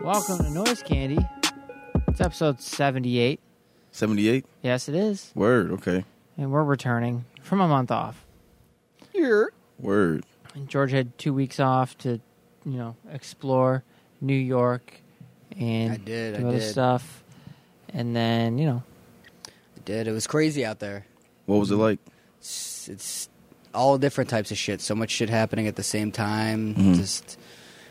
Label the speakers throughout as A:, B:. A: Welcome to Noise Candy. It's episode 78.
B: 78?
A: Yes, it is.
B: Word, okay.
A: And we're returning from a month off.
B: Word.
A: And George had two weeks off to, you know, explore New York and
C: I did,
A: do
C: I
A: other
C: did.
A: stuff. And then, you know,
C: It did. It was crazy out there.
B: What was it
C: Mm-hmm.
B: like?
C: It's, it's all different types of shit. So much shit happening at the same time.
B: Mm-hmm.
C: Just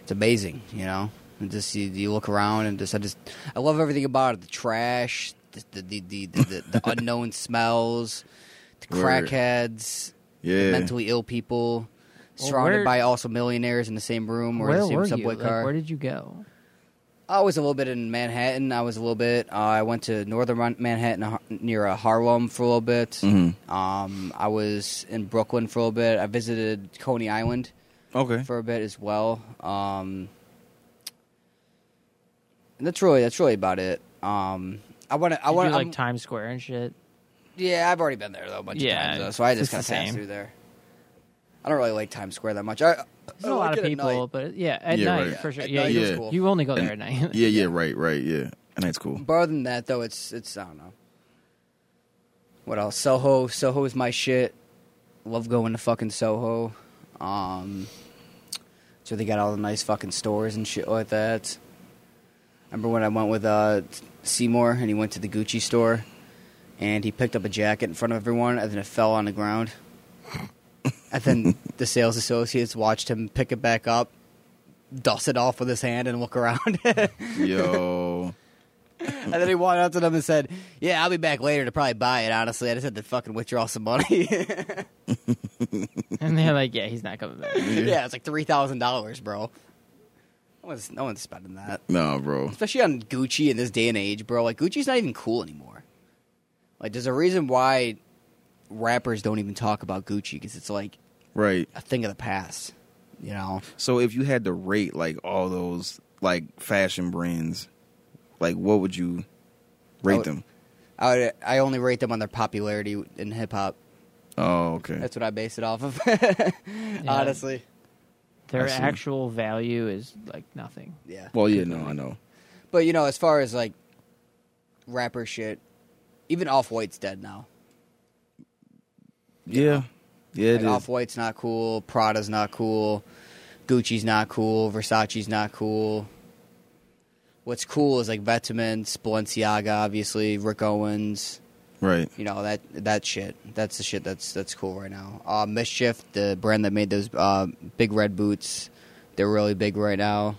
C: it's amazing, you know. And just you, you look around and just I just I love everything about it. The trash, the the the, the, the, the unknown smells, the
B: Word.
C: crackheads,
B: Yeah.
C: mentally ill people.
A: Well,
C: Surrounded
A: where-
C: by also millionaires in the same room or in
A: where
C: the same
A: were you?
C: subway
A: Like,
C: car.
A: where did you go?
C: I was a little bit in Manhattan. I was a little bit. Uh, I went to northern Man- Manhattan uh, near uh, Harlem for a little bit.
B: Mm-hmm.
C: Um, I was in Brooklyn for a little bit. I visited Coney Island
B: Okay.
C: for a bit as well. Um, and that's really that's really about it. Um, I want to. I
A: Did
C: want
A: you, like Times Square and shit.
C: yeah, I've already been there though a bunch
A: Yeah,
C: of times, though, so I
A: it's
C: just kind
A: the
C: of passed
A: same.
C: through there. I don't really like Times Square that much. I, Oh, I
A: There's a
C: like
A: lot of
C: it at night.
A: people, but yeah, at
B: Yeah,
A: night
B: right.
A: for sure.
C: At
A: Yeah,
C: night
A: you,
B: it was
C: cool.
A: you only go there at night.
B: Yeah, yeah, right, right, yeah. And that's cool.
C: But other than that, though, it's it's I don't know. What else? Soho. Soho is my shit. Love going to fucking Soho. Um, so they got all the nice fucking stores and shit like that. Remember when I went with uh, Seymour and he went to the Gucci store and he picked up a jacket in front of everyone and then it fell on the ground. And then the sales associates watched him pick it back up, dust it off with his hand, and look around.
B: Yo.
C: And then he walked up to them and said, "Yeah, I'll be back later to probably buy it. Honestly, I just had to fucking withdraw some money. yeah,
A: And they're like, yeah, he's not coming back.
C: it's like three thousand dollars, bro. No one's, no one's spending that,
B: Nah, bro.
C: especially on Gucci in this day and age, bro. Like Gucci's not even cool anymore. Like, there's a reason why rappers don't even talk about Gucci because it's like
B: Right.
C: a thing of the past, you know?
B: So if you had to rate like all those like fashion brands, like what would you rate
C: would-
B: them?
C: I would, I only rate them on their popularity in hip hop.
B: Oh, okay.
C: That's what I base it off of, honestly.
A: Their
B: I see.
A: actual value is like nothing.
C: Yeah.
B: Well, yeah, no, I know.
C: But you know, as far as like rapper shit, even Off White's dead now.
B: Yeah. Yeah, it
C: Like, Off
B: is.
C: White's not cool. Prada's not cool. Gucci's not cool. Versace's not cool. What's cool is like Vitamin, Balenciaga, obviously Rick Owens.
B: Right.
C: You know that that shit. That's the shit that's that's cool right now. Uh, Mischief, the brand that made those uh, big red boots, they're really big right now.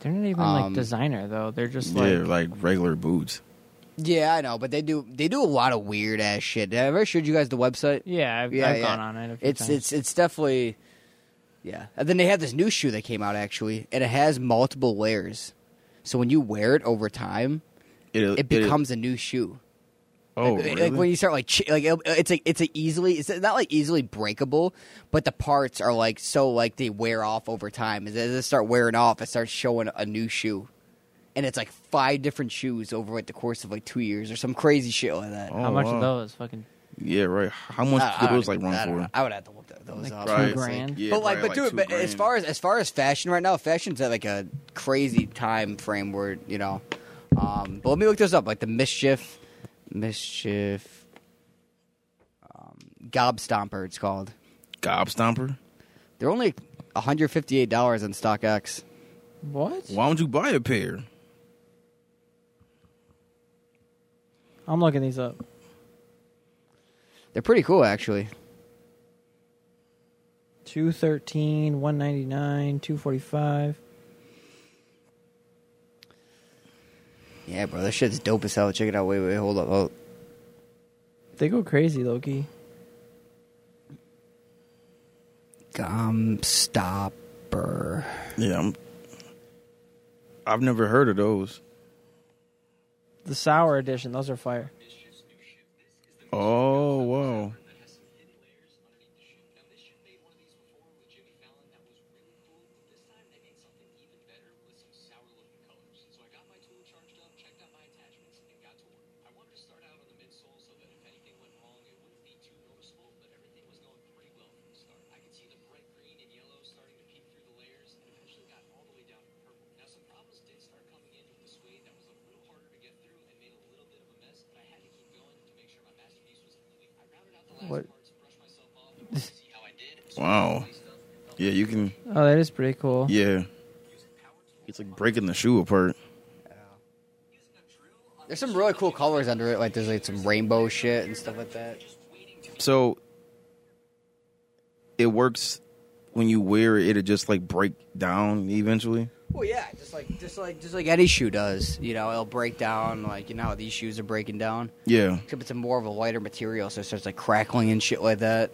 A: They're not even like
C: Um,
A: designer though. They're just like
B: Yeah, like regular boots.
C: Yeah, I know, but they do they do a lot of weird ass shit. Did I ever showed you guys the website?
A: Yeah, I've,
C: Yeah,
A: I've
C: yeah.
A: gone on it. A few
C: it's
A: times.
C: it's it's definitely yeah and then they have this new shoe that came out actually and it has multiple layers so when you wear it over time it becomes a new shoe
B: Oh,
C: like,
B: really?
C: like when you start like ch- like it'll- it's like it's a easily it's not like easily breakable but the parts are like so like they wear off over time as as they start wearing off it starts showing a new shoe and it's like five different shoes over like the course of like two years or some crazy shit like that
B: Oh,
A: how much
B: wow.
A: of those? Fucking
B: Yeah, right. How much
C: I- I
B: did
C: don't
B: those like
C: even- I
B: run
C: don't
B: for?
C: know. I would have to look th- those
A: Like
C: up.
A: two
B: Right.
A: Two grand.
B: Yeah,
C: but like,
B: probably
C: but dude,
B: two
C: but
B: grand.
C: as far as as far as fashion right now, fashion's at like a crazy time frame where you know. Um, but let me look this up. Like the mischief, mischief, um, gob stomper. It's called.
B: Gob Stomper?
C: They're only one hundred fifty eight dollars on StockX.
A: what?
B: Why don't you buy a pair?
A: I'm looking these up.
C: They're pretty cool actually.
A: Two thirteen, one ninety nine, two forty five.
C: Yeah, bro, that shit's dope as hell. Check it out. Wait, wait, hold up. Oh,
A: They go crazy, Loki.
C: gum stopper.
B: Yeah, I'm, I've never heard of those.
A: The sour edition, those are fire.
B: Oh wow,
A: What?
B: wow. Yeah, you can.
A: Oh, that is pretty cool.
B: Yeah, it's like breaking the shoe apart.
C: There's some really cool colors under it. Like there's like some rainbow shit and stuff like that.
B: So it works when you wear it. It'll just like break down eventually.
C: Well, yeah, just like just like just like any shoe does. You know, it'll break down. Like you know how these shoes are breaking down.
B: Yeah.
C: Except it's a more of a lighter material, so it starts like crackling and shit like that.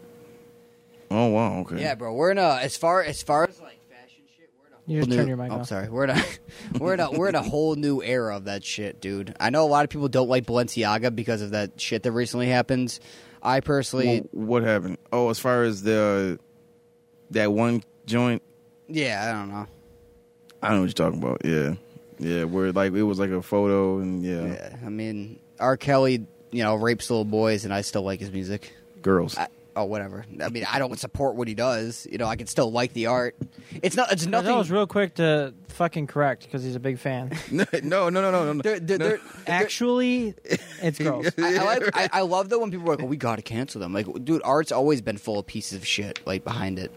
B: Oh wow. Okay.
C: Yeah, bro, we're in a as far as far as like fashion shit. We're in a
A: You just
C: whole
A: turn
C: new-
A: your mic
C: oh,
A: off.
C: sorry, we're in a we're in a we're in a whole new era of that shit, dude. I know a lot of people don't like Balenciaga because of that shit that recently happens. I personally,
B: Wh- what happened? Oh, as far as the that one joint,
C: yeah, I don't know.
B: I know what you're talking about. Yeah, yeah, where like it was like a photo and yeah,
C: Yeah, I mean, R. Kelly, you know, rapes little boys, and I still like his music.
B: girls.
C: I, oh, whatever. I mean, I don't support what he does. You know, I can still like the art. It's not. It's
A: Nothing. That was
C: nothing.
A: real quick to fucking correct because he's a big fan.
B: no, no, no, no, no.
C: They're, they're, they're, they're-
A: Actually, it's gross.
C: I, I, like, I, I love though when people are like, oh, "We gotta cancel them." Like, dude, art's always been full of pieces of shit like behind it.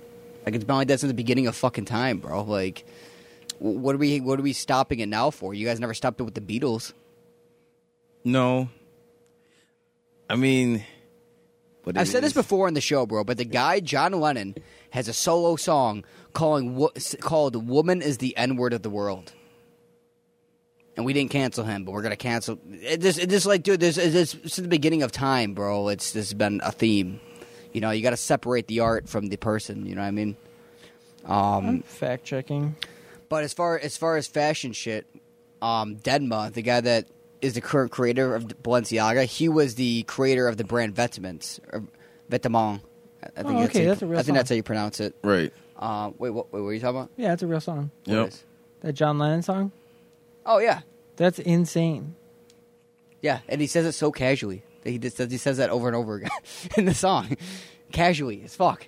C: Like it's been like that since the beginning of fucking time, bro. Like, wh- what are we what are we stopping it now for? You guys never stopped it with the Beatles.
B: no. I mean, but it
C: I've said this
B: is-
C: before on the show, bro, but the guy John Lennon has a solo song calling wo- s- called "Woman is the N word of the world," and we didn't cancel him, but we're gonna cancel. It just, it just like, dude, this is this- since the beginning of time, bro. It's this has been a theme. You know, you got to separate the art from the person. You know what I mean? Um,
A: I'm fact checking.
C: But as far as far as fashion shit, um, Denma, the guy that is the current creator of Balenciaga, he was the creator of the brand Vetements or Vetements. I I think
A: Oh,
C: that's
A: okay,
C: how you,
A: that's a real
C: I think that's
A: song.
C: how you pronounce it.
B: Right.
C: Uh, wait, what, wait, what were you talking about?
A: Yeah, it's a real song.
C: What
B: Yep.
C: is-
A: That John Lennon song.
C: Oh yeah,
A: That's insane.
C: yeah, and he says it so casually. that He just says, he says that over and over again in the song, casually as fuck.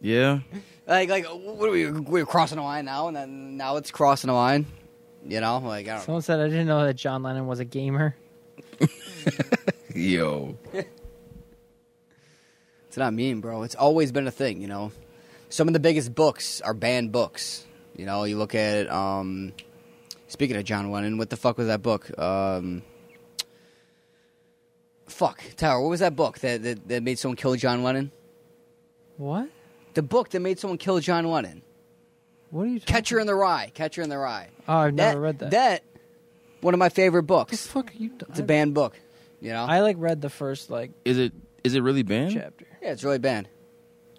B: Yeah.
C: Like like what are we we're crossing a line now and then now it's crossing a line, you know? Like I don't know.
A: Someone said I didn't know that John Lennon was a gamer.
B: Yo.
C: It's not mean, bro. It's always been a thing, you know. Some of the biggest books are banned books. You know, you look at um speaking of John Lennon, what the fuck was that book? Um Fuck, Tower, what was that book that, that that made someone kill John Lennon?
A: What?
C: The book that made someone kill John Lennon.
A: What are you talking?
C: Catcher in the Rye, Catcher in the Rye.
A: Oh, I've never read that.
C: That one of my favorite
A: the
C: books.
A: fuck are you? T-
C: It's a banned book, you know.
A: I like read the first like
B: Is it is it really banned?
A: chapter.
C: yeah, it's really banned.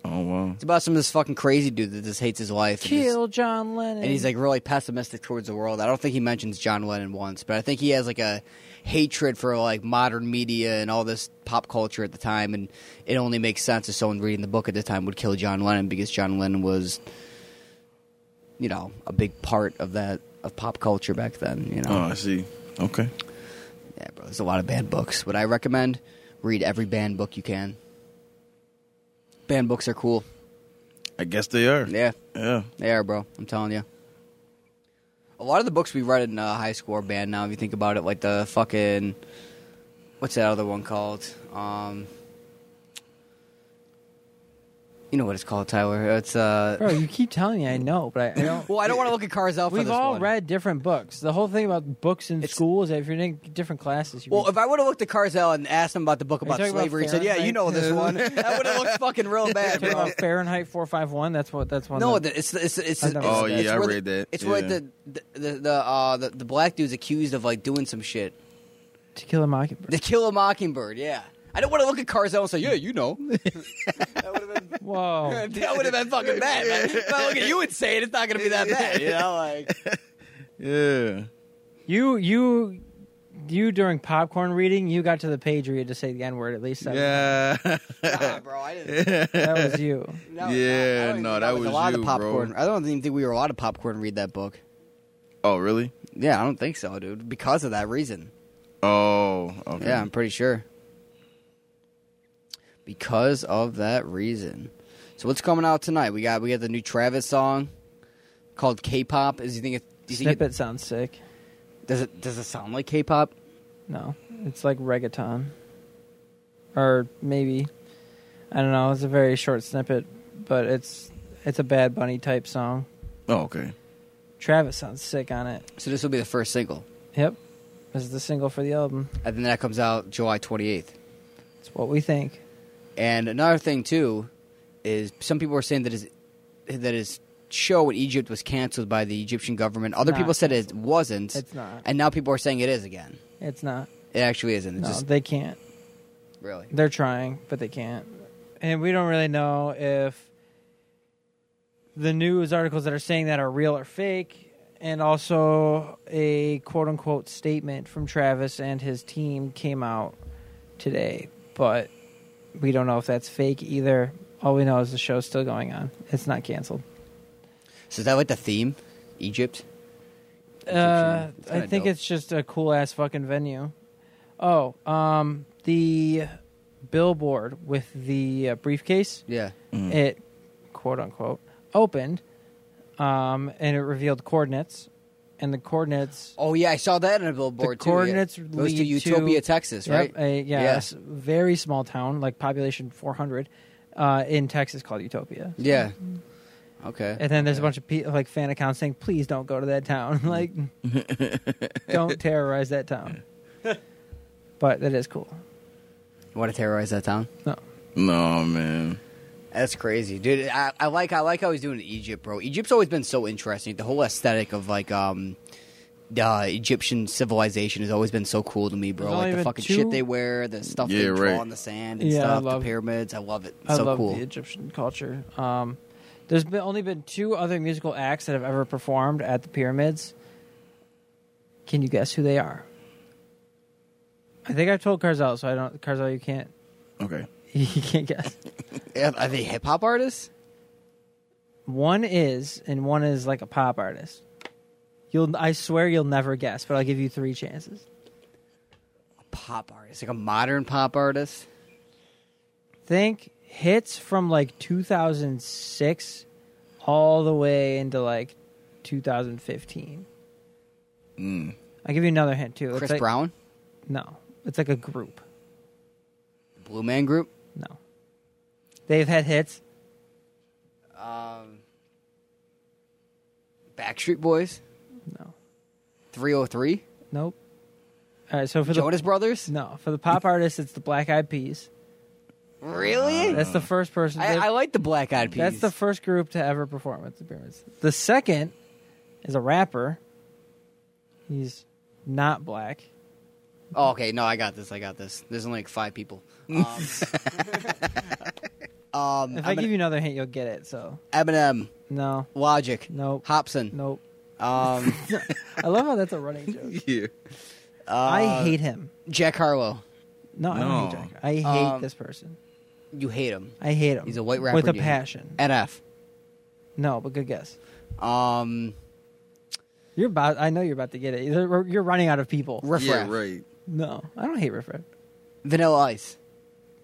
B: Oh wow.
C: It's about some of this fucking crazy dude that just hates his life. and just-
A: Kill John Lennon.
C: and he's like really pessimistic towards the world. I don't think he mentions John Lennon once, but I think he has like a hatred for like modern media and all this pop culture at the time, and it only makes sense if someone reading the book at the time would kill John Lennon because John Lennon was, you know, a big part of that of pop culture back then. You know,
B: Oh, I see. Okay.
C: yeah, bro. There's a lot of banned books. Would I recommend read every banned book you can? Banned books are cool.
B: I guess they are.
C: Yeah.
B: Yeah.
C: They are, bro. I'm telling you. A lot of the books we read in uh, high school are banned now. If you think about it, like the fucking what's that other one called? Um, You know what it's called, Tyler? It's uh.
A: Bro, you keep telling me I know, but I, I don't.
C: Well, I don't want to look at Cars Alpha.
A: We've
C: this
A: all
C: one.
A: read different books. The whole thing about books in
C: It's-
A: school is that if you're in different classes, you
C: Well,
A: read-
C: if I would have looked at Carzell and asked him about the book
A: Are you
C: about
A: talking about
C: slavery, he said, "Yeah, you know this one."
A: Fahrenheit
C: That would have looked fucking real bad,
A: Talking
C: bro.
A: about Fahrenheit 451. That's what. That's one.
C: No,
A: that,
C: the- it's it's it's.
A: I've never
C: it's
A: read
B: Oh,
C: it's
B: yeah, I
C: where
B: read
C: the-
B: that.
C: It's where
B: Yeah.
C: the the the the, uh, the the black dude's accused of like doing some shit.
A: To Kill a Mockingbird.
C: The Kill a Mockingbird. Yeah, I don't want to look at Carzell and say, "Yeah, you know."
A: Whoa.
C: that would have been fucking bad. Man. If I look at you and say it, it's not gonna be that bad. You know, like
B: Yeah.
A: You you you during popcorn reading, you got to the page where you had to say the N word at least. seven
B: Yeah.
C: nah, bro, I didn't.
A: times. That was you.
C: that was-
B: Yeah,
C: I don't even
B: no,
C: think
B: that
C: I
B: was
C: allowed to
B: you, bro.
C: popcorn. I don't even think we were allowed to popcorn read that book.
B: oh, really?
C: Yeah, I don't think so, dude. Because of that reason.
B: Oh, okay.
C: Yeah, I'm pretty sure. Because of that reason. So what's coming out tonight? We got we got the new Travis song called K-pop. Is you think it, do you think
A: Snippet
C: it
A: sounds sick.
C: does it does it sound like K-pop?
A: No, it's like reggaeton, or maybe I don't know. It's a very short snippet, but it's it's a Bad Bunny type song.
B: Oh, okay.
A: Travis sounds sick on it.
C: So this will be the first single,
A: Yep, this is the single for the album.
C: and then that comes out July 28th.
A: It's what we think.
C: And another thing too is some people were saying that his that his show in Egypt was canceled by the Egyptian government. Other
A: Not
C: people said it wasn't,
A: It's not.
C: and now people are saying it is again.
A: It's not.
C: It actually isn't. It's
A: No,
C: just
A: they can't.
C: really
A: They're trying, but they can't. And we don't really know if the news articles that are saying that are real or fake. And also, a quote unquote statement from Travis and his team came out today. But we don't know if that's fake either. All we know is the show's still going on, it's not canceled.
C: So is that like the theme? Egypt?
A: Uh,
C: Egyptian. It's
A: I
C: kinda
A: think
C: dope.
A: it's just a cool ass fucking venue. Oh, um, the billboard with the uh, briefcase.
C: Yeah.
A: it quote unquote opened um, and it revealed coordinates and the coordinates
C: Oh yeah, I saw that on a billboard
A: the
C: too. yeah.
A: coordinates
C: It
A: lead
C: goes to Utopia, Texas,
A: Yep,
C: right?
A: a- yeah,
C: Yeah.
A: a s- very small town, like population 400, uh, in Texas called Utopia.
C: Yeah. Okay.
A: And then there's a bunch of pe- like fan accounts saying, "Please don't go to that town. like, don't terrorize that town." but that is cool.
C: Want to terrorize that town?
A: No,
B: No, man.
C: That's crazy, dude. I, I like I like how he's doing it in Egypt, bro. Egypt's always been so interesting. The whole aesthetic of like um the Egyptian civilization has always been so cool to me, bro.
A: There's only
C: like the
A: been
C: fucking
A: two-
C: shit they wear, the stuff they
B: Yeah,
C: draw
B: right.
C: on the sand and
A: Yeah, I
C: stuff,
A: love-
C: the pyramids. I love it.
A: I
C: so
A: love
C: cool.
A: the Egyptian culture. Um, there's been, only been two other musical acts that have ever performed at the pyramids. Can you guess who they are? I think I told Carzel, so I don't. Carzel, you can't.
B: Okay.
A: You can't guess.
C: Are are they hip hop artists?
A: One is, and one is like a pop artist. You'll, I swear, you'll never guess, but I'll give you three chances.
C: Pop artists, like a modern pop artist.
A: Think hits from like 2006 all the way into like 2015. I'll give you another hint too. It's
C: Hmm. Chris
A: like-
C: Brown,
A: No, it's like a group.
C: Blue Man Group.
A: No, they've had hits.
C: Um, Backstreet Boys,
A: No,
C: 303,
A: nope. All right, so for
C: Jonas Brothers.
A: the no for the pop artists, it's the Black Eyed Peas.
C: Really?
A: That's the first person.
C: Hmm. I,
A: they've-
C: I like the Black Eyed Peas.
A: that's the first group to ever perform at the pyramids. The second is a rapper. He's not black.
C: Oh, okay. No, I got this. I got this. There's only like five people. Um, um,
A: If i
C: Emin-
A: give you another hint, you'll get it. So
C: Eminem,
A: no,
C: Logic,
A: Nope.
C: Hobson.
A: nope.
C: Um,
A: I love how that's a running joke.
B: Yeah.
C: Uh,
A: I hate him.
C: Jack Harlow.
A: No, I don't hate
B: No.
A: Jack. I hate
C: Um,
A: this person.
C: You hate him.
A: I hate him.
C: He's a white rapper
A: with a
C: you hate.
A: passion.
C: NF.
A: No, but good guess.
C: Um,
A: You're about. I know you're about to get it. You're you're running out of people.
C: Riff
B: Yeah,
C: Raff.
B: right.
A: No, I don't hate Riff Raff.
C: Vanilla Ice.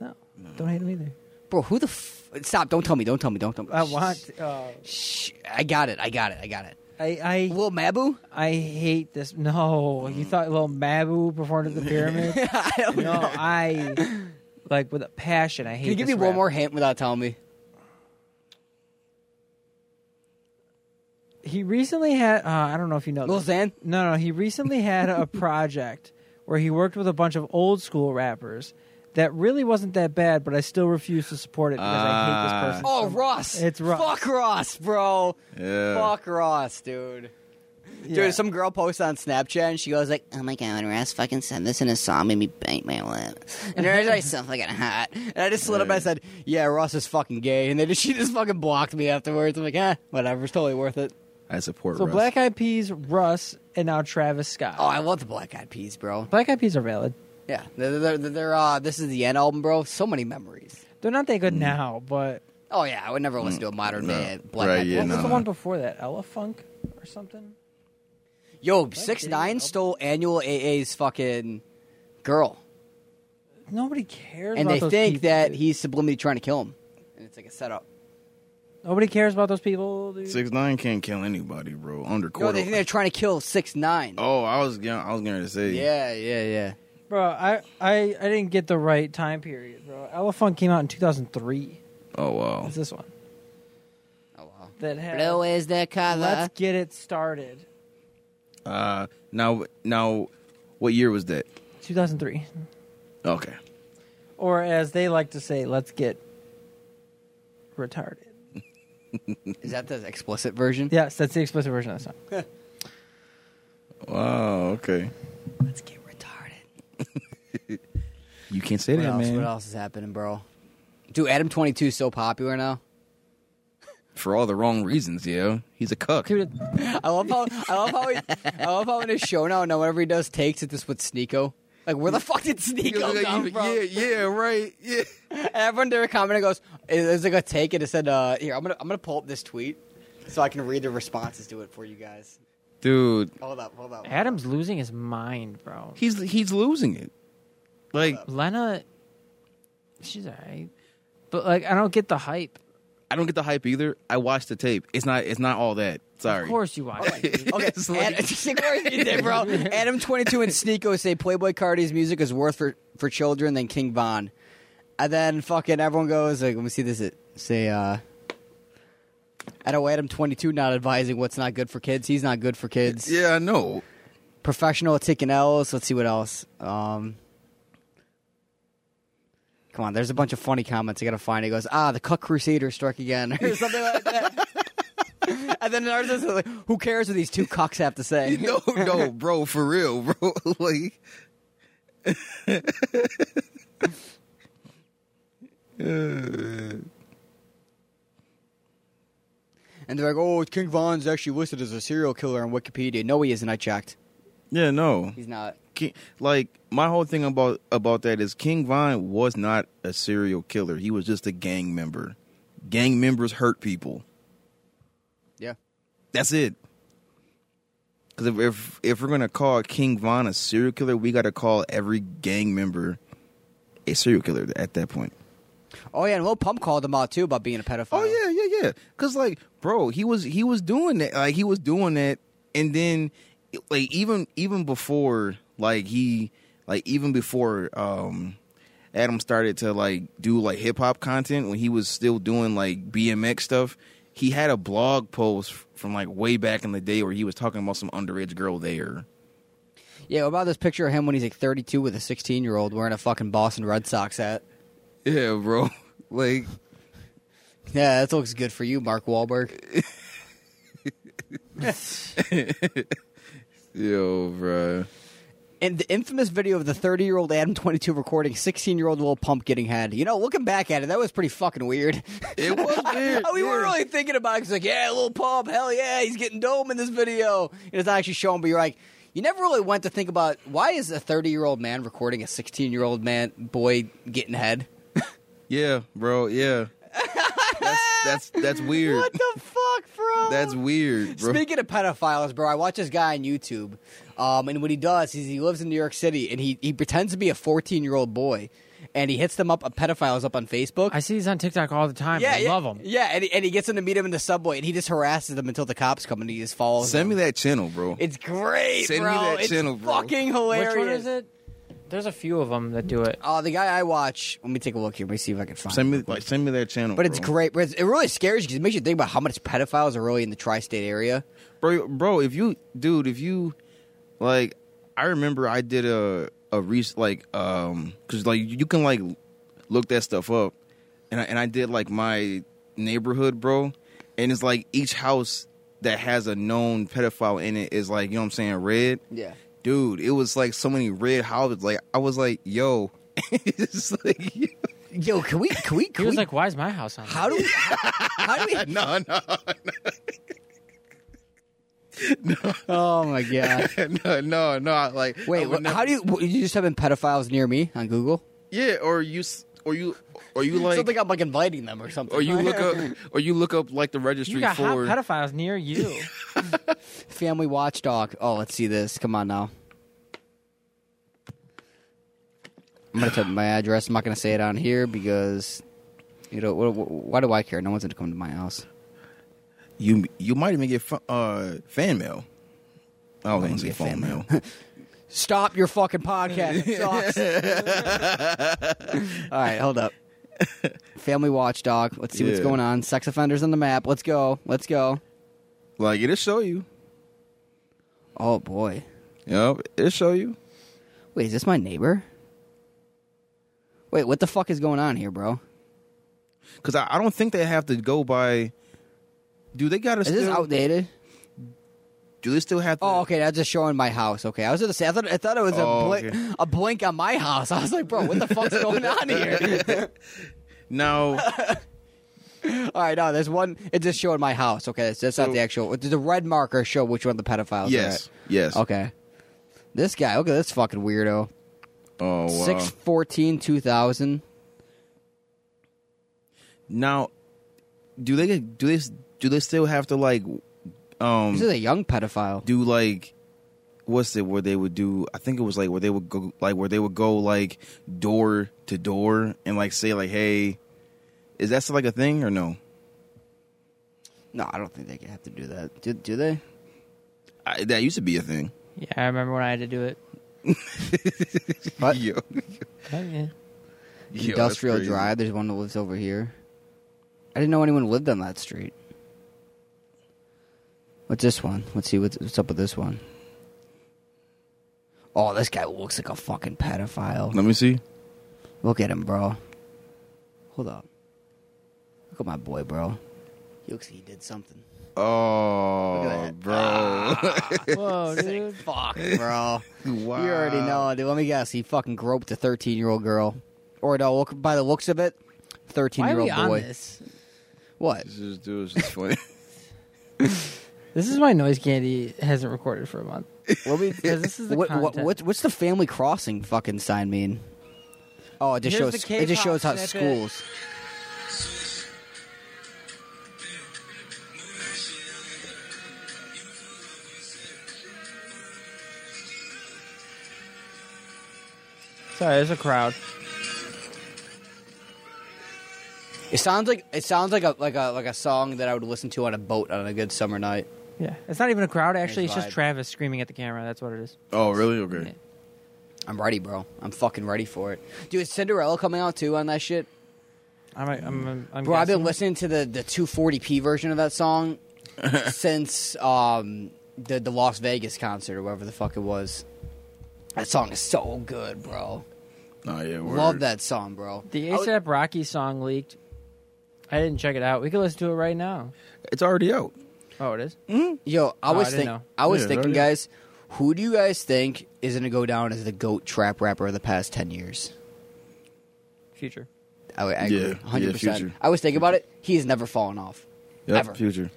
A: No, don't hate him either.
C: Bro, who the f- stop? Don't tell me. Don't tell me. Don't tell me.
A: I want. Uh,
C: Shh. I got it. I got it. I got it.
A: I I
C: Lil Mabu.
A: I hate this. No, you thought little Mabu performed at the pyramid?
C: Mm. I don't
A: no,
C: know.
A: I like with a passion. I hate.
C: Can you give me
A: this
C: one
A: rapper.
C: more hint without telling me?
A: he recently had uh, I don't know if you know
C: Lil
A: this.
C: Xan?
A: No, no, he recently had a project where he worked with a bunch of old school rappers that really wasn't that bad, but I still refuse to support it because
B: Ah.
A: I hate this person.
C: Oh,
A: so-
C: Ross.
A: It's Ross.
C: Fuck Ross, bro.
B: Yeah.
C: Fuck Ross, dude.
A: Yeah.
C: Dude, some girl posts on Snapchat and she goes like, "Oh my god, when Ross fucking said this in his song, made me bite my lip," and there's like so fucking hot. And I just slid up and I said, "Yeah, Ross is fucking gay," and then she just fucking blocked me afterwards. I'm like, "Ah, whatever, it's totally worth it."
B: I support
A: So
B: Russ.
A: Black Eyed Peas, Russ, and now Travis Scott.
C: Oh, I love the Black Eyed Peas, bro.
A: Black Eyed Peas are valid.
C: Yeah, they're, they're, they're, they're, uh, this is the end album, bro. So many memories.
A: They're not that good
B: Mm.
A: now, but
C: Oh yeah, I would never listen to a modern
B: no.
C: day Black
B: Right,
C: Eyed
B: yeah,
A: what
C: Peas.
A: was
B: no.
A: the one before that? Ella Funk or something?
C: Yo, six nine
A: Peas.
C: stole annual AA's fucking girl,
A: Nobody cares.
C: and
A: about
C: they
A: those
C: think
A: people,
C: that
A: dude.
C: he's subliminally trying to kill him, and it's like a setup.
A: nobody cares about those people. Dude.
B: Six nine can't kill anybody, bro. Under
C: Yo,
B: quarter.
C: they think they're trying to kill six nine.
B: oh, I was gonna, I was gonna say.
C: Yeah, yeah, yeah.
A: Bro, I, I I didn't get the right time period, bro. Elephant came out in 2003.
B: Oh wow.
A: It's this one
C: Oh wow.
A: that had.
C: Blue is the color.
A: Let's get it started.
B: Uh, now, now, what year was that?
A: 2003,
B: Okay.
A: or as they like to say, let's get retarded.
C: is that the explicit version?
A: Yes, that's the explicit version of the song.
B: Wow. Okay.
C: Let's get retarded.
B: You can't say
C: What
B: that,
C: else?
B: man.
C: What else is happening, bro? Dude, Adam twenty two is so popular now.
B: For all the wrong reasons, yo. He's a cuck.
A: Dude,
C: I love how I love how he, I love how in his show now, now whenever he does takes, it's just with Sneeko. Like where the fuck did
B: You're
C: Sneeko
B: like,
C: come
B: you-
C: from?
B: yeah, yeah, right. Yeah.
C: And everyone did a comment and goes, it- "It's like a take." And it said, uh, "Here, I'm gonna I'm gonna pull up this tweet so I can read the responses to it for you guys."
B: Dude,
C: Hold up, hold up.
A: Adam's losing his mind, bro.
B: he's he's losing it. Like
A: Lena, she's alright, but like I don't get the hype.
B: I don't get the hype either. I watched the tape. It's not it's not all that. Sorry.
A: Of course, you watch. it, dude.
C: Okay,
B: It's like-
C: Adam, Sneeko already did it, bro. Adam twenty two and Sneeko say Playboy Cardi's music is worth for for children than King Von, and then fucking everyone goes like, "Let me see this." It say, uh, "I know Adam twenty two not advising what's not good for kids. He's not good for kids.
B: Yeah, I know.
C: Professional taking L's. Let's see what else. Um, come on, there's a bunch of funny comments. I gotta find. It goes, ah, the Cuck Crusader struck again, or something like that. and then ours is like, who cares what these two cucks have to say?
B: No, no, bro, for real, bro. like Uh,
C: And they're like, oh, King Von's actually listed as a serial killer on Wikipedia. No, he isn't. I checked.
B: yeah, no.
C: He's not.
B: King, like my whole thing about about that is King Vine was not a serial killer. He was just a gang member. Gang members hurt people.
C: Yeah.
B: That's it. Because if, if if we're gonna call King Von a serial killer, we gotta call every gang member a serial killer at that point.
C: Oh, yeah, and Lil Pump called him out, too, about being a pedophile.
B: Oh yeah, yeah, yeah. Because like, bro, he was he was doing that. Like he was doing that, and then like even even before like he like even before um Adam started to like do like hip hop content when he was still doing like BMX stuff. He had a blog post from like way back in the day where he was talking about some underage girl there.
C: Yeah, what about this picture of him when he's like 32 with a 16 year old wearing a fucking Boston Red Sox hat?
B: Yeah, bro. Like,
C: Yeah, that looks good for you, Mark Wahlberg.
B: yo, bro.
C: And the infamous video of the 30 year old Adam 22 recording 16 year old Lil Pump getting head. You know, looking back at it, that was pretty fucking weird.
B: It was weird.
C: we were
B: yeah.
C: really thinking about it. 'cause like, yeah, Lil Pump, hell yeah, he's getting dome in this video. And it's not actually showing, but you're like, you never really went to think about why is a 30 year old man recording a 16 year old man boy getting head?
B: Yeah, bro. Yeah. That's that's that's weird.
C: What the fuck, bro?
B: That's weird, bro.
C: Speaking of pedophiles, bro, I watch this guy on YouTube, um, and what he does is he lives in New York City and he, he pretends to be a 14 year old boy, and he hits them up, uh, pedophiles up on Facebook.
A: I see these on TikTok all the time.
C: yeah,
A: I
C: yeah,
A: love them.
C: Yeah, and he, and he gets them to meet him in the subway, and he just harasses them until the cops come and he just follows.
B: Send me
C: them.
B: that channel, bro.
C: It's great,
B: Send me
C: bro.
B: that
C: it's
B: channel, bro.
C: fucking hilarious.
A: Which one is it? There's a few of them that do it.
C: Oh, the guy I watch. Let me take a look here. Let me see if I can find.
B: Send
C: him.
B: me like send me their channel.
C: But it's
B: bro.
C: great. But it's, it really scares you because it makes you think about how much pedophiles are really in the tri-state area.
B: bro, bro. If you, dude, if you, like, I remember I did a a rec- like um because like you can like look that stuff up, and I, and I did like my neighborhood, bro, and it's like each house that has a known pedophile in it is like you know what I'm saying red,
C: Yeah.
B: dude. It was like so many red houses. Like I was like, yo, it's like.
C: Yo, can we? Can we?
A: He
C: Can
A: was
C: we
A: like, "Why is my house on?"
C: how do we? How do we?
B: No, no,
C: Oh my god!
B: no, no, no. I, Like, I
C: Wait,
B: would
C: wh- how do you? wh- You just having pedophiles near me on Google?
B: Yeah, or you, s- or you, or you like,
C: Something I'm like inviting them or something.
B: or you look up, or you look up like the registry
A: You got hot
B: for.
A: pedophiles near you.
C: Family Watchdog. Oh, let's see this. Come on now. I'm gonna type my address. I'm not gonna say it on here because you know wh- wh- why do I care? No one's gonna come to my house.
B: You you might even get fu- uh, fan mail. I don't think it's
C: get
B: fan
C: fan
B: mail.
C: Stop your fucking podcast. It sucks. All right, hold up. Family Watchdog. Let's see what's
B: Yeah.
C: going on. Sex offenders on the map. Let's go. Let's go.
B: like it'll show you.
C: Oh boy.
B: Yep, it'll show you.
C: Wait, is this my neighbor? Wait, what the fuck is going on here, bro?
B: Because I, I don't think they have to go by. Do they gotta
C: Is this
B: still?
C: outdated?
B: do they still have to?
C: Oh, okay. That's just showing my house. Okay, I was gonna say. I thought I thought it was a
B: Oh,
C: blink,
B: okay.
C: a blink on my house. I was like, bro, what the fuck's going on here?
B: Now,
C: All right, no, there's one. It's just showing my house. Okay, so that's
B: So-
C: not the actual. Does the red marker show which one of the pedophiles? are
B: yes,
C: at?
B: yes.
C: Okay. This guy. Look at this fucking weirdo.
B: Oh, wow.
C: Six fourteen two thousand.
B: Now, do they do this? Do they still have to like, um,
C: This is a young pedophile.
B: do like what's it where they would do i think it was like where they would go like where they would go like door to door and like say like hey is that still like a thing or no
C: No, I don't think they have to do that. Do, do they?
B: I, that used to be a thing
A: yeah, I remember when I had to do it.
C: What?
B: Yo,
A: Oh, yeah.
B: yo, that's
C: Industrial
B: crazy.
C: Drive. There's one that lives over here. I didn't know anyone lived on that street. What's this one? Let's see what's, what's up with this one. Oh, this guy looks like a fucking pedophile.
B: let me see
C: Look at him, bro. Hold up. Look at my boy, bro. He looks like he did something.
B: oh
C: that. Ah.
B: bro
A: Whoa, dude.
C: Fuck, bro.
B: wow
C: You already know, dude. Let me guess. He fucking groped a 13 year old girl. Or no, look, by the looks of it, 13
A: Why are
C: year
A: we on
C: old boy.
A: this?
C: What?
B: this is dude this is funny
A: This is why Noise Candy hasn't recorded for a month.
C: What we,
A: 'Cause this is the
C: what, what,
A: content.
C: what, what's the Family Crossing fucking sign mean? Oh, it just
A: Here's
C: shows.
A: the
C: It just
A: K-pop
C: shows how
A: snippet.
C: schools.
A: Sorry, there's a crowd.
C: It sounds like it sounds like a like a like a song that I would listen to on a boat on a good summer night.
A: Yeah, it's not even a crowd. Actually, it's just
C: vibe.
A: Travis screaming at the camera. That's what it is.
B: oh really okay
C: I'm ready, bro. I'm fucking ready for it, dude. Is Cinderella coming out too on that shit,
A: I'm, I'm, I'm
C: bro? I've been
A: guessing.
C: listening to the the 240p version of that song since um the the Las Vegas concert or whatever the fuck it was. That song is so good, bro.
B: oh yeah word.
C: Love that song, bro.
A: The
C: I was-
A: ASAP Rocky song leaked. I didn't check it out. We can listen to it right now.
B: it's already out
A: Oh, it is?
C: Yo,
A: No, Oh, I
C: I was
A: didn't
C: think
A: know.
C: I was
B: Yeah,
C: thinking,
B: there you go.
C: guys, who do you guys think is gonna go down as the goat trap rapper of the past ten years?
A: Future.
C: I, I
B: Yeah,
C: agree,
B: yeah,
C: hundred percent.
B: Future.
C: I was thinking about it. He has never fallen off.
B: yep
C: Ever.
B: future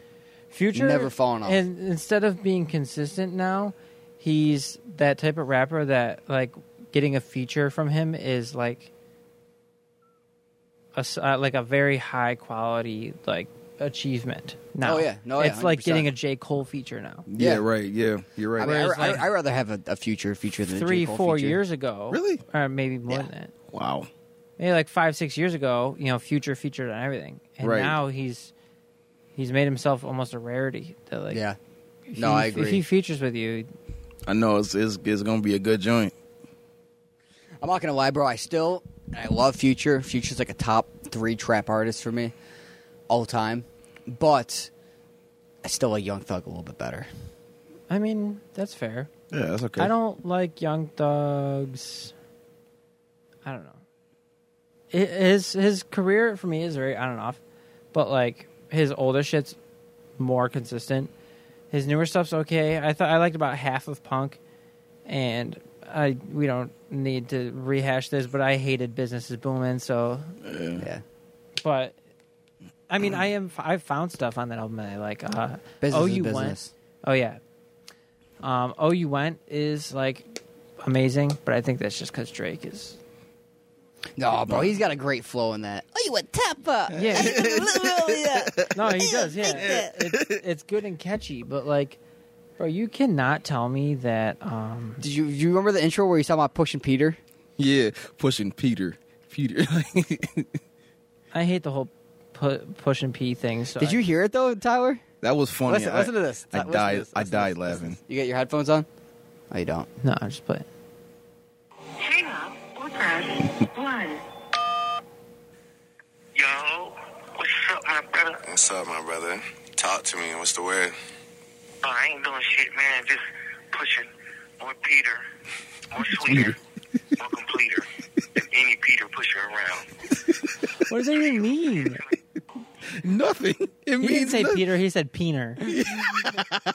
A: Future
C: Never fallen off.
A: And instead of being consistent now, he's that type of rapper that like getting a feature from him is like a s- uh, like a very high quality like achievement. Now,
C: Oh, yeah. No, yeah,
A: it's like getting a
C: 100%.
A: J Cole feature now.
B: yeah,
C: Yeah.
B: right yeah you're
C: I
B: right
C: mean, I,
A: Whereas,
C: I,
A: like,
C: I rather have a, a future feature than a J.
A: Three,
C: Cole
A: four
C: feature.
A: years ago,
B: Really?
A: or maybe more
C: Yeah.
A: than that.
B: wow
A: maybe like five six years ago you know future featured on everything and
B: Right.
A: now he's he's made himself almost a rarity that like
C: Yeah,
A: if
C: No,
A: he,
C: I
A: if he
C: agree.
A: features with you
B: i know it's it's, it's gonna be a good joint
C: I'm not gonna lie, bro. I still I love Future. Future's like a top three trap artist for me all time, but I still like Young Thug a little bit better.
A: I mean, that's fair.
B: Yeah, that's okay.
A: I don't like Young Thug's. I don't know. Hi- His his career for me is very on and off, but like his older shit's more consistent. His newer stuff's okay. I thought I liked about half of Punk, and I we don't need to rehash this, but I hated Business is Booming. So,
C: Yeah.
A: but I mean, I am I've found stuff on that album that I like. Uh,
C: Business
A: oh,
C: is
A: you went.
C: business.
A: Oh yeah. Um, oh, you went is like amazing, but I think that's just because Drake is.
C: No, bro, he's got a great flow in that.
D: Oh, you a tapper.
A: Yeah.
D: Yeah.
A: No, he does. Yeah, it's, it's good and catchy, but like, bro, you cannot tell me that. Um,
C: Did you do you remember the intro where you talking about pushing Peter?
B: yeah, pushing Peter. Peter.
A: I hate the whole pu- push and pee thing. So
C: Did you
A: I-
C: hear it though, Tyler?
B: that was funny.
C: Listen,
B: I,
C: listen to this.
B: I
C: Listen to
B: died.
C: this.
B: I
C: Listen to
B: died
C: this.
B: laughing.
C: You get your headphones on? Oh, you don't.
A: No, I'm just playing.
E: Hang up or press 1.
F: Yo, what's up, my brother?
G: What's up, my brother? Talk to me. What's the word?
F: Oh, I ain't doing shit, man. Just pushing more Peter, more sweeter, more completer than any Peter pusher around.
A: What does that even mean?
B: Nothing. It
A: He
B: means
A: didn't say
B: nothing.
A: Peter. He said Peener.
C: I,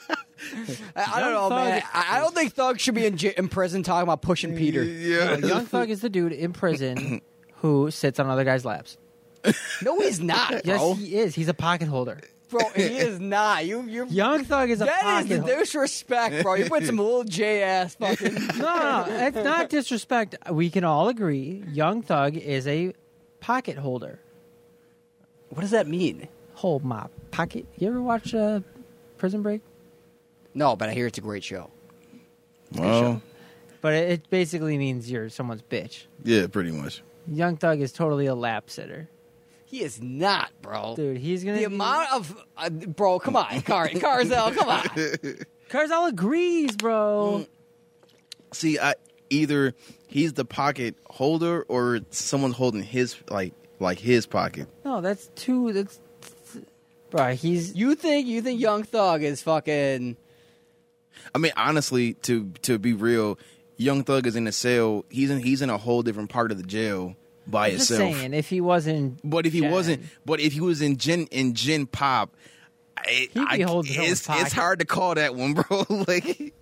C: I don't know,
A: Young Thug-
C: man. I, I don't think Thug should be in, j- in prison talking about pushing Peter.
B: Yeah.
A: Young Thug is the dude in prison who sits on other guys' laps.
C: No, he's not,
A: Yes,
C: bro.
A: he is. He's a pocket holder.
C: bro, he is not. You, you're.
A: Young Thug is a
C: That
A: pocket
C: is the
A: holder.
C: disrespect, bro. You put some little J ass fucking.
A: No, no, it's not disrespect. We can all agree Young Thug is a pocket holder.
C: What does that mean?
A: Hold my pocket. You ever watch uh, Prison Break?
C: No, but I hear it's a great show.
B: Well,
A: But it, it basically means you're someone's bitch.
B: yeah, pretty much.
A: Young Thug is totally a lap sitter.
C: He is not, bro.
A: Dude, he's going to.
C: The amount of uh, bro, come on, Car- Carzell, come on.
A: Carzal agrees, bro.
B: See, I either he's the pocket holder or someone's holding his like like his pocket.
A: No, that's too. That's. Bro, he's.
C: You think you think Young Thug is fucking?
B: I mean, honestly, to to be real, Young Thug is in a cell. He's in he's in a whole different part of the jail by
A: Just
B: itself.
A: saying, if he wasn't.
B: But if he
A: Gen-
B: wasn't, but if he was in Gen in Gen Pop, I,
A: He'd be
B: I,
A: holding his own
B: it's,
A: pocket.
B: it's hard to call that one, bro. like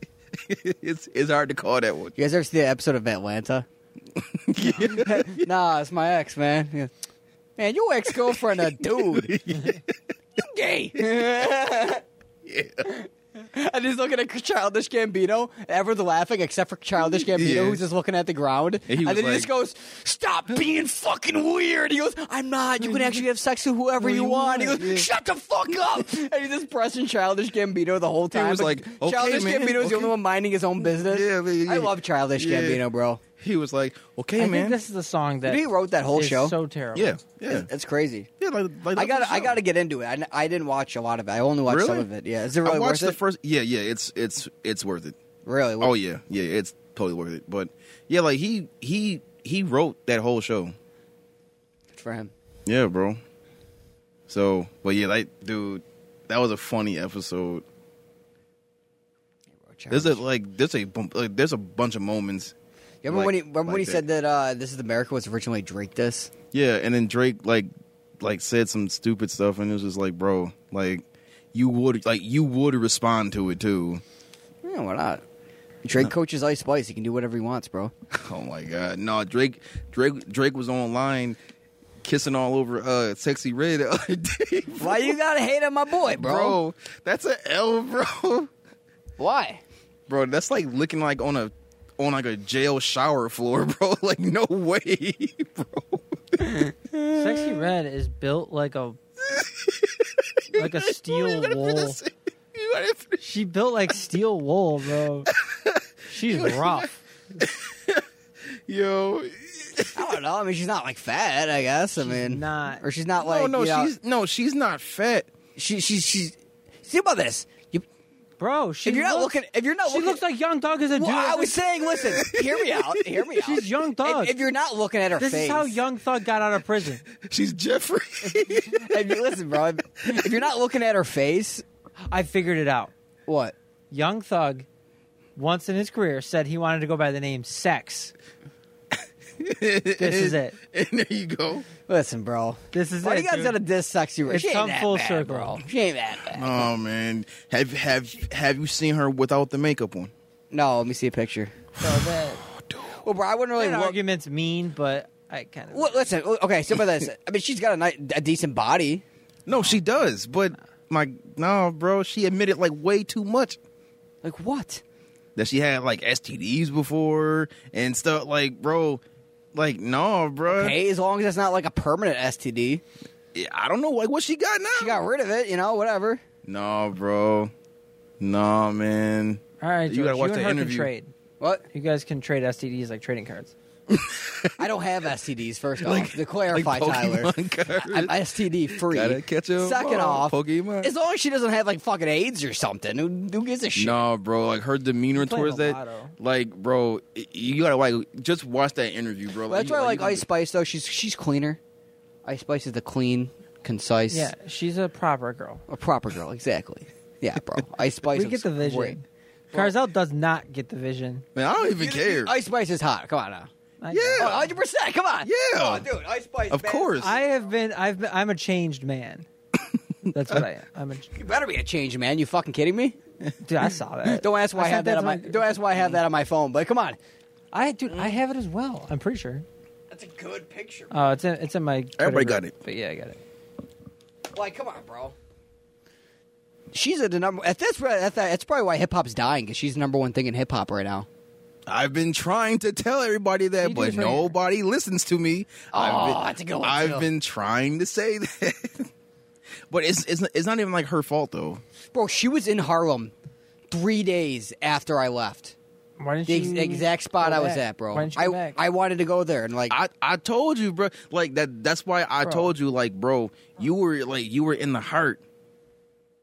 B: it's it's hard to call that one.
C: You guys ever see the episode of Atlanta? nah, it's my ex, man. Yeah. Man, your ex girlfriend a dude. You Gay. And he's looking at childish Gambino. Everyone's laughing except for childish Gambino,
B: Yeah.
C: who's just looking at the ground.
B: And he was
C: then he
B: like-
C: just goes, "Stop being fucking weird." He goes, "I'm not. You can actually have sex with whoever you,
B: you
C: want." He
B: want,
C: goes, "Shut the fuck up!" and he's just pressing childish Gambino the whole time.
B: was
C: But
B: like, "Okay,
C: childish
B: man,
C: Gambino is
B: okay."
C: the only one minding his own business.
B: Yeah, yeah,
C: I
B: yeah.
C: love childish
B: Yeah.
C: Gambino, bro.
B: He was like, "Okay,
A: I
B: man,
A: think this is the song that.
C: He wrote that whole
A: is
C: show.
A: so terrible.
B: yeah, yeah,
C: It's crazy.
B: yeah." Like, like
C: I
B: that's
C: got
B: what's
C: I
B: up.
C: got to get into it. I, n- I didn't watch a lot of it. I only watched some
B: Really?
C: of it. Yeah, is it really
B: I
C: worth
B: watched the
C: it?
B: first. Yeah, yeah. It's it's it's worth it.
C: really?
B: Oh yeah, yeah. It's totally worth it. But yeah, like he he he wrote that whole show.
C: Good for him.
B: Yeah, bro. So, but yeah, like dude, that was a funny episode. There's a like there's a bump- like, there's a bunch of moments.
C: You remember when he
B: like-
C: remember when he
B: like
C: said that uh, "This Is America" was originally Drake this?
B: Yeah, and then Drake like like said some stupid stuff, and it was just like, bro, like you would like you would respond to it too.
C: Yeah, why not? Drake coaches Ice Spice. He can do whatever he wants, bro.
B: Oh my god, no, Drake, Drake, Drake was online kissing all over uh sexy red the other day,
C: Why you gotta hate on my boy, bro?
B: bro. That's an L, bro.
C: Why?
B: Bro, that's like looking like on a on like a jail shower floor, bro. Like no way, bro.
A: Sexy Red is built like a like a
B: You
A: steel
B: gotta
A: wool.
B: finish it. You gotta finish-
A: She built like steel wool, bro. She's rough.
B: Yo,
C: I don't know. I mean, she's not like fat. I guess. I mean,
A: not.
C: or she's not like.
B: oh no,
C: you know,
B: she's no, she's not fat.
C: she she's she's. Think about this. You,
A: bro. She
C: if you're not
A: looks-
C: looking, if you're not
A: she
C: looking,
A: looks like Young Thug is a
C: Well,
A: dude.
C: I was saying, listen, hear me out, hear me out.
A: She's Young Thug.
C: If, if you're not looking at her
A: this
C: face,
A: is how Young Thug got out of prison.
B: She's Jeffrey.
C: if you, listen, bro. If, if you're not looking at her face,
A: I figured it out.
C: what?
A: Young Thug, once in his career, said he wanted to go by the name Sex. this is it.
B: and there you go.
C: Listen, bro.
A: This is
C: Why
A: it.
C: do you guys
A: dude.
C: gotta diss sexy? Red?
A: It's
C: She ain't
A: come
C: that
A: full
C: bad,
A: circle.
C: bro. She ain't that bad.
B: Oh man, have have have you seen her without the makeup on?
C: No, let me see a picture.
A: So that,
C: Well, bro, I wouldn't really
A: that
C: look.
A: argument's mean, but I kind of.
C: Well, listen, well, okay. So, about this, I mean, she's got a nice, a decent body.
B: No, she does, but my no, bro, she admitted like way too much
C: Like what?
B: that she had like STDs before and stuff. Like, bro, like no, bro,
C: Hey, as long as it's not like a permanent STD,
B: I don't know, like what she got now.
C: she got rid of it. You know, whatever.
B: no, bro, no, man.
A: All right,
B: You
A: George,
B: gotta watch
A: you and
B: the
A: her
B: interview.
A: Can trade.
C: What?
A: You guys can trade STDs like trading cards.
C: I don't have STDs. First off, to clarify,
B: Like
C: Tyler,
B: Pokemon cards.
C: I'm STD free.
B: Gotta catch a
C: Second
B: ball,
C: off,
B: Pokemon.
C: as long as she doesn't have like fucking AIDS or something, who, who gives a shit?
B: No, bro. Like her demeanor
A: playing
B: towards
A: the
B: that,
A: lotto.
B: like, bro, y- you gotta like just watch that interview, bro.
C: Well, that's
B: you-
C: why I like
B: you gotta-
C: Ice Spice though. She's she's cleaner. Ice Spice is the clean, concise,
A: Yeah, she's a proper girl.
C: a proper girl. Exactly. Yeah, bro. Ice Spice.
A: we get
C: is
A: the vision.
C: great.
A: Carzel does not get the vision.
B: Man, I don't even care.
C: Ice Spice is hot. Come on now. Oh,
A: I-
B: Yeah.
C: hundred percent. Come on.
B: Yeah.
C: Come on, dude. Ice Spice.
B: of
C: man.
B: course.
A: I have been. I've been. I'm a changed man. That's what I am. I'm a.
C: You better be a change, man. You fucking kidding me?
A: Dude, I saw that.
C: Don't ask why I,
A: sent
C: have that on
A: to
C: my. Don't ask why I
A: Mm.
C: have that on my phone. But come on.
A: I dude, I have it as well. I'm pretty sure.
C: That's a good picture.
A: Oh, it's in. It's in my. Twitter
B: Everybody got
A: group,
B: it.
A: But yeah, I got it.
C: Like, come on, bro. She's at the number. At this, at that, that's probably why hip hop's dying because she's the number one thing in hip hop right now.
B: I've been trying to tell everybody that,
A: You
B: but
A: do for-
B: nobody listens to me. I've
C: Oh,
B: been,
C: that's a good one,
B: I've
C: too.
B: been trying to say that, but it's it's it's not even like her fault though.
C: Bro, she was in Harlem three days after I left.
A: Why didn't
C: The ex-
A: you
C: exact spot
A: go
C: I was
A: back?
C: at, bro.
A: Why didn't you
C: I
A: go back?
C: I wanted to go there and like
B: I I told you, bro. Like that. That's why I
A: Bro.
B: told you, like, bro, you were like you were in the heart.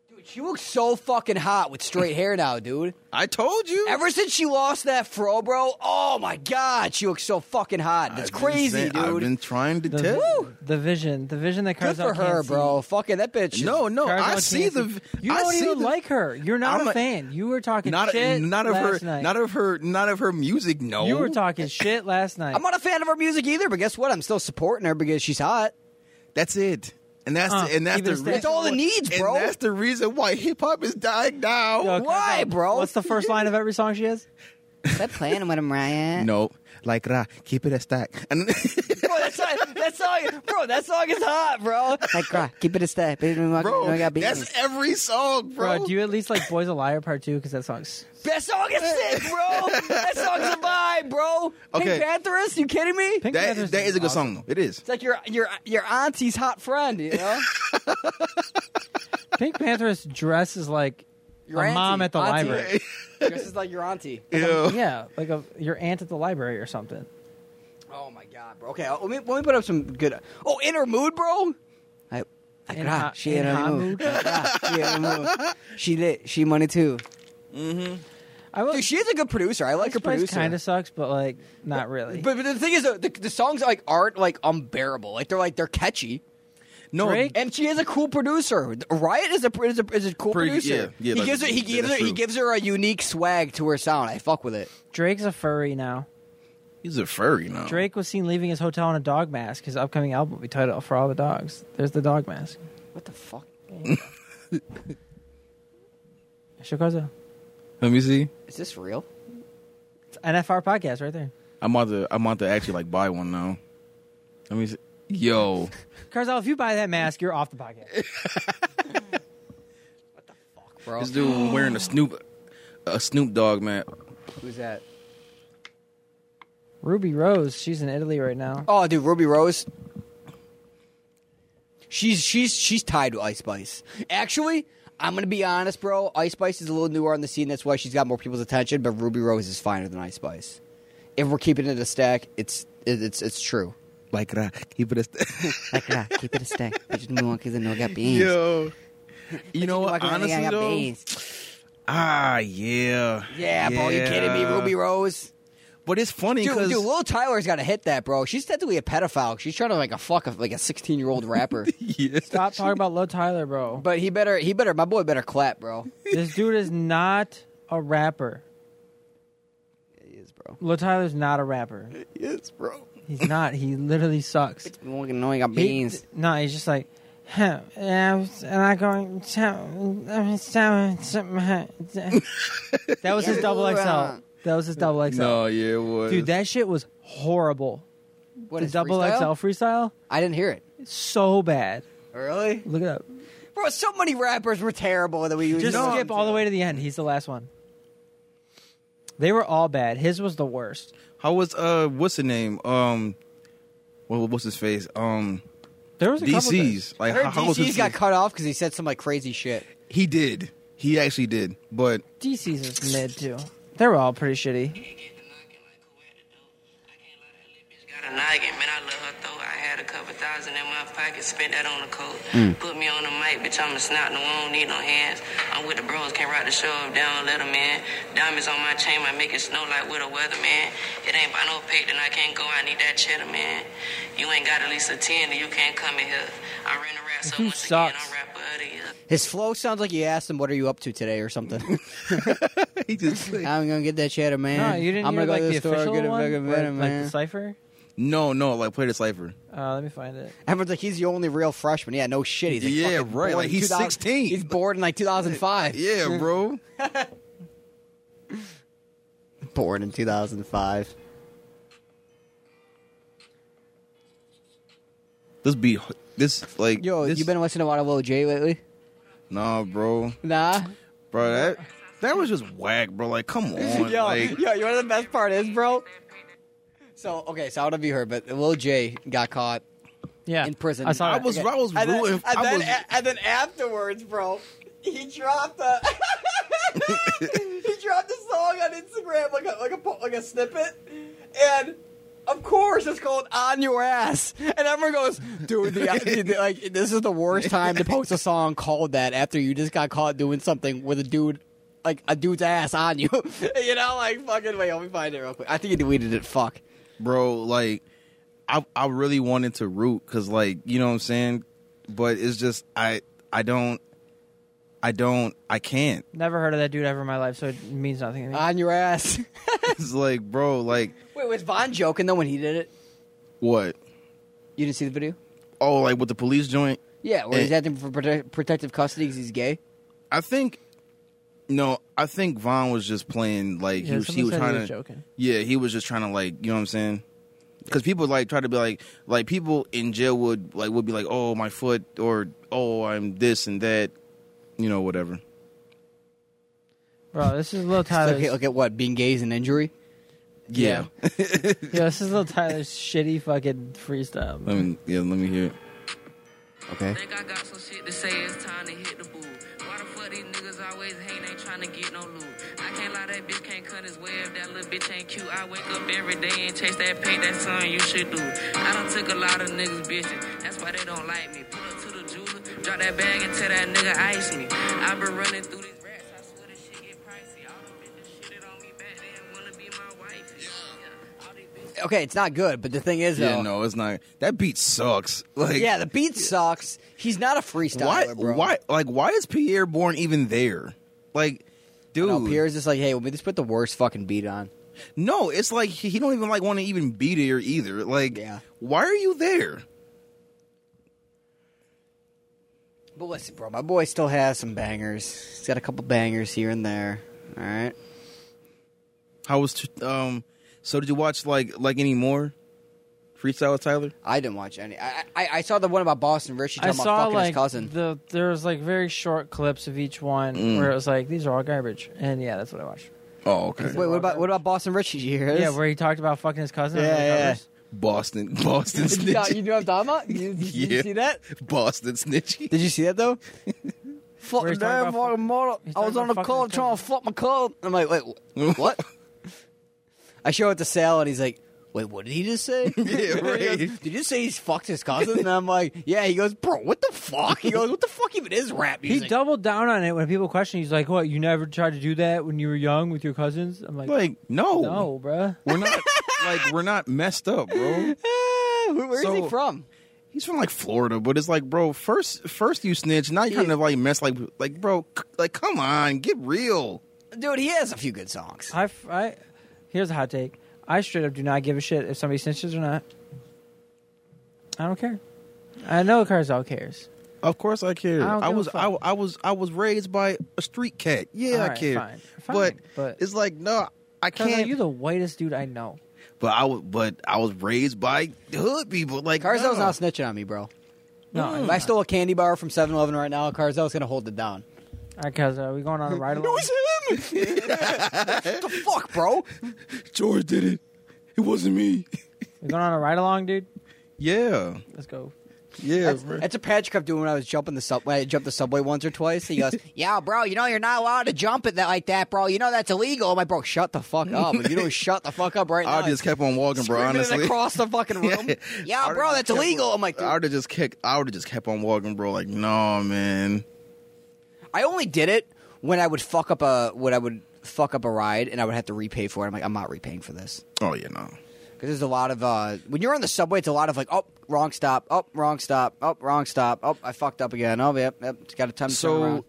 C: dude, she looks so fucking hot with straight hair now, dude.
B: I told you.
C: Ever since she lost that fro, bro, oh my god, she looks so fucking hot. That's
B: I've been
C: crazy,
B: saying- I've
C: dude.
B: been trying to
A: the,
B: tell. you.
A: the vision, the vision that
C: Good
A: Carzel
C: for her,
A: can't see.
C: bro. Fucking that bitch. is-
B: No, no,
A: Carzel
B: I
A: can't
B: see the.
A: You
B: I
A: don't
B: see
A: even
B: the-
A: like her. You're not
B: I'm
A: a
B: a-
A: fan. You were talking
B: not
A: shit
B: not of her
A: last night.
B: not of her not of her music no
A: you were talking shit last night.
C: I'm not a fan of her music either, but guess what? I'm still supporting her because she's hot.
B: that's it and that's
A: Uh,
B: the, and that's
A: even
B: the
A: if
B: reason,
A: that's all
C: it needs, bro.
B: and that's the reason why hip hop is dying now
A: Yo,
C: Why,
A: Carzel,
C: bro?
A: What's the first line of every song she has?
D: Quit playing with him, Ryan.
B: no like rah, keep it a stack and
C: Bro, that song, that song, bro, that song is hot, bro.
D: Like, cry. keep it a step. Baby, we
B: bro
D: got beaten.
B: that's every song bro,
A: Bro, do you at least like "Boys a Liar" part two? Because that song's
C: That song is sick, bro. That song's a vibe, bro.
B: Okay.
C: Pink Pantherist, you kidding me?
A: Pink
B: that
A: Panther's
B: is that is a good
A: awesome.
B: song though it is
C: It's like your your your auntie's hot friend, you know?
A: Pink Panther's dress is like
C: Your
A: a
C: auntie,
A: mom at the
C: auntie.
A: library.
C: Dresses like your auntie.
B: Ew.
A: um, yeah, like a, your aunt at the library or something.
C: Oh my god, bro. Okay, uh, let me, let me put up some good. Oh, inner mood, bro.
D: I, I
A: In
D: cry.
A: hot-
D: She
A: in
D: in her
A: hot
D: mood.
A: mood.
D: I cry. She in her mood. She lit. She money too.
A: I will.
C: Dude, she is a good producer. I like her producer.
A: kind of sucks, but like not really.
C: But, but the thing is, though, the, the songs like aren't like unbearable. Like they're like they're catchy,
B: no
A: Drake?
C: and she is a cool producer. Riot is a is a, is a cool
B: Pretty-
C: producer.
B: yeah, yeah,
C: he
B: like,
C: gives her he
B: that's
C: gives her he
B: true.
C: gives her a unique swag to her sound. I fuck with it.
A: Drake's a furry now.
B: he's a furry
C: Oh.
B: now
A: Drake was seen leaving his hotel in a dog mask. His upcoming album will be titled "For All the Dogs." There's the dog mask.
C: What the fuck?
A: Shokozo.
B: let me see
C: Is this real?
A: It's NFR podcast right there.
B: I'm about to I'm about to actually like buy one now let me see yo
A: Carzal, if you buy that mask, you're off the podcast.
C: Bro,
B: this dude wearing a Snoop a Snoop Dogg man
C: who's that?
A: Ruby Rose, she's in Italy right now.
C: Oh, dude, Ruby Rose. She's she's she's tied to Ice Spice. Actually, I'm gonna be honest, bro. Ice Spice is a little newer on the scene. That's why she's got more people's attention. But Ruby Rose is finer than Ice Spice. If we're keeping it a stack, it's it, it's it's true.
B: like rah, keep it a stack
D: I cry. Keep it a step. Bitches move on because I know I got beans.
B: Yo. You know
D: Walk
B: what?
D: around, I
B: Honestly,
D: got
B: though,
D: beans.
B: Ah, yeah.
C: Yeah, bro, you kidding me?
B: Yeah.
C: Ruby Rose?
B: But it's funny
C: Dude,
B: because
C: dude, Will Tyler's got to hit that, bro. She's technically a pedophile. She's trying to like a fuck a, like a sixteen year old rapper.
B: yeah.
A: Stop talking about Lil Tyler, bro.
C: but he better, he better, my boy better clap, bro.
A: This dude is not a rapper.
C: He is, bro.
A: Lil Tyler's not a rapper.
B: Yes, bro.
A: He's not. He literally sucks.
C: Annoying got
A: He-
C: beans.
A: no, he's just like, huh, and I was- and I going, so- I'm so- so- that was his double XL. That was his double XL.
B: No, yeah, it was.
A: Dude, that shit was horrible.
C: What
A: the
C: is
A: double
C: freestyle?
A: XL freestyle,
C: I didn't hear it.
A: so bad.
C: Really,
A: Look it up.
C: bro? So many rappers were terrible that we
A: Just
C: No.
A: skip all the way to the end. He's the last one. They were all bad. His was the worst.
B: How was uh what's the name? Um what, what's his face? Um
A: There was a couple things.
B: DC's.
C: I
B: Like
C: heard
B: how, how was
C: DC's
B: his
C: got
B: face?
C: cut off because he said some like crazy shit.
B: He did. He actually did. But
A: DC's is mid too. They were all pretty shitty.
E: Got a noggin, man. I love her though. I had a couple thousand in my pocket, spent that on the coat.
A: Mm.
E: Put me on the mic, bitch. I'm a snot, no one don't need no hands. I'm with the bros, can't rock the show up down, let 'em in. Diamonds on my chain, I make it snow like with a weatherman. It ain't by no pay, then I can't go. I need that cheddar, man. You ain't got at least a 10, then you can't come in here. I ran a rap, so
A: He
E: once again,
A: sucks.
E: I'm rapper of the year.
C: His flow sounds like you asked him, "What are you up to today?" or something.
B: he just
C: I'm gonna get that cheddar, man.
A: No, you didn't
C: I'm
A: hear
C: gonna
A: like
C: go
A: the
C: to the store,
A: official
C: get a
A: one,
C: fucking
A: like,
C: venom,
A: like the
C: man.
A: cipher.
B: No, no, like play the cipher.
A: Uh, let me find it.
C: Everyone's like, he's the only real freshman. Yeah, no shit. He's like,
B: Yeah,
C: fucking
B: right,
C: born
B: like,
C: in
B: he's
C: 2000
B: 16.
C: He's born in like 2005.
B: Yeah, bro.
C: born in 2005.
B: This beat this like
C: Yo,
B: this,
C: you been listening to Water Lil J lately?
B: Nah, bro.
C: Nah.
B: Bro, that that was just whack, bro. Like come on.
C: yo,
B: Oh, like,
C: yo, you know what the best part is, bro? So okay, so I don't know if you heard, but Lil J got caught
A: Yeah,
C: in prison.
A: I saw
B: I
A: it.
B: was I was
C: And then,
B: ruined.
C: and,
B: I
C: then,
B: was
C: and then afterwards, bro, he dropped a he dropped a song on Instagram like a like a po- like a snippet, and of course it's called "On Your Ass," and everyone goes, "Dude, the, dude, the- like this is the worst time to post a song called that after you just got caught doing something with a dude." Like a dude's ass on you, you know, like fucking. Wait, let me find it real quick. I think he deleted it. Fuck.
B: bro like i i really wanted to root because like you know what i'm saying but it's just i i don't i don't i can't
A: Never heard of that dude ever in my life, so it means nothing to me.
C: On your ass.
B: it's like bro like
C: Wait, was Von joking though when he did it?
B: what
C: You didn't see the video?
B: oh like with the police joint
C: Yeah, where he's
B: Eh.
C: acting for prote- protective custody because he's gay.
B: i think no i think vaughn was just playing like
A: Yeah,
B: he was,
A: someone
B: he was
A: said
B: trying
A: he was
B: to
A: joking.
B: yeah he was just trying to like you know what i'm saying because people like try to be like like people in jail would like would be like oh my foot or oh i'm this and that you know whatever
A: Bro, this is Lil Tyler's.
C: Look, at, look at what being gay is an injury.
B: yeah,
A: Yo, this is Lil Tyler's shitty fucking freestyle.
B: let
A: man.
B: me yeah let me hear it
C: Okay.
E: Think I got some shit to say, it's time to hit the boo. Why the fuck these niggas always hating, ain't trying to get no loot? I can't lie, that bitch can't cut his way if that little bitch ain't cute. I wake up every day and chase that paint, that's something you should do. I done took a lot of niggas bitches, that's why they don't like me. Put up to the jeweler, drop that bag and tell that nigga ice me. i been running through these racks, I swear this shit get pricey. All the bitches shitted on me back then, wanna be my wife. Yeah. All these bitches.
C: Okay, it's not good, but the thing is, though,
B: Yeah, no, it's not. That beat sucks. Like,
C: yeah, the beat sucks. He's not a freestyler,
B: why?
C: bro.
B: Why? Like, why is Pierre Bourne even there? Like, dude,
C: No, Pierre's just like, hey, let me just put the worst fucking beat on.
B: no, it's like he, he don't even like want to even be there either. Like,
C: Yeah.
B: why are you there?
C: But listen, bro, my boy still has some bangers. He's got a couple bangers here and there. All right.
B: How was t- um? So did you watch like like any more freestyle with Tyler?
C: I didn't watch any. I I, I saw the one about Boston Richie
A: I
C: talking about
A: saw
C: fucking
A: like
C: his cousin. Mm.
A: the there was like very short clips of each one where it was like these are all garbage, and yeah, that's what I watched.
B: Oh, okay.
C: Wait, what about what about Boston Richie? Did you hear this?
A: Yeah, where he talked about fucking his cousin. on
C: Yeah,
A: the
C: yeah,
A: covers.
B: Boston, Boston
C: you know,
B: snitch,
C: you know what I'm talking about? You, did
B: Yeah.
C: you see that?
B: Boston snitchy.
C: Did you see that though?
A: Where
C: Fucking
A: he's talking
C: damn
A: about
C: fucking model.
A: he's
C: I
A: talking
C: was on the
A: about fucking
C: call
A: his
C: trying to fuck my club. I'm like, wait, wh- what? I show it to Sal and he's like, wait, what did he just say?
B: Yeah, right.
C: He goes, did you say he's fucked his cousin? And I'm like, yeah. He goes, bro, what the fuck? He goes, what the fuck even is rap
A: He
C: music?
A: doubled down on it when people questioned. He's like, "What? You never tried to do that when you were young with your cousins?" I'm like,
B: Like, no,
A: "No, bruh."
B: we're not. like, we're not messed up, bro.
C: Ah, where where is
B: So-
C: he from?
B: He's from like Florida, but it's like, bro. First, first you snitch. Now you kind of like mess, like, like, bro. c- Like, come on, get real.
C: Dude, he has a few good songs.
A: I, f- I- here's a hot take. I straight up do not give a shit if somebody snitches or not. I don't care. I know Carzal cares.
B: Of course, I care.
A: I don't
B: I,
A: give a
B: was,
A: fuck.
B: I, I was, I was raised by a street cat. Yeah,
A: All
B: I
A: right,
B: care.
A: fine, fine,
B: but,
A: but-
B: it's like, no, I
A: Carzal,
B: can't.
A: you're the whitest dude I know.
B: but I was, but I was raised by hood people. Like,
C: Carzel's
B: no.
C: not snitching on me, bro.
A: No,
C: If I stole a candy bar from 7-Eleven right now, Carzel's gonna hold it down.
A: All right, Carzal, are we going on a ride along?
C: was him. the fuck, bro?
B: George did it. It wasn't me.
A: we going on a ride along, dude?
B: Yeah,
A: Let's go.
B: yeah,
C: That's,
B: bro.
C: that's a patch kept doing when I was jumping the subway. I jumped the subway once or twice. He goes, "Yeah, bro, you know you're not allowed to jump it that like that, bro. You know that's illegal." My bro, shut the fuck up. If you don't shut the fuck up right now,
B: I just kept on walking, bro.
C: screaming it
B: Honestly,
C: across the fucking room.
B: Yeah.
C: yeah,
B: I
C: bro,
B: would've
C: that's
B: kept-
C: illegal. I'm like, dude,
B: I would have just kept. I would have just kept on walking, bro. Like, no, man.
C: I only did it when I would fuck up a when I would fuck up a ride and I would have to repay for it. I'm like, I'm not repaying for this.
B: Oh yeah, no.
C: Because there's a lot of uh, when you're on the subway, it's a lot of like, oh, wrong stop, oh, wrong stop, oh, wrong stop, oh, I fucked up again. Oh, yep, yep, it's got a time to turn
B: So,
C: around.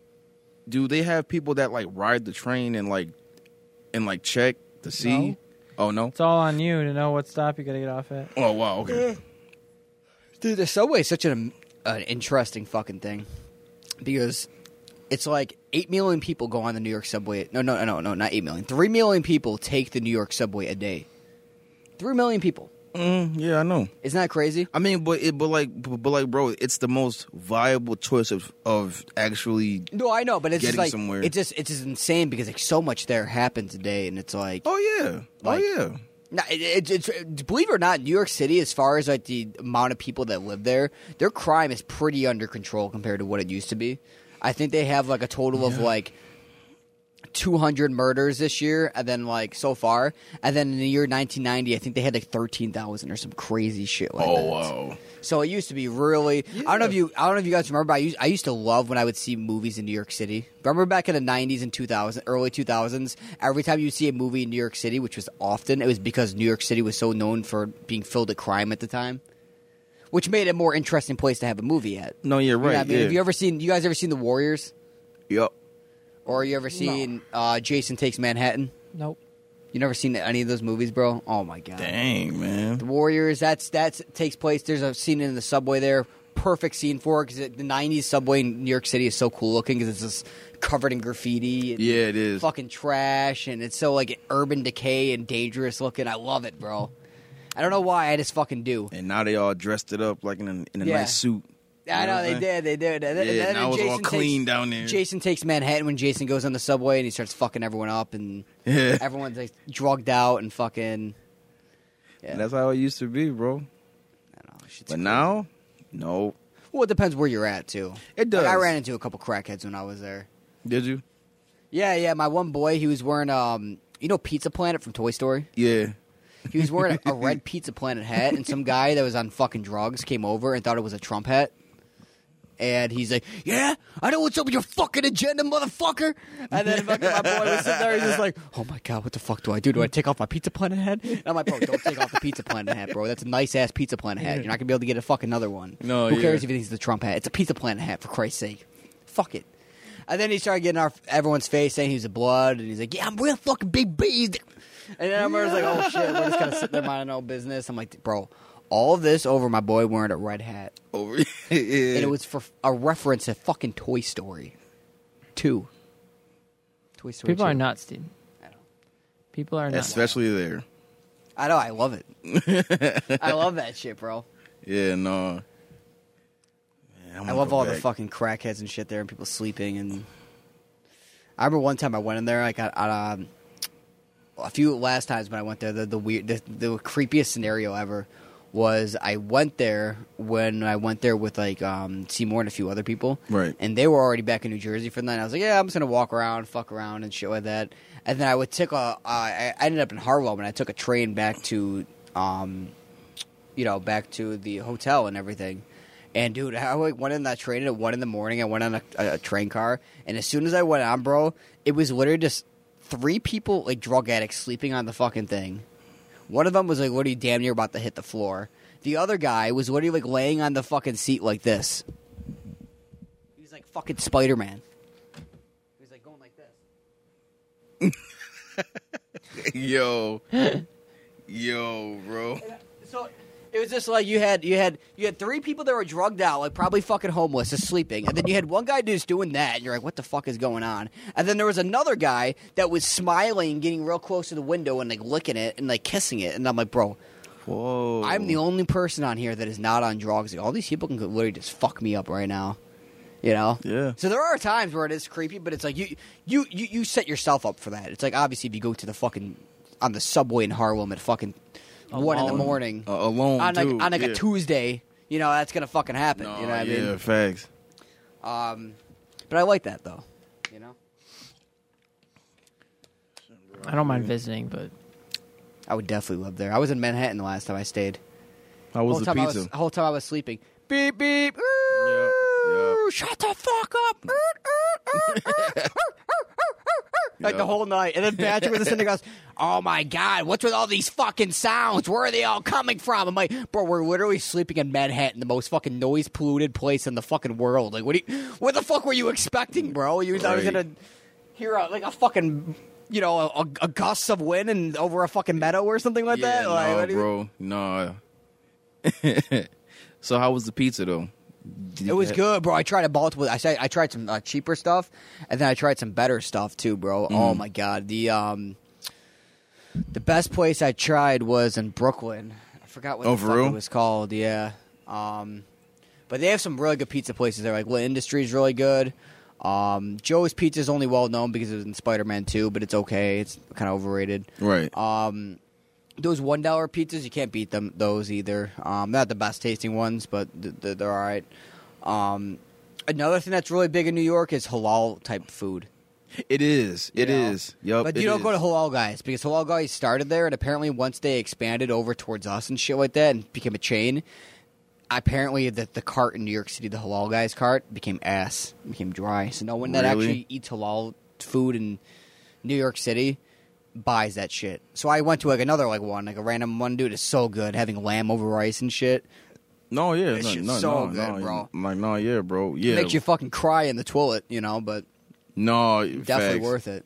B: do they have people that like ride the train and like and like check to see?
A: No.
B: Oh no.
A: It's all on you to know what stop you got to get off at.
B: Oh wow. Okay.
C: Dude, the subway is such an an interesting fucking thing because it's like eight million people go on the New York subway. No, no, no, no, not eight million. Three million people take the New York subway a day. Three million people.
B: Mm, yeah, I know.
C: Isn't that crazy?
B: I mean, but it, but like, but, but like, bro, it's the most viable choice of of actually.
C: No, I know, but it's just
B: Getting
C: like
B: somewhere.
C: it's just it's just insane because like so much there happens a day, and it's like
B: Oh yeah.
C: Like-
B: oh yeah.
C: No, it, it's, it's believe it or not, New York City, as far as like the amount of people that live there, their crime is pretty under control compared to what it used to be. I think they have like a total of like 200 murders this year, and then like so far, and then in the year 1990, I think they had like 13,000 or some crazy shit like that.
B: Oh wow.
C: So it used to be really. I don't know if you. I don't know if you guys remember. But I used. I used to love when I would see movies in New York City. Remember back in the '90s and 2000, early 2000s. Every time you see a movie in New York City, which was often, it was because New York City was so known for being filled with crime at the time, which made it a more interesting place to have a movie at.
B: No, yeah,
C: You know what
B: right.
C: I mean,
B: yeah.
C: have you ever seen? You guys ever seen The Warriors?
B: Yup.
C: Or you ever seen uh, Jason Takes Manhattan?
A: Nope.
C: You never seen any of those movies, bro? Oh my god.
B: Dang
C: The
B: man.
C: Warriors. That's that's takes place. There's a scene in the subway there. Perfect scene for it because the '90s subway in New York City is so cool looking because it's just covered in graffiti and
B: Yeah, it is.
C: fucking trash, and it's so like urban decay and dangerous looking. I love it, bro. I don't know why I just fucking do.
B: And now they all dressed it up like in a, in a
C: Yeah.
B: nice suit.
C: I
B: You know
C: know
B: what
C: they
B: I'm
C: did, they did. And then-
B: Yeah,
C: and then
B: and I was all
C: takes-
B: clean down there.
C: Jason takes Manhattan when Jason goes on the subway and he starts fucking everyone up, and
B: Yeah.
C: everyone's like drugged out and fucking. Yeah.
B: That's how it used to be, bro.
C: I don't know, shit's
B: But
C: crazy.
B: now, no.
C: Well, it depends where you're at too.
B: It
C: Like, I
B: does.
C: ran into a couple crackheads when I was there.
B: Did you?
C: Yeah, yeah. My one boy, he was wearing um, you know, Pizza Planet from Toy Story.
B: Yeah.
C: He was wearing a, a red Pizza Planet hat, and some guy that was on fucking drugs came over and thought it was a Trump hat. And he's like, "Yeah, I know what's up with your fucking agenda, motherfucker." And then fucking my boy was sitting there, he's just like, "Oh my god, what the fuck do I do? Do I take off my Pizza Planet hat?" And I'm like, "Bro, don't take off the Pizza Planet hat, bro. That's a nice ass Pizza Planet hat. You're not gonna be able to get a fucking another one.
B: No,
C: who
B: yeah.
C: cares if it thinks it's a Trump hat? It's a Pizza Planet hat, for Christ's sake. Fuck it." And then he started getting our everyone's face saying he was a blood, and he's like, "Yeah, I'm real fucking big bees." And then I was like, "Oh shit, we're just gonna sit there minding our own business." I'm like, "Bro, all this over my boy wearing a red hat,
B: Over. yeah.
C: and it was for a reference to fucking Toy Story, two. Toy Story.
A: People
C: 2.
A: are nuts, dude. People are nuts.
B: Especially there.
C: I know. I love it. I love that shit, bro.
B: Yeah, no. Man, I'm
C: I
B: gonna
C: love
B: go
C: all the
B: back.
C: fucking crackheads and shit there, and people sleeping. And I remember one time I went in there. I got I, um, a few last times when I went there. The, the weird, the, the creepiest scenario ever was I went there when I went there with like um, Seymour and a few other people,
B: Right.
C: And they were already back in New Jersey for the night. I was like, yeah, I'm just gonna walk around, fuck around, and shit like that. And then I would take a. Uh, I I ended up in Harwell when I took a train back to um, you know, back to the hotel and everything. And dude, I like, went in that train at one in the morning. I went on a, a, a train car, and as soon as I went on, bro, it was literally just three people, like drug addicts, sleeping on the fucking thing. One of them was like literally damn near about to hit the floor. The other guy was literally like laying on the fucking seat like this. He was like fucking Spider Man. He was like going like this.
B: yo, yo, bro.
C: So it was just like you had you had you had three people that were drugged out, like probably fucking homeless, just sleeping, and then you had one guy just doing that. And you're like, what the fuck is going on? And then there was another guy that was smiling, getting real close to the window and like licking it and like kissing it, and I'm like, bro.
B: Whoa.
C: I'm the only person on here that is not on drugs. All these people can literally just fuck me up right now. You know?
B: Yeah.
C: So there are times where it is creepy, but it's like you you you, you set yourself up for that. It's like obviously if you go to the fucking on the subway in Harlem at fucking one in the
A: Alone.
C: morning
B: Uh, alone
C: on like
B: too.
C: on like
B: yeah.
C: a Tuesday, you know, that's gonna fucking happen.
B: No,
C: you know what
B: yeah,
C: I mean?
B: facts.
C: Um but I like that though. You know?
A: I don't mind visiting, but
C: I would definitely live there. I was in Manhattan the last time I stayed.
B: How was
C: whole
B: the
C: time
B: pizza?
C: I was, whole time I was sleeping. Beep beep.
B: Yep,
C: Shut the fuck up. like the
B: Yep.
C: whole night, and then Patrick was sitting there goes, "Oh my god, what's with all these fucking sounds? Where are they all coming from?" I'm like, "Bro, we're literally sleeping in Manhattan, the most fucking noise polluted place in the fucking world. Like, what? Do you, what the fuck were you expecting, bro? You thought I was
B: Right.
C: gonna hear a, like a fucking, you know, a, a gust of wind and over a fucking meadow or something like
B: yeah,
C: that? Like, what
B: no,
C: do you-
B: bro, no. so how was the pizza though? Did
C: It
B: you
C: was
B: have-
C: good, bro. I tried a multiple. I said I tried some uh, cheaper stuff, and then I tried some better stuff too, bro.
B: Mm.
C: Oh my god, the um, the best place I tried was in Brooklyn. I forgot what
B: Oh,
C: the
B: for
C: fuck
B: real?
C: it was called. Yeah, um, but they have some really good pizza places there. Like Little Industry is really good. Um, Joe's Pizza is only well known because it was in Spider Man Two, but it's okay. It's kind of overrated.
B: Right.
C: Um, those one dollar pizzas, you can't beat them. Those either. Um, not the best tasting ones, but th- th- they're all right. Um, another thing that's really big in New York is halal type food.
B: it is. It
C: you know?
B: is. Yup.
C: But
B: it
C: you don't go
B: is.
C: to halal guys because halal guys started there, and apparently once they expanded over towards us and shit like that, and became a chain. Apparently, the, the cart in New York City, the halal guys cart, became ass, became dry. So no one that
B: Really?
C: actually eats halal food in New York City buys that shit. So I went to like another like one, like a random one. Dude, it's so good having lamb over rice and shit.
B: No, yeah,
C: That
B: no,
C: shit's
B: no,
C: so
B: no,
C: good,
B: no,
C: bro.
B: I'm Like, no, yeah, bro, yeah.
C: It makes you fucking cry in the toilet, you know. But
B: no,
C: definitely
B: facts.
C: worth it.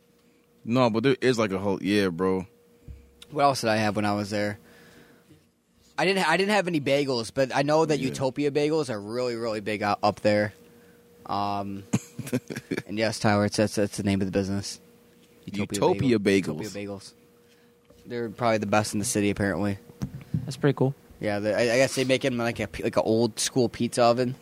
B: No, but there is like a whole, yeah, bro.
C: What else did I have when I was there? I didn't. I didn't have any bagels, but I know that
B: Yeah.
C: Utopia bagels are really, really big out, up there. Um, and yes, Tyler, it's that's, that's the name of the business.
B: Utopia
C: bagel-
B: bagels.
C: Utopia bagels. They're probably the best in the city, apparently.
A: that's pretty cool.
C: Yeah, they- I, I guess they make them like a p- like an old school pizza oven.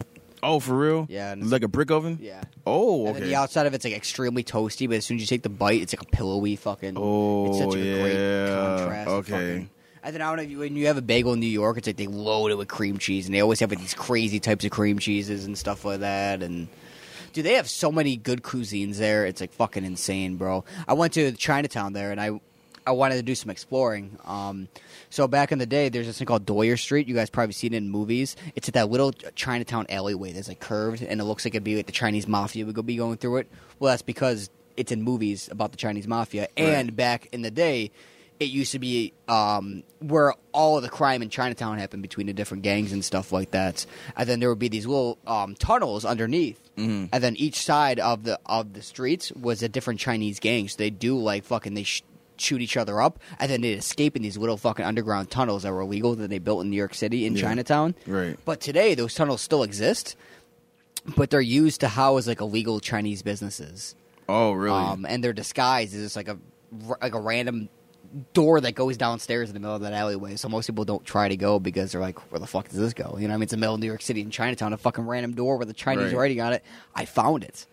B: Oh, for real?
C: Yeah, and-
B: like a brick oven.
C: Yeah.
B: Oh,
C: And then
B: okay.
C: the outside of it's like extremely toasty, but as soon as you take the bite, it's like a pillowy fucking.
B: Oh,
C: it's such a great
B: yeah.
C: contrast. to
B: Okay.
C: fucking- and then I don't know if you, when you have a bagel in New York, it's like they load it with cream cheese, and they always have like, these crazy types of cream cheeses and stuff like that. And dude, they have so many good cuisines there. It's like fucking insane, bro. I went to Chinatown there, and I I wanted to do some exploring. Um, so back in the day, there's this thing called Doyer Street. You guys probably seen it in movies. It's at that little Chinatown alleyway that's like curved, and it looks like it'd be like the Chinese mafia would go be going through it. Well, that's because it's in movies about the Chinese mafia, and back in the day. It used to be um, where all of the crime in Chinatown happened between the different gangs and stuff like that, and then there would be these little um, tunnels underneath, and then each side of the of the streets was a different Chinese gang. So they do like fucking they sh- shoot each other up, and then they'd escape in these little fucking underground tunnels that were illegal that they built in New York City in Chinatown.
B: Right.
C: But today, those tunnels still exist, but they're used to house like illegal Chinese businesses.
B: Oh, really?
C: Um, and their disguise is just like a r- like a random door that goes downstairs in the middle of that alleyway. So most people don't try to go because they're like, "Where the fuck does this go?" You know, what I mean, it's the middle of New York City in Chinatown, a fucking random door with a Chinese
B: Right.
C: writing on it. I found it.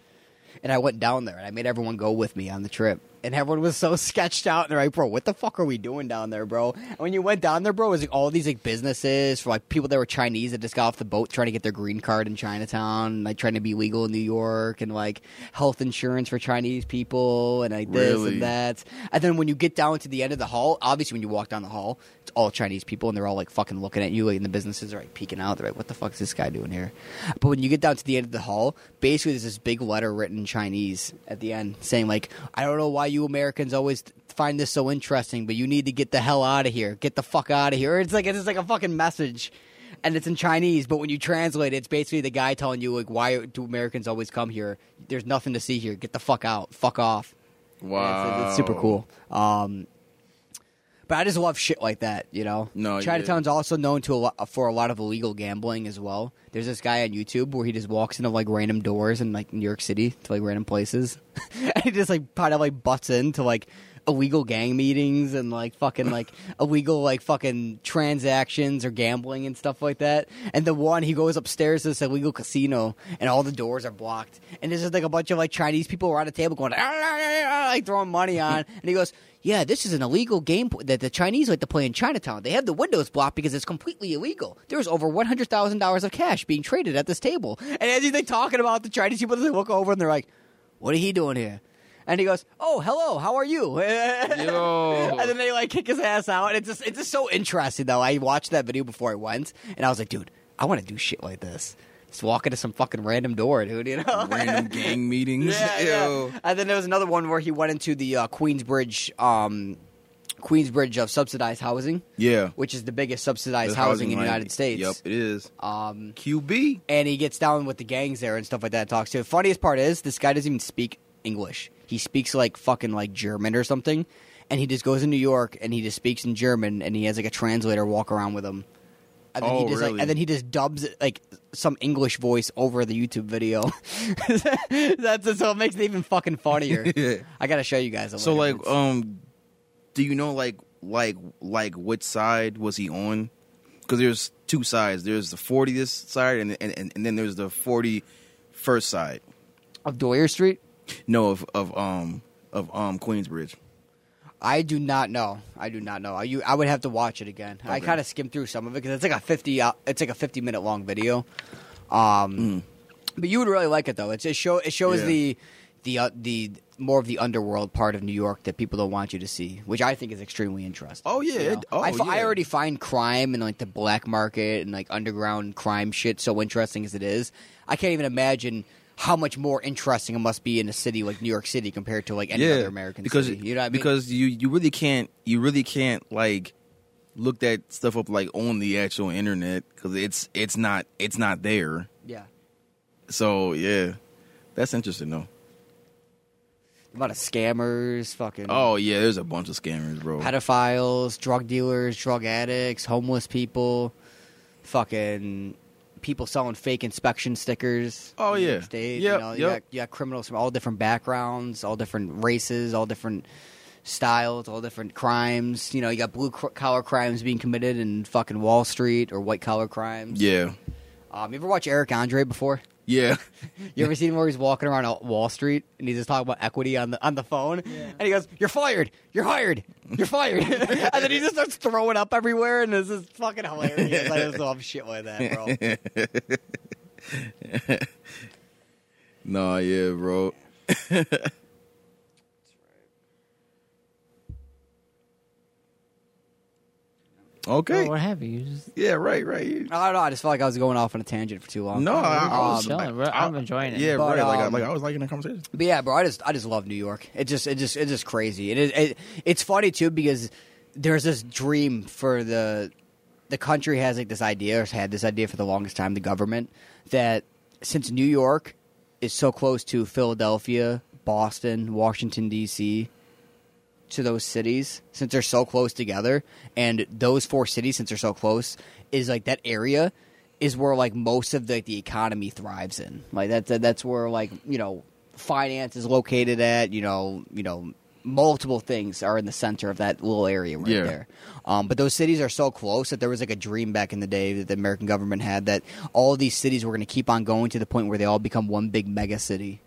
C: And I went down there and I made everyone go with me on the trip. And everyone was so sketched out. And they're like, bro, what the fuck are we doing down there, bro? And when you went down there, bro, it was like all these like businesses for like people that were Chinese that just got off the boat trying to get their green card in Chinatown and like trying to be legal in New York and like health insurance for Chinese people and like this
B: Really?
C: and that. And then when you get down to the end of the hall, obviously when you walk down the hall, it's all Chinese people and they're all like fucking looking at you like, and the businesses are like peeking out. They're like, what the fuck is this guy doing here? But when you get down to the end of the hall, basically there's this big letter written in Chinese at the end saying like, I don't know why you Americans always find this so interesting, but you need to get the hell out of here. Get the fuck out of here. It's like it's just like a fucking message. And it's in Chinese, but when you translate it, it's basically the guy telling you like, "Why do Americans always come here? There's nothing to see here. Get the fuck out. Fuck off." Yeah, it's, it's super cool. Um, but I just love shit like that, you know.
B: No,
C: Chinatown's also known to a lot, for a lot of illegal gambling as well. There's this guy on YouTube where he just walks into like random doors in like New York City to like random places, and he just like kind of like butts into like illegal gang meetings and like fucking like illegal like fucking transactions or gambling and stuff like that. And the one he goes upstairs to this illegal casino and all the doors are blocked. And there's just like a bunch of like Chinese people around a table going "Ah, ah, ah, ah," like throwing money on. And he goes, "Yeah, this is an illegal game p- that the Chinese like to play in Chinatown. They have the windows blocked because it's completely illegal. There's over one hundred thousand dollars of cash being traded at this table." And as he's like talking about the Chinese people, they look over and they're like, "What are he doing here?" And he goes, "Oh, hello. How are you?"
B: Yo.
C: and then they like kick his ass out. It's just it's just so interesting though. I watched that video before I went, and I was like, dude, I want to do shit like this. Just walk into some fucking random door, dude. You know,
B: Random gang meetings.
C: yeah,
B: Yo.
C: yeah. And then there was another one where he went into the uh, Queensbridge, um, Queensbridge of subsidized housing,
B: Yeah.
C: which is the biggest subsidized
B: The
C: housing, in the
B: like-
C: United States.
B: Yep, it is.
C: Um,
B: QB.
C: and he gets down with the gangs there and stuff like that. and Talks to. The funniest part is this guy doesn't even speak English. He speaks like fucking like German or something, and he just goes to New York and he just speaks in German and he has like a translator walk around with him. And then
B: Oh,
C: he just
B: really?
C: like, and then he just dubs it, like some English voice over the YouTube video. That's so it makes it even fucking funnier. I gotta show you guys. it
B: So
C: later.
B: like, um, do you know like like like which side was he on? Because there's two sides. There's the 40th side, and and and and then there's the 41st side. uh,
C: of Doyer Street,
B: No, of of um of um Queensbridge.
C: I do not know. I do not know. Are you, I would have to watch it again. I kind of skimmed through some of it because it's like a fifty. Uh, it's like a fifty minute long video. Um, but you would really like it though. It's, it show it
B: Hmm.
C: shows
B: Yeah.
C: the the uh, the more of the underworld part of New York that people don't want you to see, which I think is extremely interesting.
B: Oh, yeah,
C: you know?
B: it- oh,
C: I, fi- I
B: yeah.
C: already find crime and like the black market and like underground crime shit so interesting as it is. I can't even imagine. How much more interesting it must be in a city like New York City compared to like any other American
B: because
C: city? You know what I mean?
B: because you you really can't you really can't like look that stuff up like on the actual internet because it's it's not it's not there.
C: yeah,
B: So yeah, that's interesting though.
C: A lot of scammers, fucking
B: Oh yeah, there's a bunch of scammers, bro.
C: pedophiles, drug dealers, drug addicts, homeless people, fucking people selling fake inspection stickers.
B: Oh,
C: in New
B: yeah.
C: York State,
B: Yep,
C: you, know, you,
B: yep.
C: got, you got criminals from all different backgrounds, all different races, all different styles, all different crimes. You know, you got blue cr- collar crimes being committed in fucking Wall Street or white collar crimes.
B: yeah,
C: Um, you ever watch Eric Andre before?
B: yeah.
C: You ever seen him where he's walking around on Wall Street and he's just talking about equity on the on the phone? And he goes, "You're fired. You're hired. You're fired." and then he just starts throwing up everywhere, and this is fucking hilarious. I just love shit like that, bro.
B: Nah, yeah, bro.
A: Bro,
B: Okay.
A: what have you? You just-
B: yeah, right, right.
C: I don't know. I just felt like I was going off on a tangent for too long.
B: No, I, I
C: Um,
B: was
A: chilling, bro. I'm enjoying it.
B: Yeah,
C: But,
B: right. Like, I,
C: um,
B: like I was liking the conversation.
C: But yeah, bro, I just I just love New York. It just it just it's just crazy. It is it, it's funny too because there's this dream for the the country has like this idea or has had this idea for the longest time. The government that since New York is so close to Philadelphia, Boston, Washington D.C. To those cities, since they're so close together, and those four cities, since they're so close, is like that area is where like most of the, the economy thrives in. Like that's that's where like you know finance is located at. You know you know multiple things are in the center of that little area right
B: Yeah.
C: there. Um, but those cities are so close that there was like a dream back in the day that the American government had that all these cities were going to keep on going to the point where they all become one big mega city.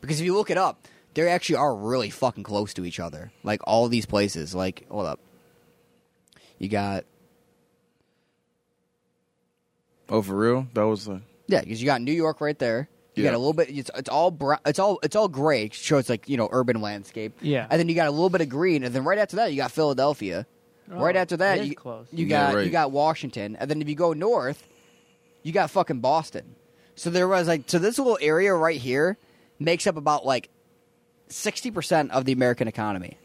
C: Because if you look it up, they actually are really fucking close to each other. Like all these places. Like hold up, you got
B: Oh, for real? That was the.
C: Yeah, because you got New York right there. You
B: Yeah.
C: got a little bit. It's, it's all brown. It's all it's all gray. It shows like you know urban landscape.
A: Yeah.
C: and then you got a little bit of green, and then right after that you got Philadelphia. right
A: Oh,
C: after that
A: it is
C: you,
A: close.
C: you
B: Yeah,
C: got you
B: right.
C: got Washington, and then if you go north, you got fucking Boston. So there was like so this little area right here makes up about like sixty percent of the American economy.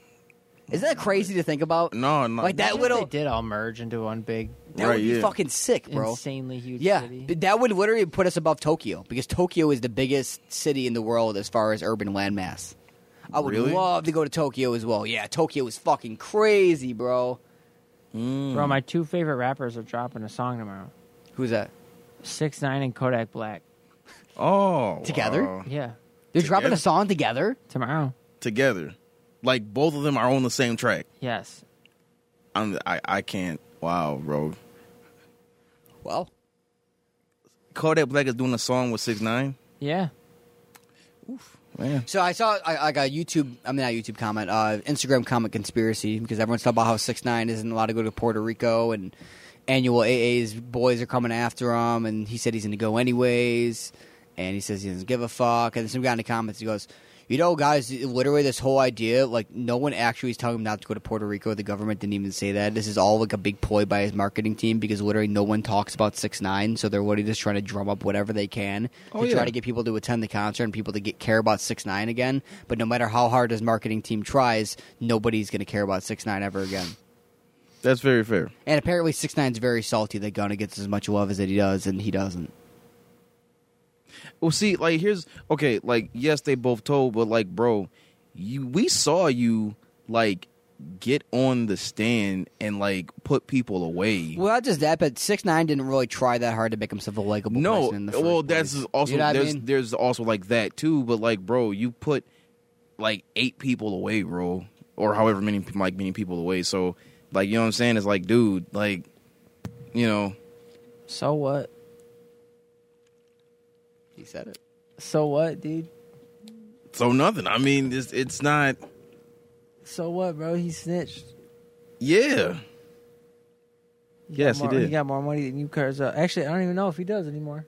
C: Isn't that crazy to think about?
B: No, no.
C: Like that
A: Imagine if
C: little-
A: they did all merge into one big,
C: That
B: Right,
C: would be
B: yeah.
C: fucking sick, bro.
A: insanely huge
C: Yeah,
A: city.
C: but that would literally put us above Tokyo because Tokyo is the biggest city in the world as far as urban landmass. I would
B: Really?
C: love to go to Tokyo as well. Yeah, Tokyo is fucking crazy, bro.
A: Bro, my two favorite rappers are dropping a song tomorrow.
C: Who's that?
A: Six Nine and Kodak Black.
B: Oh.
C: Together?
B: wow.
A: Yeah,
C: They're dropping
B: Together?
C: a song together.
A: tomorrow.
B: Together. Like both of them are on the same track.
A: Yes.
B: I'm, I, I can't. Wow, bro.
C: Well,
B: Kodak Black is doing a song with Six Nine.
A: Yeah.
B: Man.
C: so I saw I, like a YouTube, I mean not YouTube comment, uh, Instagram comment conspiracy because everyone's talking about how six nine isn't allowed to go to Puerto Rico and annual AA's boys are coming after him, and he said he's going to go anyways, and he says he doesn't give a fuck, and some guy in the comments he goes. You know, guys, literally this whole idea, like, no one actually is telling him not to go to Puerto Rico. The government didn't even say that. This is all, like, a big ploy by his marketing team because literally no one talks about 6 9 so they're literally just trying to drum up whatever they can to try to get people to attend the concert and people to get care about 6 9 again. But no matter how hard his marketing team tries, nobody's going to care about 6 9 ever again.
B: That's very fair.
C: And apparently, Six Nine's very salty that Gunna gets as much love as that he does, and he doesn't.
B: Well, see, like here's okay. Like yes, they both told, but like, bro, you we saw you like get on the stand and like put people away.
C: Well, not just that, but Six Nine didn't really try that hard to make himself a likable
B: no,
C: person. In the first
B: well,
C: place.
B: that's also
C: You know what I
B: there's
C: mean?
B: there's also like that too. But like, bro, you put like eight people away, bro, or however many like many people away. So like, you know what I'm saying? It's like, dude, like, you know,
A: So what?
C: he said it.
A: So what, dude?
B: so nothing. I mean, it's it's not.
A: So what, bro? He snitched.
B: Yeah.
A: He
B: Yes,
A: got
B: he
A: more,
B: did.
A: He got more money than you, Carzell. Actually, I don't even know if he does anymore.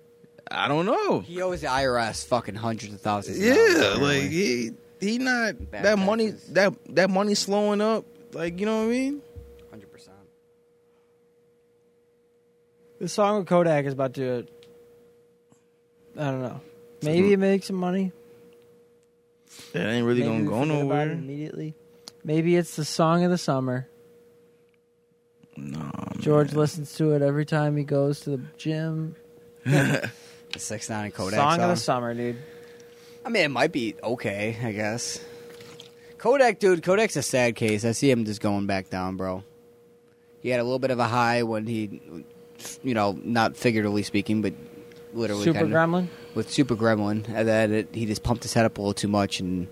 B: I don't know.
C: He owes the IRS fucking hundreds of thousands. of dollars,
B: Yeah,
C: apparently.
B: like he he not
C: Bad
B: that money
C: taxes.
B: that that money slowing up. Like you know what I mean?
C: 100%.
A: The song with Kodak is about to. I don't know. Maybe it makes some money.
B: That ain't really
A: Maybe we
B: gonna go
A: forget about it
B: nowhere.
A: immediately. Maybe it's the song of the summer.
B: No,
A: George listens to it every time he goes to the gym.
C: The 6 9 and Kodak.
A: song of the
C: song.
A: summer, dude.
C: I mean, it might be okay, I guess. Kodak, dude, Kodak's a sad case. I see him just going back down, bro. He had a little bit of a high when he, you know, not figuratively speaking, but literally
A: Super
C: kind of-
A: Gremlin.
C: with Super Gremlin, and then it, he just pumped his head up a little too much, and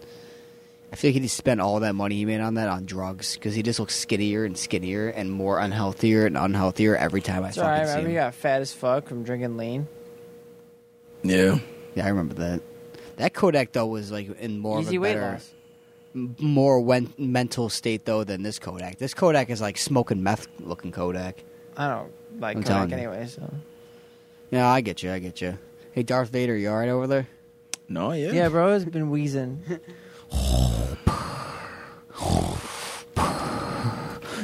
C: I feel like he just spent all that money he made on that on drugs because he just looks skinnier and skinnier and more unhealthier and unhealthier every time I
A: It's
C: fucking
A: alright.
C: see him.
A: Remember, you got fat as fuck from drinking lean.
B: Yeah,
C: Yeah, I remember that. That Kodak though was like in more
A: Easy
C: of a
A: weight
C: better,
A: loss.
C: m- more wen- mental state though than this Kodak. This Kodak is like smoking meth looking Kodak.
A: I don't like
C: I'm telling
A: Kodak
C: you.
A: anyway. So
C: Yeah, I get you. I get you. Hey, Darth Vader, you all right over there?
B: no, yeah,
A: yeah, bro, has been wheezing.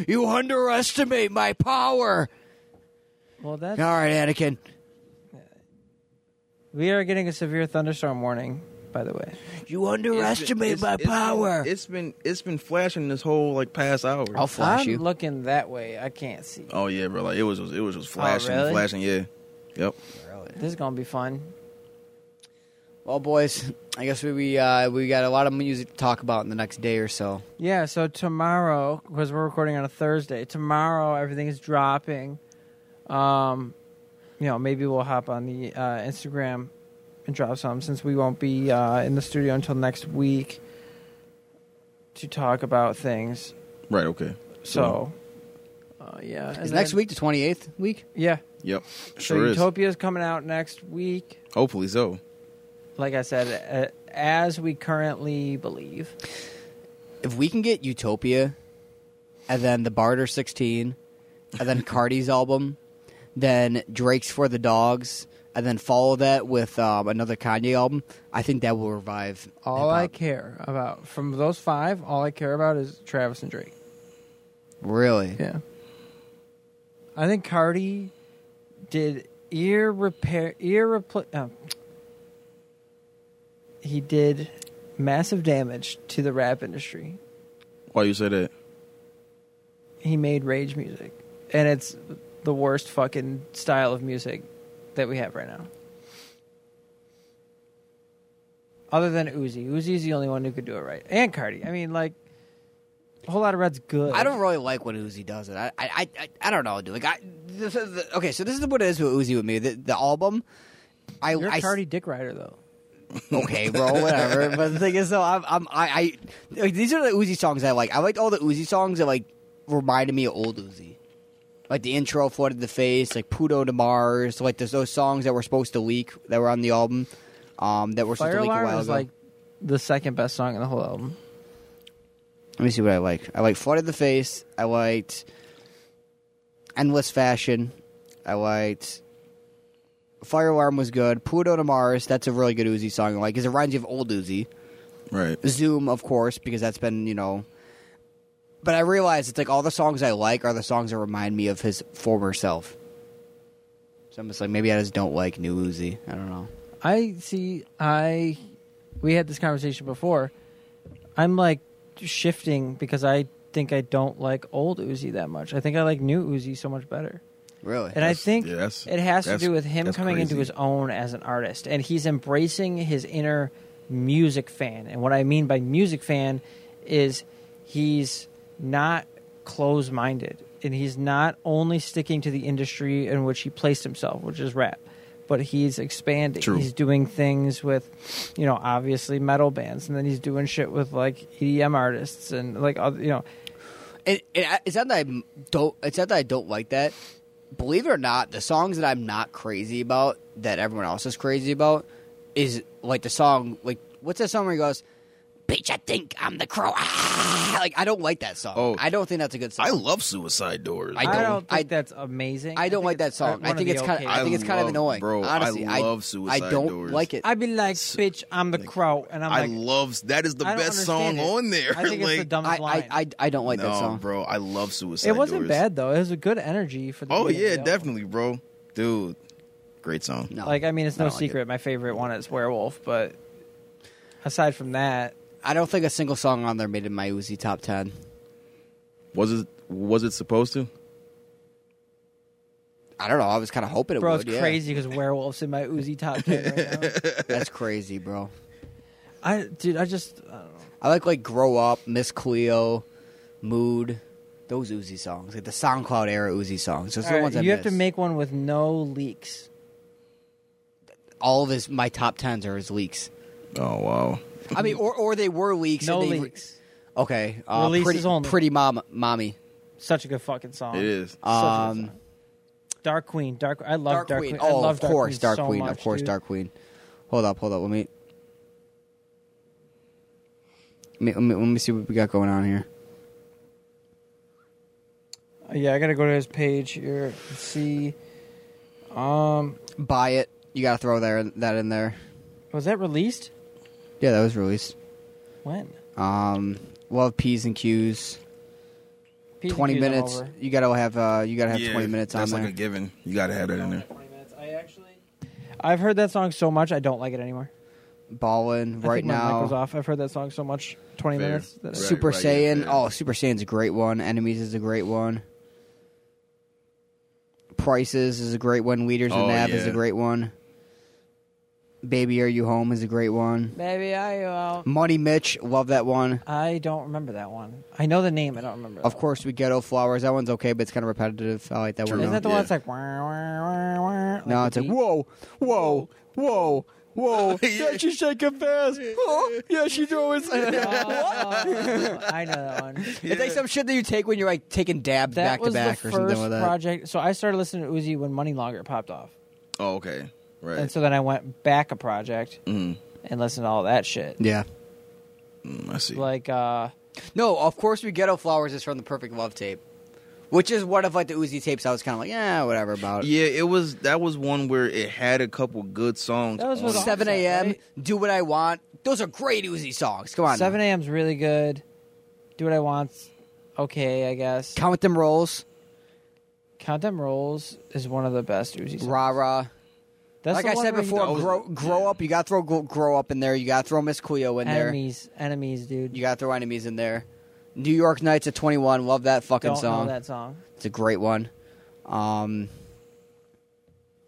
C: You underestimate my power.
A: Well, that's
C: All right, Anakin.
A: we are getting a severe thunderstorm warning. By the way,
C: You underestimate my power.
B: It's been it's been flashing this whole like past hour.
C: I'll flash
A: I'm
C: you.
A: looking that way. I can't see.
B: oh yeah, bro. Like it was it was just flashing,
A: Oh, really?
B: flashing. Yeah, yep.
A: This is gonna be fun.
C: Well, boys, I guess we we, uh, we got a lot of music to talk about in the next day or so.
A: Yeah. So tomorrow, because we're recording on a Thursday, tomorrow everything is dropping. Um, you know, maybe we'll hop on the uh, Instagram and drop some since we won't be uh, in the studio until next week to talk about things.
B: Right. Okay.
A: So, uh, yeah.
C: Is
A: and
C: next
A: then-
C: week the twenty eighth week?
A: Yeah.
B: Yep.
A: So
B: Sure is.
A: Utopia is coming out next week.
B: Hopefully so.
A: Like I said, as we currently believe.
C: If we can get Utopia, and then the Barter 16, and then Cardi's album, then Drake's For the Dogs, and then follow that with um, another Kanye album, I think that will revive.
A: All I
C: hip-hop.
A: care about from those five, all I care about is Travis and Drake.
C: Really?
A: Yeah. I think Cardi did irrepair irrepl um, he did massive damage to the rap industry.
B: Why you say that?
A: He made rage music. And it's the worst fucking style of music that we have right now. Other than Uzi. Uzi's the only one who could do it right. And Cardi. I mean like a whole lot of red's good.
C: I don't really like when Uzi does it. I I I- I, I don't know, dude. Like I, this is the, okay, so this is what it is with Uzi with me. The, the album, I
A: You're
C: I
A: a
C: s-
A: Cardi dick rider though.
C: okay, bro, whatever. but the thing is, though, I'm, I'm I I like, these are the Uzi songs I like. I liked all the Uzi songs that like reminded me of old Uzi, like the intro, flooded the face, like Puto to Mars, like there's those songs that were supposed to leak that were on the album, um, that were supposed
A: Fire
C: to leak a
A: Alarm
C: while
A: is
C: ago.
A: like the second best song in the whole album.
C: Let me see what I like. I like Flooded the Face. I liked Endless Fashion. I liked Fire Alarm was good. Pluto to Mars. That's a really good Uzi song. I like because it reminds you of old Uzi.
B: Right.
C: Zoom, of course, because that's been you know. But I realize it's like all the songs I like are the songs that remind me of his former self. So I'm just like maybe I just don't like new Uzi. I don't know.
A: I see. I we had this conversation before. I'm like shifting because I think I don't like old Uzi that much. I think I like new Uzi so much better.
C: Really?
A: And I think
B: yeah, that's-
A: it has to
B: that's-
A: do with him
B: that's
A: coming into
B: crazy.
A: his own as an artist, and he's embracing his inner music fan. And what I mean by music fan is he's not close minded, and he's not only sticking to the industry in which he placed himself, which is rap, but he's expanding.
B: True.
A: He's doing things with, you know, obviously metal bands, and then he's doing shit with like EDM artists and like other, you know,
C: And, and I, it's not that I don't. It's not that I don't like that. Believe it or not, the songs that I'm not crazy about that everyone else is crazy about is like the song like what's that song where he goes, "Bitch, I think I'm the crow." Ah! Like I don't like that song.
B: Oh.
C: I don't think that's a good song.
B: I love Suicide Doors.
C: I
A: I
B: bro.
A: don't,
C: don't- I-
A: think that's amazing.
C: I don't
A: think
C: like that
A: it's, uh,
C: song. I
A: one
C: think
A: of
C: it's
A: the
C: kind of. I
A: okay
C: think it's kind of
B: love-
C: annoying.
B: bro, I
C: Honestly,
B: love Suicide
C: I don't
B: Doors.
C: like it.
A: I'd be like, bitch, I'm the crow, and I'm
B: I
A: like,
B: love that is the
A: I don't
B: best song
A: understand it.
B: on there.
A: I think
B: like,
A: it's the dumbest
C: I,
A: line.
C: I, I, I don't like
B: no,
C: that song.
B: bro, I love Suicide
A: it wasn't
B: Doors.
A: bad though. It was a good energy for the.
B: Oh
A: beginning
B: yeah,
A: of the album.
B: definitely, bro. Dude, great song.
C: No,
A: Like I mean, it's
C: I
A: no
C: don't like it.
A: secret. My favorite one is Werewolf, but aside from that,
C: I don't think a single song on there made it in my Uzi top ten.
B: Was it was it supposed to?
C: I don't know. I was kind of hoping it
A: bro,
C: would.
A: it's
C: yeah.
A: crazy because Werewolf's in my Uzi top ten right now.
C: That's crazy, bro.
A: I dude, I just uh, I don't know.
C: I like like Grow Up, Miss Cleo, Mood, those Uzi songs, like the SoundCloud era Uzi songs. Those are the
A: All
C: ones
A: right,
C: I
A: you have to
C: miss.
A: make one with no leaks.
C: all of his my top tens are his leaks.
B: Oh wow.
C: I mean, or or they were leaks.
A: No
C: and they,
A: leaks.
C: Okay, uh,
A: Releases
C: pretty,
A: only.
C: Pretty mom, mommy.
A: Such a good fucking song.
B: It is.
A: Such a good
C: Um,
A: song. Dark Queen, Dark. I love
C: Dark,
A: Dark,
C: Queen.
A: I
C: Oh,
A: love
C: of course, Dark
A: so
C: Queen.
A: much,
C: of course,
A: dude.
C: Dark Queen. Hold up, hold up. Let me. Let me, let me let me see what we got going on here.
A: Yeah, I gotta go to his page here. and See, um,
C: Buy it. You got to throw there that in there.
A: was that released?
C: Yeah, that was released.
A: When?
C: Um, love P's and Q's.
A: P's and
C: twenty
A: Q's, I'm
C: minutes.
A: over.
C: You gotta have uh, you gotta have
B: Yeah,
C: twenty minutes on
B: That's
C: there.
B: like a given. You gotta have that in there.
A: I've heard that song so much, I don't like it anymore.
C: Ballin'
A: I
C: right
A: think my mic
C: now.
A: was off. I've heard that song so much. Twenty
B: Fair.
A: minutes. That
B: Right,
C: Super
B: right, yeah,
C: Saiyan.
B: yeah.
C: oh, Super Saiyan's a great one. Enemies is a great one. Prices is a great one. Leaders and
B: Oh,
C: Nab is a
B: yeah.
C: great one. Baby, are you home is a great one.
A: Maybe I will.
C: Money Mitch, love that one.
A: I don't remember that one. I know the name. I don't remember.
C: Of
A: that
C: course, we ghetto flowers. That one's okay, but it's kind of repetitive. I like that
A: One.
C: one.
A: Isn't that the
B: Yeah.
A: one that's like? Wah, wah, wah, wah, like
C: no,
A: the
C: it's like
A: beat?
C: whoa, whoa, whoa, whoa. yeah, she's shaking fast. Oh, yeah, she's throwing.
A: Oh, I know that one.
C: It's like some shit that you take when you're like taking dabs
A: That
C: back to
A: was
C: back
A: the
C: or
A: first
C: something like that.
A: project. So I started listening to Uzi when Money Longer popped off.
B: Oh okay. Right.
A: And so then I went back a project.
B: Mhm.
A: and listen to all that shit.
C: Mm-hmm. Yeah.
B: Mm, I see.
A: Like, uh,
C: No, of course we ghetto flowers is from the Perfect Love tape, which is one of like the Uzi tapes. I was kind of like, yeah, whatever about.
B: yeah, it was that was one where it had a couple good songs.
A: That was
B: on
A: with
B: it.
A: Offset,
C: Seven a.m.
A: right?
C: Do what I want. Those are great Uzi songs. Come on. now.
A: Seven AM's really good. Do what I want. Okay, I guess.
C: Count them rolls.
A: Count them rolls is one of the best Uzi. songs.
C: Rah rah.
A: That's
C: like
A: the
C: I
A: one
C: said
A: where he
C: before,
A: does
C: grow, grow up. You got to throw gro- grow up in there. You got to throw Miss Cleo in there.
A: enemies, enemies, dude.
C: You got to throw enemies in there. New York Nights at 21. Love that fucking
A: don't
C: song.
A: know that song.
C: It's a great one. Um,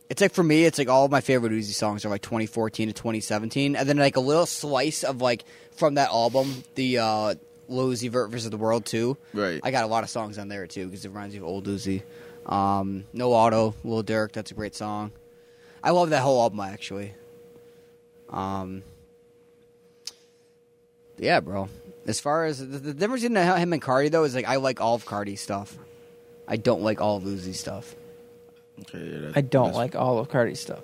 C: it's like for me, it's like all of my favorite Uzi songs are like 2014 to 2017, and then like a little slice of like from that album, the uh, Lil Uzi Vert versus the World too.
B: Right.
C: I got a lot of songs on there too because it reminds me of old Uzi. Um, no Auto, Lil Durk. That's a great song. I love that whole album actually. Um, yeah, bro. As far as the, the difference in him and Cardi though is like I like all of Cardi's stuff. I don't like all of Uzi's stuff.
B: Okay, yeah, that-
A: I don't
B: that's-
A: like all of Cardi's stuff.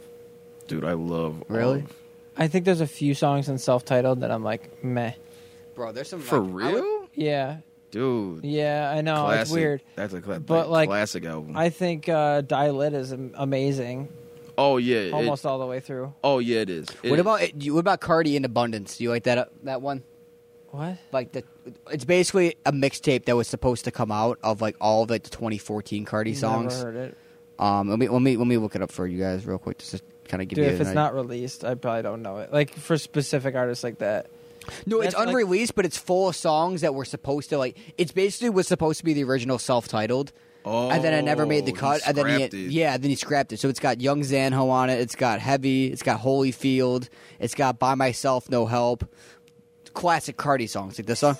B: dude. I love all
C: Really?
B: of-
A: I think there's a few songs in self-titled that I'm like, meh.
C: Bro, there's some
B: for
C: like, I would-
B: real,
A: Yeah,
B: dude.
A: yeah, I know
B: classic.
A: it's weird.
B: That's a cla-
A: But, like,
B: classic album.
A: I think uh, Die Lit is am- amazing
B: oh yeah, it-
A: almost all the way through.
B: oh yeah, it is. It
C: what
B: is.
C: about it- you- what about Cardi in Abundance? Do you like that uh, that one?
A: What?
C: Like the, it's basically a mixtape that was supposed to come out of like all of like the 2014 Cardi songs.
A: Never heard it.
C: Um, let me let me let me look it up for you guys real quick just to kind of give
A: Dude,
C: you.
A: if
C: an
A: it's
C: idea.
A: not released, I probably don't know it. Like for specific artists like that.
C: No, it's
A: That's like-
C: unreleased, but it's full of songs that were supposed to like. It's basically was supposed to be the original self-titled,
B: Oh,
C: and then I never made the
B: he
C: cut. And then
B: scrapped
C: he,
B: it.
C: yeah, then he scrapped it. So it's got Young Zanho on it. It's got Heavy. It's got Holyfield. It's got By Myself, No Help. Classic Cardi songs like this song.
F: I'm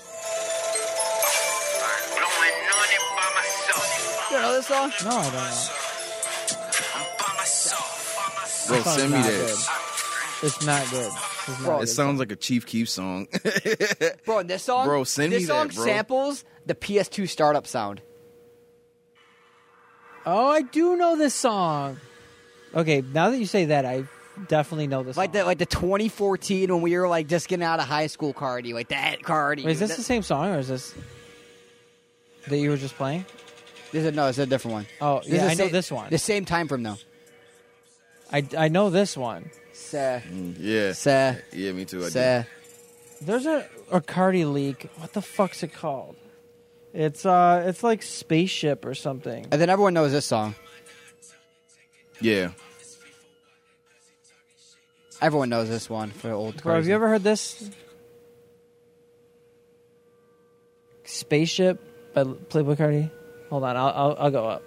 F: going on it by myself.
C: You know this song?
A: No, I don't know.
F: I'm by myself. By myself.
B: Bro,
A: That song's
B: send me
A: not
B: that.
A: good. It's not good. It's not
C: Bro,
B: It
A: good.
B: sounds like a Chief Keef song.
C: Bro, and this song,
B: Bro, send
C: this
B: me
C: song
B: that, bro.
C: samples the PS2 startup sound.
A: Oh, I do know this song. Okay, now that you say that, I definitely know this.
C: Like
A: song.
C: the like the 2014 when we were like just getting out of high school, Cardi, like that Cardi.
A: Wait, is this
C: That-
A: the same song or is this that you were just playing?
C: This is no, it's a different one.
A: Oh,
C: is
A: yeah,
C: the
A: I know
C: same-
A: this one.
C: The same time from though.
A: I, I know this one.
C: Sir,
B: Mm. yeah,
C: sir,
B: yeah, me too. I did.
C: sir.
A: There's a a Cardi leak. What the fuck's it called? It's uh, it's like spaceship or something.
C: And then everyone knows this song.
B: Yeah,
C: Everyone knows this one for old.
A: Bro, have
C: Cardi.
A: you ever heard this? Spaceship by Playboy Cardi. Hold on, I'll I'll, I'll go up.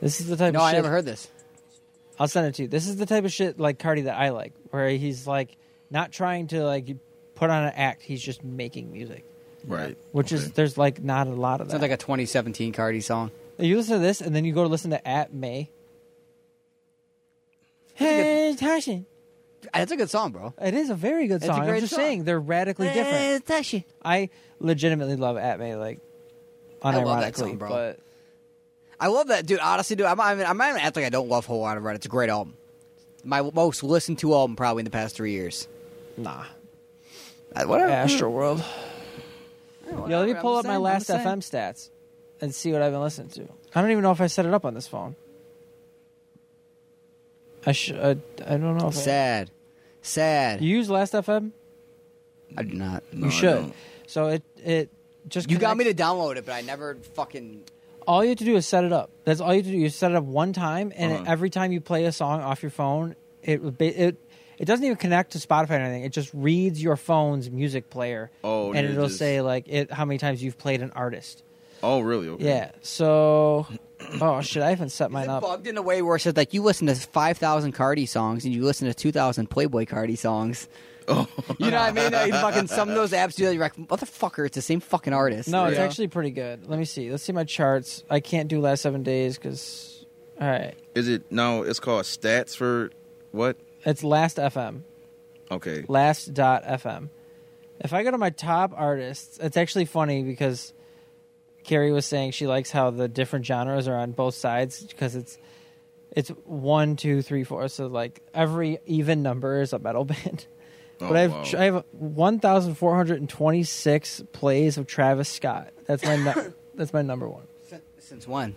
A: This is the type
C: No,
A: of
C: I
A: shit.
C: never heard this.
A: I'll send it to you. This is the type of shit like Cardi that I like, where he's like not trying to like put on an act. He's just making music,
B: right.
A: which is
B: Okay.
A: there's like not a lot of that.
C: Sounds like a 2017 Cardi song.
A: you listen to this, and then you go to listen to At May. Hey, Tashin.
C: That's a good song, bro.
A: It is a very good
C: It's a
A: song. I'm
C: great
A: just
C: song.
A: saying they're radically different. I legitimately love At May, like unironically,
C: love that song, bro.
A: but
C: I love that, dude. Honestly, dude, I'm, I'm, I'm not even acting. like I don't love whole lot of Red. It's a great album. My most listened to album probably in the past three years.
A: nah.
C: Uh, Whatever.
A: Astroworld. Yeah, let me
C: I'm
A: pull
C: the
A: up my
C: same, I'm
A: last
C: the
A: FM
C: same.
A: stats and see what I've been listening to. I don't even know if I set it up on this phone. I should. I, I don't know if
C: Sad,
A: I,
C: sad.
A: you use Last FM.
C: I do not.
B: No, I
A: you should.
B: don't.
A: So it it just
C: You got
A: connects-
C: me to download it, but I never fucking.
A: All you have to do is set it up. That's all you have to do. You set it up one time, and
B: Uh-huh.
A: every time you play a song off your phone, it would be- it it doesn't even connect to Spotify or anything. It just reads your phone's music player,
B: Oh,
A: and
B: it
A: it'll
B: just-
A: say like it how many times you've played an artist.
B: Oh, really? Okay.
A: Yeah. So, oh shit, I haven't set mine
C: Is it
A: up.
C: bugged in a way where it says like you listen to five thousand Cardi songs and you listen to two thousand Playboy Cardi songs.
B: Oh,
C: You know what I mean? Like, fucking some of those apps do that. You're like, motherfucker, it's the same fucking artist.
A: No, it's
C: Yeah.
A: actually pretty good. Let me see. Let's see my charts. I can't do last seven days because, all right,
B: is it? No, it's called stats for what?
A: it's last FM.
B: Okay.
A: last.fm. If I go to my top artists, it's actually funny because Carrie was saying she likes how the different genres are on both sides because it's it's one, two, three, four. So like every even number is a metal band. but
B: Oh,
A: I've
B: wow.
A: I have one thousand four hundred and twenty six plays of Travis Scott. That's my nu- that's my number one.
C: Since, since when?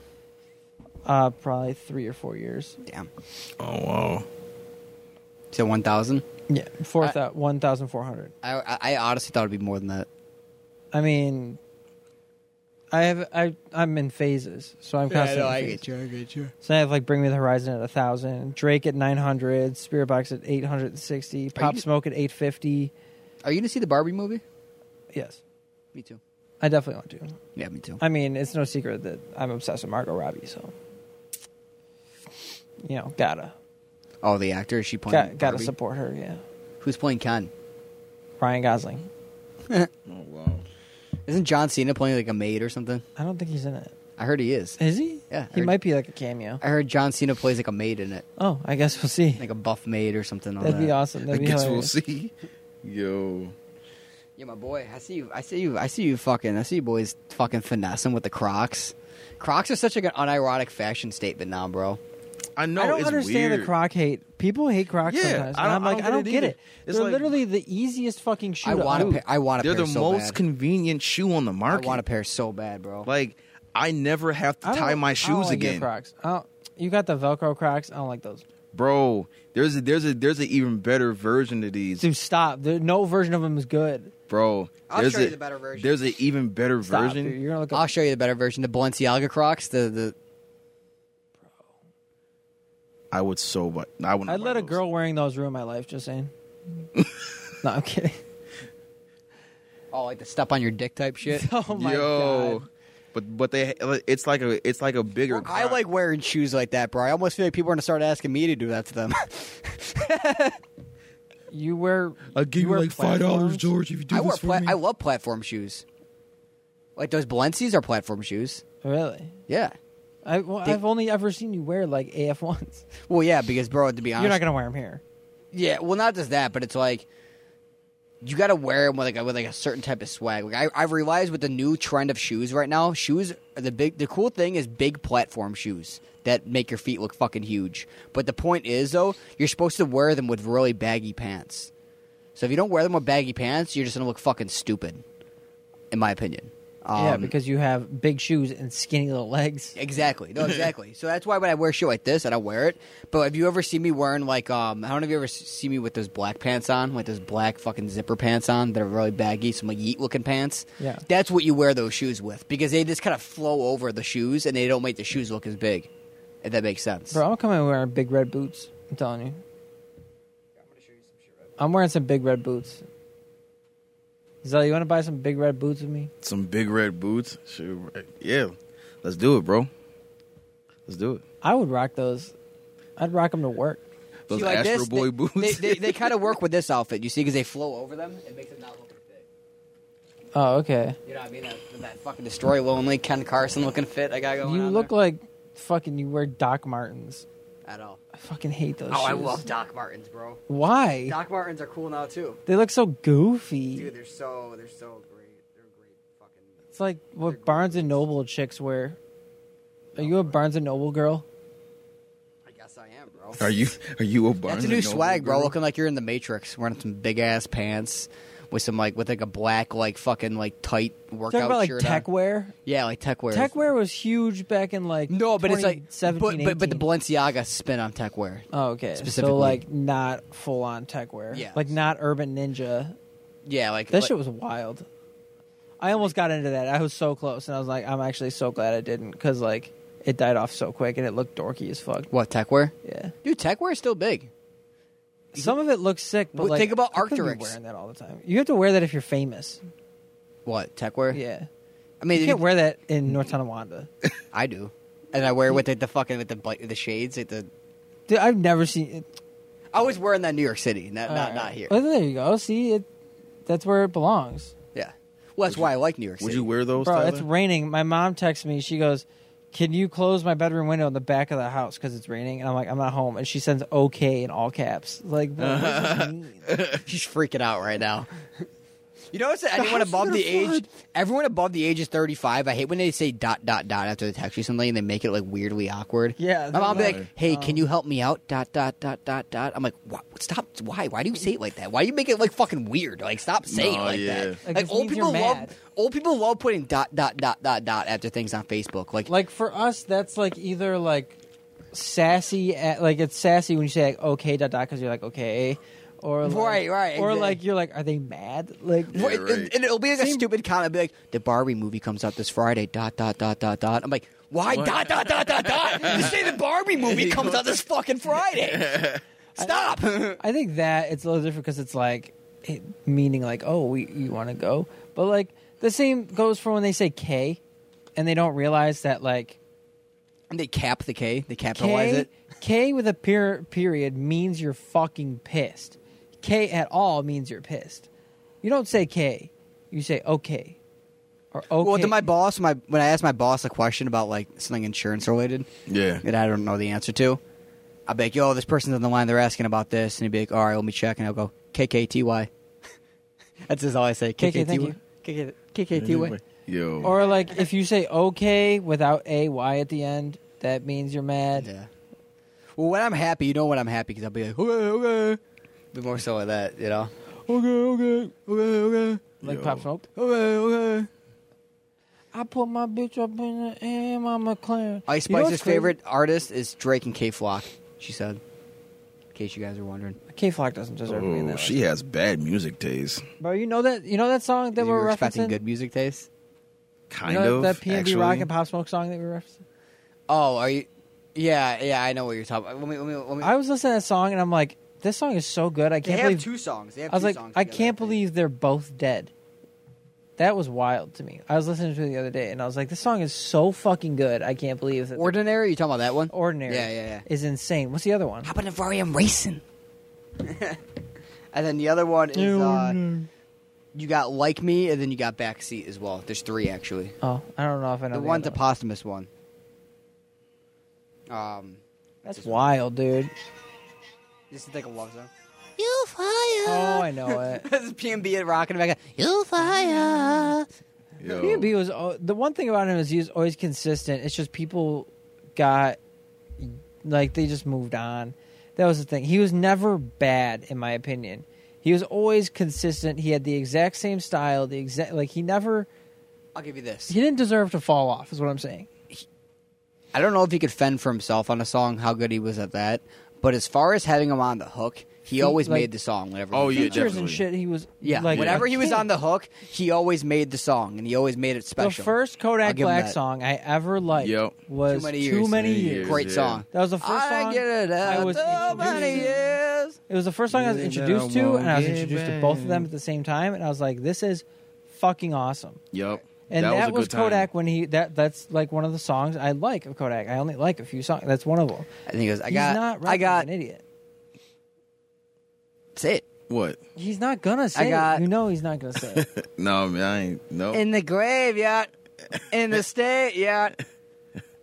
A: Uh, probably three or four years.
C: Damn.
B: Oh wow.
C: So one thousand.
A: Yeah, four thou one thousand four hundred.
C: I, I I honestly thought it'd be more than that.
A: I mean, I have I I'm in phases, so I'm constantly. in phases.
C: you. I get you.
A: So I have like Bring Me the Horizon at a thousand, Drake at nine hundred, Spiritbox at eight hundred and sixty, Pop
C: you-
A: Smoke at eight fifty.
C: Are you gonna see the Barbie movie?
A: Yes,
C: Me too.
A: I definitely want to.
C: Yeah, me too.
A: I mean, it's no secret that I'm obsessed with Margot Robbie, so you know, gotta
C: Oh, the actor is she playing?
A: got, gotta
C: Barbie?
A: support her. Yeah,
C: Who's playing Ken?
A: Ryan Gosling.
B: Oh wow.
C: Isn't John Cena playing like a maid or something?
A: I don't think he's in it.
C: I heard he is.
A: Is he?
C: Yeah, I
A: he
C: heard-
A: might be like a cameo.
C: I heard John Cena plays like a maid in it,
A: Oh, I guess we'll see.
C: like a buff maid or something. on
A: That'd be
C: that.
A: awesome.
B: I
A: That'd be
B: guess we'll
A: hilarious.
B: see. Yo.
C: Yeah, my boy. I see you. I see you. I see you. Fucking. I see you boys fucking finessing with the Crocs. Crocs are such like an unironic fashion statement now, bro.
B: I know.
A: I don't
B: it's
A: understand
B: weird.
A: the croc hate. People hate crocs
B: Yeah,
A: sometimes.
B: I
A: and
B: don't-
A: I'm like, I don't, get it.
B: It's
A: They're
B: like-
A: literally the easiest fucking shoe.
C: I
A: to
C: want a
A: own.
C: pair. I want a
B: They're
C: pair
B: the
C: so
B: most
C: bad.
B: convenient shoe on the
C: I
B: market.
C: want a pair so bad, bro.
B: Like I never have to
A: I don't-
B: tie my
A: I don't
B: shoes
A: like your
B: again,
A: Crocs. Oh, you got the Velcro Crocs. I don't like those.
B: bro. There's a, there's a there's an even better version of these,
A: Dude, stop. There, no version of them is good.
B: bro.
C: I'll
B: there's
C: show
B: a,
C: you the better version.
B: There's an even better
A: Stop,
B: version.
A: dude. You're gonna look.
C: I'll
A: Up.
C: show you the better version. The Balenciaga Crocs. The the
B: I would so, but I wouldn't.
A: I'd
B: buy
A: let a
B: those.
A: girl wearing those ruin my life. Just saying. no, I'm kidding.
C: oh, like the step on your dick type shit.
A: Oh my
B: Yo,
A: god.
B: but but they it's like a it's like a bigger.
C: I
B: Croc.
C: like wearing shoes like that, bro. I almost feel like people are gonna start asking me to do that to them.
A: You wear.
B: I'll give you,
A: wear
B: like five dollars,
A: platforms?
B: George, if you do
C: I
B: this
C: wear.
B: for
C: Pla-
B: me.
C: I love platform shoes. Like those Balenci's are platform shoes.
A: Really?
C: Yeah.
A: I, well,
C: They-
A: I've only ever seen you wear like AF ones.
C: Well, yeah, because bro, to be honest,
A: You're not gonna wear them here.
C: Yeah, well, not just that, but it's like you got to wear them with like a, with like a certain type of swag. Like I, I've realized with the new trend of shoes right now, shoes are the big. The cool thing is big platform shoes that make your feet look fucking huge. But the point is though, you're supposed to wear them with really baggy pants. So if you don't wear them with baggy pants, you're just gonna look fucking stupid, in my opinion. Um,
A: yeah, because you have big shoes and skinny little legs.
C: Exactly. No, exactly. so that's why when I wear shit like this, I don't wear it. But have you ever seen me wearing like um? I don't know if you ever s- see me with those black pants on, like those black fucking zipper pants on that are really baggy, some like yeet looking pants.
A: Yeah.
C: That's what you wear those shoes with because they just kind of flow over the shoes and they don't make the shoes look as big. If that makes sense.
A: Bro, I'm coming wearing big red boots. I'm telling you. I'm wearing some big red boots. Zell, you want to buy some big red boots with me?
B: some big red boots. Shoot, right. yeah, let's do it, bro. Let's do it.
A: I would rock those. I'd rock them to work.
B: Those
C: See, like
B: Astro
C: this,
B: Boy
C: they,
B: boots.
C: They, they, they kind of work with this outfit, you see, because they flow over them. It makes it not look as big.
A: Oh, okay.
C: You know what I mean? That, that fucking destroy lonely Ken Carson looking fit I got going
A: you
C: on
A: look
C: there.
A: like fucking you wear Doc Martens.
C: at all.
A: I fucking hate those
C: Oh, I
A: shoes.
C: love Doc Martens, bro.
A: Why?
C: Doc Martens are cool now too.
A: They look so goofy.
C: Dude, they're so they're so great. They're great fucking.
A: it's like what Barnes and Noble chicks wear. Are you a Barnes and Noble girl?
C: I guess I am, bro.
B: are you are you a Barnes
C: That's a new
B: and Noble
C: swag, bro.
B: girl?
C: Looking like you're in the Matrix, wearing some big ass pants with some like with like a black like fucking like tight workout
A: Talking about like
C: shirt.
A: tech
C: on.
A: wear.
C: Yeah, like tech wear.
A: Tech wear was huge back in like
C: No, but it's like
A: 17,
C: but, but but the
A: 18.
C: Balenciaga spin on tech wear.
A: Oh, okay.
C: specifically.
A: So like not full on tech wear.
C: Yeah.
A: Like not Urban Ninja.
C: Yeah, like
A: That
C: like,
A: shit was wild. I almost got into that. I was so close, and I was like, I'm actually so glad I didn't, because like it died off so quick, and it looked dorky as fuck.
C: what tech wear.
A: Yeah.
C: Dude, tech wear is still big.
A: Some of it looks sick, but
C: Well,
A: like
C: think about
A: I couldn't be
C: Arc'teryx.
A: wearing that all the time. You have to wear that if you're famous.
C: What tech wear?
A: Yeah.
C: I mean,
A: You can't
C: if-
A: wear that in North Tonawanda.
C: I do, and I wear it with the, the fucking with the bla- the shades. Like the
A: Dude, I've never seen it.
C: I was wearing that in New York City, not not,
A: Alright.
C: not here.
A: Oh, there you go. See, it, that's where it belongs.
C: Yeah. Well, that's why I like New York City.
B: Would you wear those?
A: Bro,
B: Tyler?
A: it's raining. My mom texts me. She goes, can you close my bedroom window in the back of the house because it's raining? And I'm like, I'm not home. And she sends okay in all caps. Like, bro, what does this mean?
C: She's freaking out right now. You notice that anyone above the age, everyone above the age of thirty-five. I hate when they say dot dot dot after they text you something and they make it like weirdly awkward.
A: Yeah,
C: my mom be
A: they're
C: like, "Hey, can you help me out?" Dot dot dot dot dot. I'm like, "What? Stop! Why? Why do you say it like that? Why do you make it like fucking weird? Like, stop saying
B: No,
C: it like
B: yeah.
C: that."
A: Like, this
C: old
A: means you're
C: people love
A: mad.
C: old people love putting dot dot dot dot dot after things on Facebook. Like,
A: like for us, that's like either like sassy, at, like it's sassy when you say like okay dot dot because you're like okay, or like,
C: Right, right,
A: or
C: exactly.
A: like you're like, are they mad? Like,
C: Well, it- and, it'll be like a stupid comment. Be like, the Barbie movie comes out this Friday. Dot dot dot dot dot. I'm like, why dot dot dot dot dot? You say the Barbie movie comes out this fucking Friday. Stop.
A: I think that it's a little different because it's like it, meaning like oh we you want to go, but like the same goes for when they say K, and they don't realize that like
C: and they cap the K. They capitalize
A: K
C: it.
A: K with a per- period means you're fucking pissed. K at all means you're pissed. You don't say K, you say okay, or okay.
C: Well, to my boss, my when I asked my boss a question about like something insurance related
B: Yeah.
C: that I don't know the answer to, I'd be like, "Yo, this person's on the line. They're asking about this," and he'd be like, "All right, let me check," and I'll go, "KKTY." That's just all I say.
A: KK, thank
C: KKTY. KK, KKTY.
B: Yo.
A: Or like if you say okay without a y at the end, that means you're mad.
C: Yeah. Well, when I'm happy, you know when I'm happy because I'll be like, okay, okay. Be more so like that, you know. Okay, okay, okay, okay,
A: Like
B: Yo.
A: pop smoke.
C: okay, okay.
A: I put my bitch up in the air, my McLaren.
C: Ice
A: You know
C: Spice's
A: what's crazy?
C: favorite artist is Drake and K Flock. She said, in case you guys are wondering,
A: K Flock doesn't deserve to be in
B: Oh,
A: that.
B: she has bad music taste.
A: list. Bro, you know that you know that song that
C: you
A: we're
C: were
A: referencing.
C: expecting good music taste.
A: you
B: Kind
A: know
B: of.
A: that PNB
B: actually.
A: Rock and Pop Smoke song that we were referencing.
C: Oh, are you? Yeah, yeah, I know what you're talking. About. Let me, let me, let me.
A: I was listening to that song and I'm like, this song is so good. I
C: they
A: can't
C: have
A: believe.
C: two songs. They have
A: I was
C: two
A: like,
C: songs
A: I
C: together,
A: can't
C: think.
A: believe they're both dead. That was wild to me. I was listening to it the other day and I was like, this song is so fucking good. I can't believe that.
C: Ordinary. You talking about that one?
A: Ordinary
C: Yeah, yeah, yeah.
A: is insane. What's the other one?
C: How about Navarium Racing? and then the other one is uh, you got Like Me, and then you got Backseat as well. There's three actually.
A: Oh, I don't know if I know
C: The
A: the
C: one's a
A: other one.
C: posthumous one. Um,
A: That's wild, dude.
C: this is like a love song. You fire.
A: Oh, I know it.
C: this is PMB and rocking back. You fire.
B: Yo.
A: B&B was al- the one thing about him is he was always consistent. It's just people got like they just moved on. That was the thing. He was never bad in my opinion. He was always consistent. He had the exact same style, the exact like he never
C: I'll give you this.
A: he didn't deserve to fall off is what I'm saying.
C: I don't know if he could fend for himself on a song. How good he was at that. But as far as having him on the hook, he, always
A: like-
C: made the song. Whenever.
B: Oh,
C: he was
B: yeah,
C: on the hook.
A: Features and
B: definitely.
A: shit he was
C: Yeah,
A: like
C: whenever he was
A: king.
C: on the hook, he always made the song and he always made it
A: the
C: special.
A: first
C: I'll
A: Kodak
C: give him
A: Black
C: that.
A: song I ever liked
B: Yep.
A: was
C: Too many
A: Many
B: Too
C: years.
B: many
A: Years.
C: great
B: Yeah.
C: song.
A: That was the first
C: I
A: song
C: get it.
A: I
C: I
A: was
C: was so many
A: introduced-
C: years.
A: It was the first song I was
B: Then I
A: introduced to,
B: won't
A: and I was
B: give
A: introduced to
B: in.
A: both of them at the same time, and I was like, "This is fucking awesome."
B: Yep.
A: And
B: that,
A: that,
B: was, a
A: was,
B: good time.
A: Kodak when he that that's like one of the songs I like of Kodak. I only like a few songs. That's one of them.
C: I think it was. I got.
A: He's not
C: I
A: rapping like
C: got.
A: an idiot.
C: Say it.
B: What?
A: He's not gonna say.
C: got-
A: it. You know, he's not gonna say. it.
B: No, man, I ain't. No.
C: In the graveyard, in the stateyard.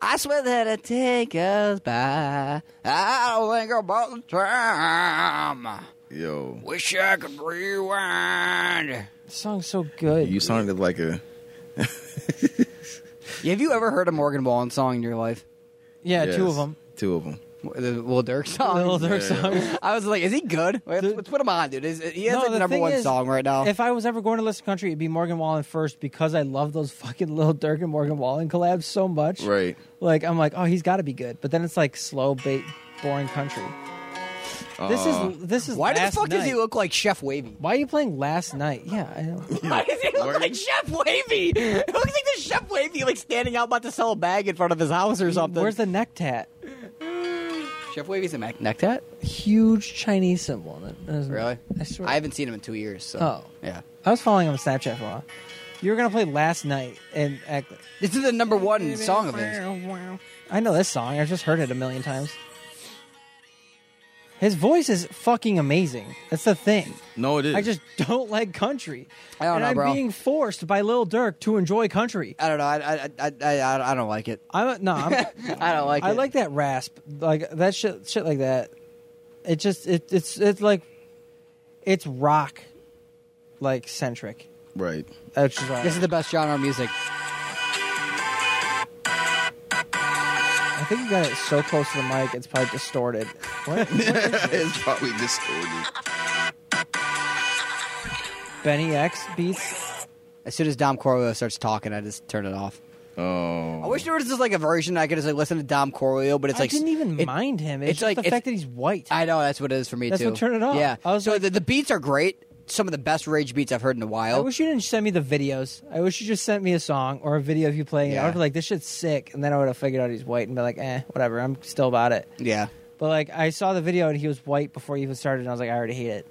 C: I swear that it take us by. I don't think about the time.
B: Yo.
C: Wish I could rewind.
A: This song's so good.
B: You sounded like a.
C: Have you ever heard a Morgan Wallen song in your life?
A: yeah, two of
B: Yes.
A: them.
B: Two of them.
C: The Lil Durk song.
A: Little Dirk song.
C: I was like, is he good? Wait, Let's, let's put him on, dude. Is, he has
A: No,
C: like the
A: the
C: number
A: thing
C: one
A: is,
C: song right now.
A: If I was ever going to listen to country, it'd be Morgan Wallen first because I love those fucking Little Dirk and Morgan Wallen collabs so much.
B: Right.
A: Like I'm like, oh, he's got to be good. But then it's like slow, bait, boring country. This
B: Uh,
A: is this is.
C: Why the
A: last
C: fuck does
A: night.
C: he look like Chef Wavy?
A: Why are you playing last night? Yeah, I know.
C: Why does he look
B: Word.
C: like Chef Wavy? It looks like the Chef Wavy like standing out about to sell a bag in front of his house or something.
A: Where's the neck tat?
C: Chef Wavy's a Mac neck tat?
A: Huge Chinese symbol. on it. There's-
C: Really?
A: I swear.
C: I
A: I,
C: haven't seen him in two years. So.
A: Oh.
C: yeah.
A: was following him on Snapchat for a while. You were gonna play last night and act. Like,
C: This is the number one song of his.
A: I know this song. I've just heard it a million times. His voice is fucking amazing. That's the thing.
B: No, it is.
A: I just don't like country.
C: I
A: and
C: don't know,
A: I'm
C: bro.
A: being forced by Lil Durk to enjoy country.
C: I don't know. I I I I, I, I don't like it.
A: I'm no, I'm,
C: I don't like
A: I
C: it.
A: like that rasp, like that shit, shit like that. It just it it's it's like it's rock, like centric.
B: right.
A: That's just all.
C: This is the best genre of music.
A: I think you got it so close to the mic, it's probably distorted. What?
B: it's probably distorted.
A: Benny X beats.
C: As soon as Dom Corleo starts talking, I just turn it off. I
B: Oh,
C: wish there was just like a version I could just like listen to Dom Corleo, but it's
A: I
C: like
A: didn't even
C: it-
A: mind him. It's,
C: it's
A: just
C: like-
A: the
C: it's-
A: fact that he's white.
C: I know that's what it is for me
A: That's
C: too.
A: what turned it off.
C: Yeah.
A: I was
C: so
A: like-
C: the, the beats are great. Some of the best rage beats I've heard in a
A: I
C: while.
A: wish you didn't send me the videos. I wish you just sent me a song or a video of you playing it. I
C: Yeah.
A: would be like, this shit's sick. And then I would have figured out he's white and be like, eh, whatever. I'm still about it.
C: yeah.
A: But like, I saw the video and he was white before he even started. And I was like, I already hate it.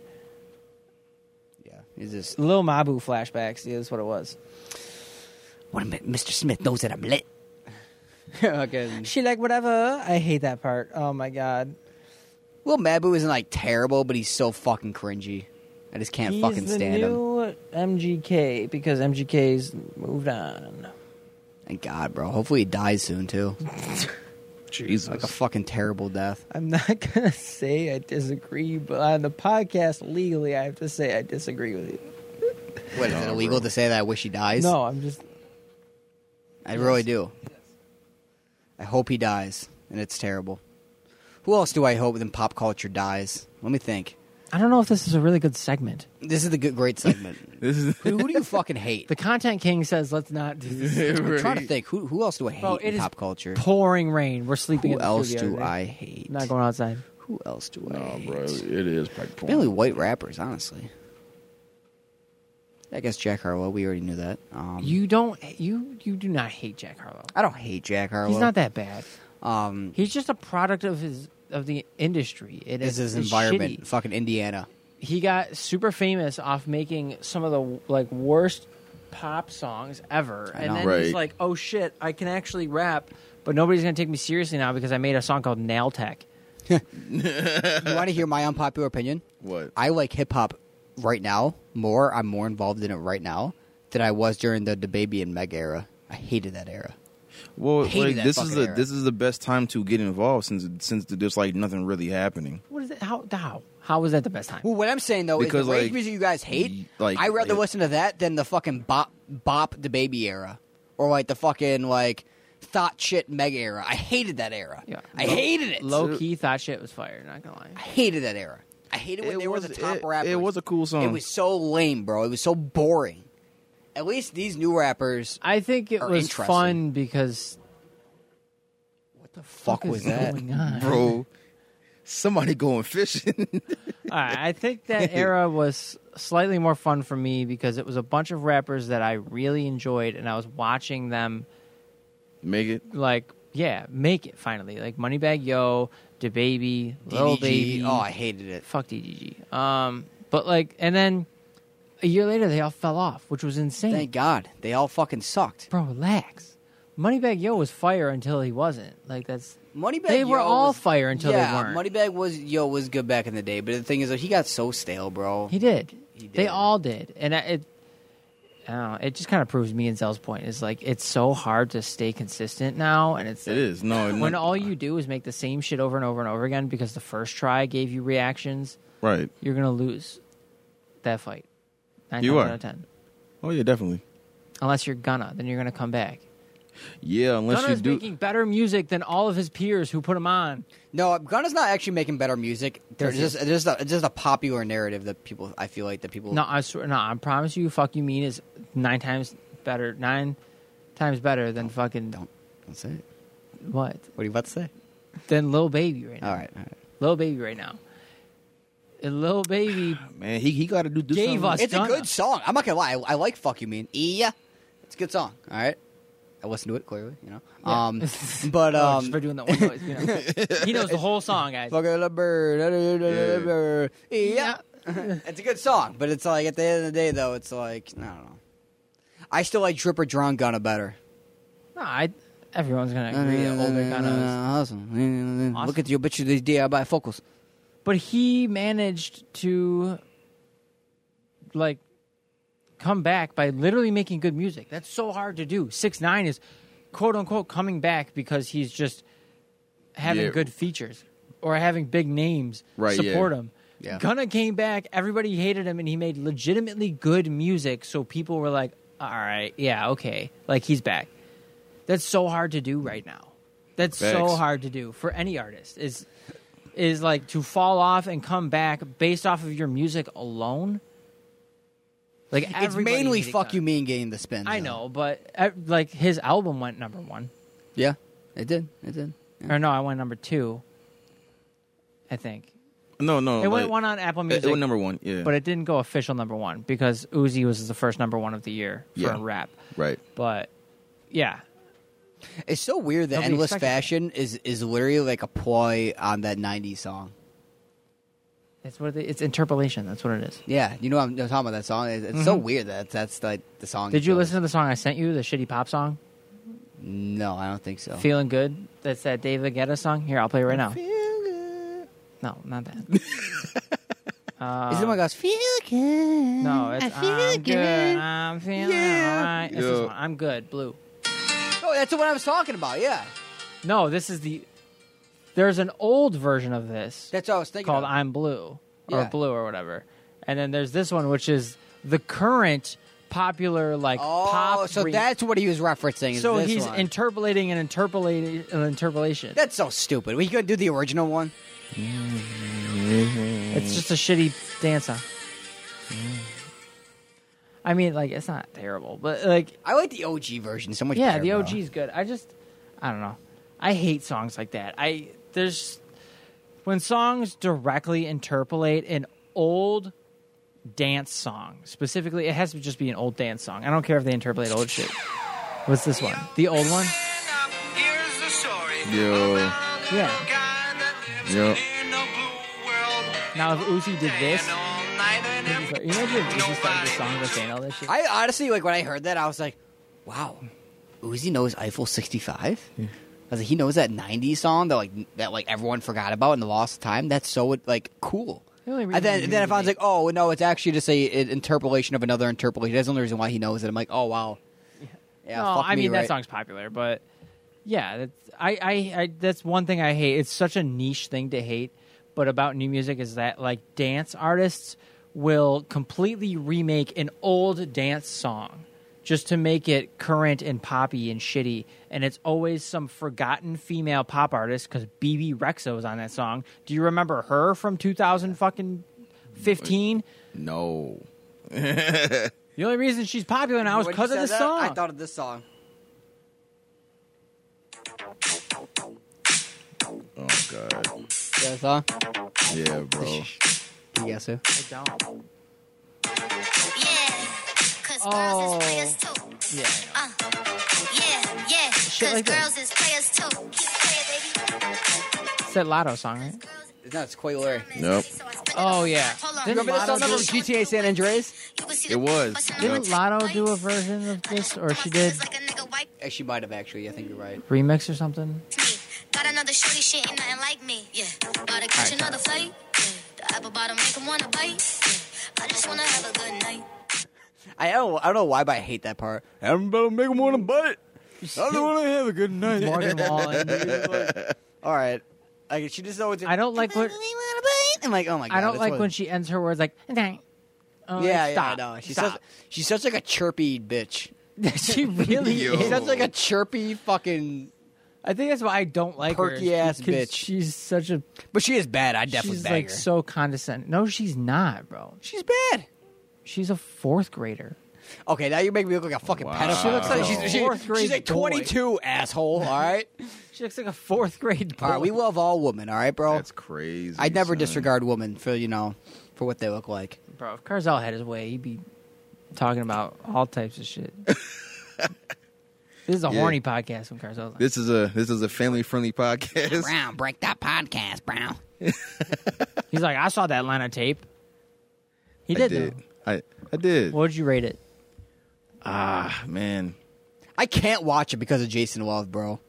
C: Yeah. He's just
A: Lil Mabu flashbacks is what it was.
C: what am I- Mr. Smith knows that I'm lit. okay.
A: She like, whatever. I hate that part. Oh my God.
C: Well, Mabu isn't like terrible, but he's so fucking cringy. I just can't
A: he's
C: fucking
A: the
C: stand him.
A: new MGK because MGK's moved on.
C: Thank God, bro. Hopefully he dies soon too.
B: Jesus.
C: Like a fucking terrible death.
A: I'm not gonna say I disagree, but on the podcast legally, I have to say I disagree with you.
C: What is it illegal to say that I wish he dies?
A: No, I'm just
C: I really do. I hope he dies, and it's terrible. Who else do I hope in pop culture dies? Let me think.
A: I don't know if this is a really good segment.
C: This is the good, great segment.
B: This is
C: who, who do you fucking hate?
A: The content king says, "Let's not do this."
C: I'm trying to think. Who who else do I hate
A: Bro, it
C: in
A: is
C: pop culture?
A: Pouring rain. We're sleeping. in
C: Who
A: the
C: else
A: studio
C: do
A: today.
C: I hate?
A: Not going outside.
C: Who else do I
B: No,
C: hate?
B: bro, it is like porn.
C: Mainly white rappers, honestly. I guess Jack Harlow. We already knew that. Um,
A: You don't. You you do not hate Jack Harlow.
C: I don't hate Jack Harlow.
A: He's not that bad.
C: Um,
A: He's just a product of his of the industry. It
C: this
A: is
C: is his
A: it's
C: environment.
A: shitty.
C: Fucking Indiana.
A: he got super famous off making some of the like worst pop songs ever,
C: I
A: and
C: know.
A: then he's
B: Right.
A: like, "Oh shit, I can actually rap, but nobody's gonna take me seriously now because I made a song called Nail Tech."
C: You want to hear my unpopular opinion?
B: What?
C: I like hip hop right now more. I'm more involved in it right now than I was during the DaBaby and Meg era. I hated that era.
B: Well,
C: hated
B: like,
C: that
B: this is
C: fucking
B: the
C: era.
B: this is the best time to get involved since since there's like nothing really happening.
A: What is it? How how how was that the best time?
C: Well, what I'm saying though
B: Because,
C: is the rage
B: like,
C: music you guys
B: y-
C: hate.
B: like,
C: I rather
B: it-
C: listen to that than the fucking bop bop DaBaby era or like the fucking like thought shit Meg era. I hated that era.
A: Yeah.
C: I hated it.
A: Low key thought shit was fire. Not gonna lie.
C: I hated that era. I hated when
B: It
C: they
B: was-
C: were the top
B: it-
C: rappers.
B: it was a cool song.
C: It was so lame, bro. It was so boring. At least these new rappers.
A: I think it
C: Or
A: was
C: interesting.
A: fun because
C: What the fuck
A: is
C: was that?
A: going on?
B: Bro, somebody going fishing.
A: All right, I think that era was slightly more fun for me because it was a bunch of rappers that I really enjoyed, and I was watching them
B: Make it.
A: like yeah, make it finally. Like Moneybag Yo, DaBaby, Lil
C: DDG.
A: Baby.
C: Oh, I hated it.
A: fuck DDG. Um, but like, and then a year later they all fell off, which was insane.
C: Thank God they all fucking sucked.
A: Bro, relax. Moneybag Yo was fire until he wasn't. Like that's
C: Moneybag.
A: They were
C: Yo
A: all
C: was-
A: fire until they
C: yeah,
A: weren't.
C: Moneybag was yo was good back in the day, but the thing is, that he got so stale, bro.
A: he did.
C: He
A: They
C: did.
A: all did, and I, it. I don't know. It just kind of proves me and Zell's point. Is like it's so hard to stay consistent now, and it's
B: It
A: like,
B: is no.
A: when all you do is make the same shit over and over and over again because the first try gave you reactions.
B: right.
A: You're gonna lose that fight. Nine
B: You
A: times
B: are.
A: out of ten.
B: Oh yeah, definitely.
A: Unless you're gonna, then you're gonna come back.
B: Yeah, unless
A: Gunna's
B: you do.
A: making better music than all of his peers who put him on.
C: No, Gunna's not actually making better music. There's
A: Yes,
C: just there's a, it's just a popular narrative that people. I feel like that people.
A: No, I swear, no, I promise you, fuck you mean is nine times better, nine times better than fucking
C: don't don't say it.
A: what?
C: What are you about to say?
A: Than Lil Baby right now.
B: Uh.
C: All right, all right.
A: Lil Baby right now. And Lil Baby,
B: Man, he he got to do. do
A: Gave
B: something.
A: us-
C: It's
A: Gunna.
C: a good song. I'm not gonna lie. I, I like "Fuck You Mean." Yeah, it's a good song. All right, I listened to it clearly. You know,
A: Yeah.
C: um, but
A: Oh,
C: um,
A: just for doing that one noise, you know. he knows the whole song, guys.
C: Fuck a bird. da, da, da, da, da, bird. Yeah. it's a good song, but it's like at the end of the day, though, it's like, I don't know. I still like Dripper Drunk Gunna better.
A: No, I,
B: Uh,
A: everyone's gonna agree that older Gunna is
C: Uh, Awesome.
A: Awesome.
C: Look at your bitch, these DIY focus.
A: But he managed to like come back by literally making good music. That's so hard to do. Six nine is quote unquote coming back because he's just having
B: Yeah.
A: good features or having big names
B: Right, yeah.
A: support him.
C: Yeah.
A: Gunna came back, everybody hated him and he made legitimately good music, so people were like, All right, yeah, okay. Like he's back. That's so hard to do right now. That's
B: Facts.
A: so hard to do for any artist. Is is like to fall off and come back based off of your music alone. Like
C: It's
A: everybody
C: mainly
A: hated
C: fuck
A: Gunna.
C: you mean getting the spin.
A: I
C: zone.
A: know, but uh, like his album went number one,
C: Yeah, it did. It did. Yeah.
A: or no, I went number two. I think
B: No, no.
A: it went
B: like-
A: one on Apple
B: It,
A: Music,
B: it went number one. Yeah.
A: but it didn't go official number one because Uzi was the first number one of the year for
B: Yeah.
A: rap.
B: right.
A: But yeah,
C: It's so weird that
A: Nobody
C: endless
A: expected that.
C: fashion is is literally like a ploy on that '90s song.
A: that's what it, it's interpolation. That's what it is.
C: Yeah, you know what I'm, I'm talking about that song. It's, it's so weird that that's like the song.
A: Mm-hmm. Did you
C: chose.
A: listen to the song I sent you, the shitty pop song?
C: No, I don't think so.
A: Feeling Good. That's that David Guetta song. Here, I'll play it right now. No, not
C: Mm,
A: that.
C: is it my gosh? Feel good.
A: No, it's I feel am good. I'm feeling
B: Yeah.
A: alright. It's this
B: Yeah.
A: one. I'm good. Blue.
C: Oh, that's the one I was talking about. Yeah,
A: No, this is the. There's an old version of this
C: that's what I was thinking.
A: called
C: of.
A: "I'm Blue" or
C: Yeah.
A: "Blue" or whatever, and then there's this one which is the current popular like
C: Oh,
A: pop.
C: so
A: re-
C: that's what he was referencing. is
A: so
C: this
A: he's
C: one.
A: interpolating and interpolating an interpolation.
C: That's so stupid. We could do the original one.
A: It's just a shitty dance song. I mean, like it's not terrible, but like
C: I like the OG version so much.
A: yeah,
C: better,
A: the
C: bro.
A: OG is good. I just, I don't know. I hate songs like that. I there's when songs directly interpolate an old dance song specifically. It has to just be an old dance song. I don't care if they interpolate old shit. What's this one? The old one?
E: Here's the story.
B: Yo.
A: Yeah.
B: Yo.
A: Now if Uzi did this, you know if Uzi started this song with saying all this shit.
C: I honestly like when I heard that, I was like, "Wow, Uzi knows Eiffel 65." I was like, "He knows that '90s song that like that like everyone forgot about in the lost of time." That's so like cool.
A: The only reason
C: And then,
A: he
C: and then I
A: knew
C: found
A: the
C: like, oh no, it's actually just a an interpolation of another interpolation. That's the only reason why he knows it. I'm like, oh wow, yeah.
A: no,
C: fuck
A: Oh, I
C: me,
A: mean
C: right?
A: that song's popular, but yeah, that's, I, I, I that's one thing I hate. It's such a niche thing to hate, but about new music is that like dance artists will completely remake an old dance song just to make it current and poppy and shitty, and it's always some forgotten female pop artist because BB Rexa was on that song. Do you remember her from two thousand fucking fifteen?
B: No.
A: The only reason she's popular now is
C: When you
A: because of
C: said
A: this
C: that,
A: song.
C: I thought of this song.
B: Oh god.
C: That song.
B: Yeah, bro.
C: You guess who?
A: I don't.
H: Yeah, cause girls is players too.
A: Yeah.
H: Uh, yeah, yeah, cause
A: like that.
H: girls is players too. Keep it player,
A: It's that Lotto song, right?
H: baby. Girls
C: It's not. It's Quay Leary.
B: Nope.
A: Oh, yeah.
H: Didn't
A: Remember this
H: Lotto
A: song?
H: do-
A: Remember
C: GTA San Andreas?
H: You can see
B: It
H: the-
B: was.
H: bustin'
B: Didn't
H: on the
A: Lotto
H: top
A: do a
H: lights.
A: version of this, or she
H: Bustin'
A: did
H: like a nigga wipe
C: Eh, She might have actually. I think you're right.
A: remix or something?
H: me. Got another shorty shit, ain't nothing like me. Yeah, about to catch another fight. Yeah. The apple bottom make 'em wanna bite. Yeah. I just wanna have a good night.
C: I don't. I don't know why, but I hate that part. I'm about to make him want to butt. I don't want to have a good night.
A: Morgan Wallen.
C: All right. Like she just always.
A: I don't like what
C: I'm like, oh my god.
A: I don't
C: that's
A: like
C: what-
A: when she ends her words like. "Dang." Oh,
C: yeah,
A: like,
C: yeah,
A: stop.
C: I know. She's
A: stop.
C: such. She's such like a chirpy bitch.
A: she really.
B: Yo.
A: Is.
C: She's such like a chirpy fucking.
A: I think that's why I don't like her.
C: Perky ass
A: 'cause
C: bitch.
A: She's such a.
C: But she is bad. I definitely
A: she's
C: bag
A: like
C: her.
A: so condescending. No, she's not, bro.
C: she's bad.
A: She's a fourth grader.
C: Okay, now you make me look like a fucking pedophile.
B: She looks like a
C: she's, she-
A: fourth grade
C: she's like
A: boy.
C: 22, asshole. All right.
A: She looks like a fourth grade.
C: all right. We love all women. All right, bro.
B: That's crazy.
C: I never
B: son.
C: disregard women for you know for what they look like.
A: bro. If Carzell had his way, he'd be talking about all types of shit. this is a
B: Yeah.
A: horny podcast from Carzell.
B: This is a this is a family friendly podcast.
C: Brown, break that podcast, Brown.
A: He's like, I saw that line of tape. He
B: I
A: did.
B: did.
A: though.
B: I I did.
A: What would you rate it?
B: Ah man.
C: I can't watch it because of Jason Love, bro.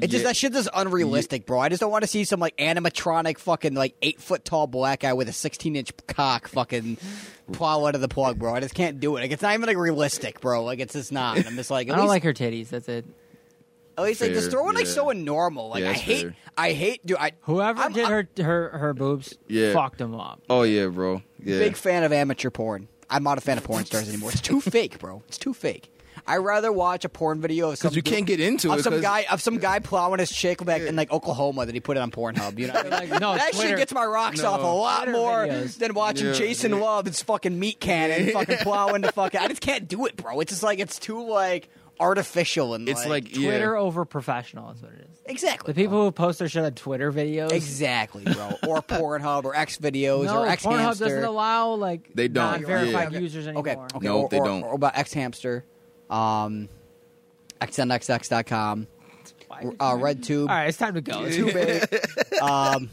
C: It just
B: Yeah.
C: that shit is unrealistic, bro. I just don't want to see some like animatronic fucking like eight foot tall black guy with a sixteen inch cock fucking plow out of the plug, bro. I just can't do it. Like it's not even like realistic, bro. Like it's just not. I'm just like at
A: I don't like
C: least,
A: her titties. That's it.
C: at least like just
B: Fair,
C: throw it like
B: yeah.
C: so normal. Like
B: Yeah,
C: I
B: that's
C: hate
B: fair.
C: I hate dude I
A: Whoever
C: I'm-
A: did
C: I'm
A: her her her boobs
B: Yeah.
A: fucked them up.
B: Oh yeah, bro. Yeah.
C: big fan of amateur porn. I'm not a fan of porn stars anymore. It's too fake, bro. It's too fake. I rather watch a porn video of some
B: you
C: dude-
B: can't get into
C: of
B: it
C: some
B: 'cause-
C: guy of some guy plowing his chick back in like Oklahoma that he put it on Pornhub. You know, what I mean?
A: Like, no,
C: that
A: Twitter-
C: shit gets my rocks off a lot
A: Twitter
C: more
A: videos.
C: than watching
B: Yeah.
C: Jason Love's fucking meat cannon fucking plowing the fucking. I just can't do it, bro. It's just like it's too like artificial and
B: It's like yeah.
A: Twitter over professional is what it is.
C: exactly
A: The
C: bro.
A: people who post their shit on Twitter videos.
C: exactly, bro, or Pornhub or X videos
A: No,
C: or X
A: Pornhub
C: Hamster.
A: doesn't allow like
B: They don't,
A: verified
B: yeah.
A: users anymore.
C: Okay, okay.
B: Nope,
C: or,
B: they
C: or-
B: don't.
C: Or about X Hamster, um, xnxx.com,
A: Why would you-
C: uh, RedTube.
A: All right, it's time to go.
C: Too big. um,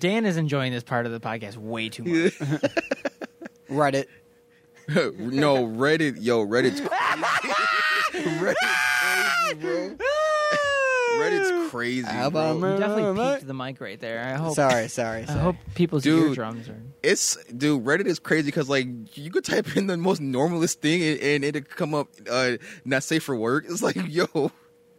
A: Dan is enjoying this part of the podcast way too much.
C: Reddit.
B: no Reddit, yo Reddit's crazy. Reddit's crazy, bro. Reddit's crazy.
C: How
B: bro.
C: about
A: You definitely
C: Alright.
A: peaked the mic right there. I hope.
C: Uh, Sorry, sorry,
A: I
C: sorry.
A: hope people's
B: Dude.
A: eardrums are.
B: It's dude, Reddit is crazy because like you could type in the most normalest thing and, and it'd come up uh not safe for work. It's like yo,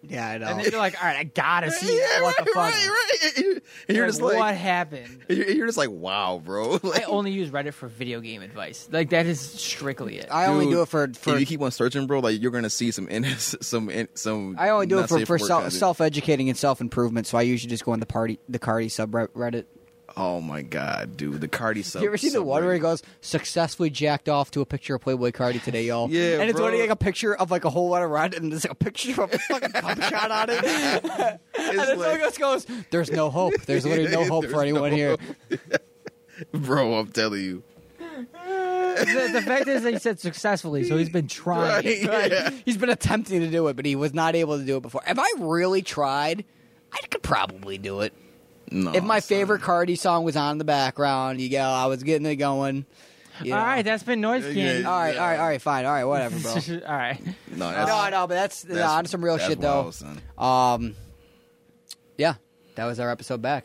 C: yeah, I
A: And
C: know.
A: then you're like, all right, I gotta see
B: yeah,
A: what
B: right,
A: the fuck.
B: right, right. And you're- and you're
A: Like,
B: just like,
A: what happened?
B: and you're, and you're just like, wow, bro.
A: I
B: Like,
A: only use Reddit for video game advice. Like that is strictly it.
C: I only
B: dude,
C: do it for for.
B: if you keep on searching, bro, like you're gonna see some in, some in, some.
C: I only do
B: not
C: it for,
B: safe
C: for
B: work
C: self
B: content.
C: self educating and self improvement. So I usually just go on the party the Cardi subreddit.
B: Oh my god, dude, the Cardi sub.
C: you ever see the
B: sub
C: one where he
B: Reddit.
C: goes successfully jacked off to a picture of Playboy Cardi today, y'all?
B: Yeah,
C: and it's
B: bro.
C: only like a picture of like a whole lot of red, and there's like a picture of a fucking cum shot on it. and then
B: like-
C: someone just goes, "There's no hope. There's literally no hope for
B: There's
C: anyone
B: no
C: here."
B: bro? I'm telling you,
A: the, the fact is, that he said successfully, so he's been trying.
B: Right, yeah.
C: He's been attempting to do it, but he was not able to do it before. If I really tried, I could probably do it.
B: No,
C: if my
B: son.
C: favorite Cardi song was on in the background, you go, I was getting it going. you
A: All
C: know.
A: right, that's been noise candy.
C: all right, all right, all right, fine, all right, whatever, bro.
A: all right.
B: no, that's,
C: no, no, but that's,
B: that's
C: nah, on some real
B: that's
C: shit though.
B: wild, son.
C: Um, yeah, that was our episode back.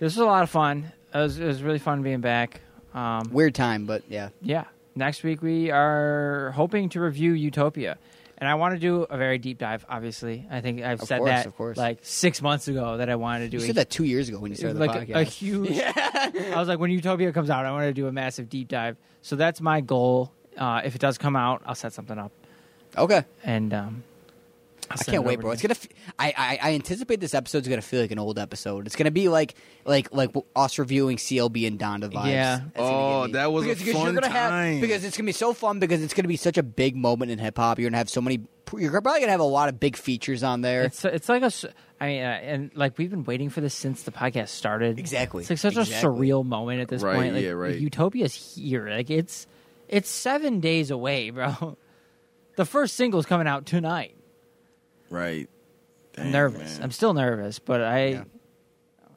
A: This was a lot of fun. It was, it was really fun being back. Um,
C: Weird time, but yeah.
A: yeah. Next week we are hoping to review Utopia, and I want to do a very deep dive. Obviously, I think I've
C: Of
A: said
C: course,
A: that
C: of course.
A: like six months ago that I wanted to do.
C: You
A: a
C: said that two years ago when you started
A: like
C: the
A: a,
C: podcast.
A: a huge. I was like, when Utopia comes out, I want to do a massive deep dive. So that's my goal. Uh, if it does come out, I'll set something up,
C: okay,
A: and um, I'll
C: I
A: send
C: can't
A: it
C: wait,
A: over
C: bro.
A: to
C: It's
A: you.
C: gonna. F- I, I I anticipate this episode's gonna feel like an old episode. It's gonna be like like like us reviewing CLB and Donda vibes.
A: Yeah.
C: That's gonna
B: Oh,
C: get me.
B: that was
C: because,
B: a
C: because
B: fun
C: you're gonna
B: time.
C: Have, because it's gonna be so fun because it's gonna be such a big moment in hip hop. You're gonna have so many. You're probably gonna have a lot of big features on there.
A: It's it's like a. s- I mean, uh, and like we've been waiting for this since the podcast started.
C: Exactly.
A: It's like such
C: Exactly.
A: a surreal moment at this
B: Right,
A: point. Like,
B: yeah, right.
A: Utopia's here. Like it's it's seven days away, bro. The first single's coming out tonight.
B: Right.
A: I'm
B: Damn,
A: nervous.
B: man.
A: I'm still nervous, but I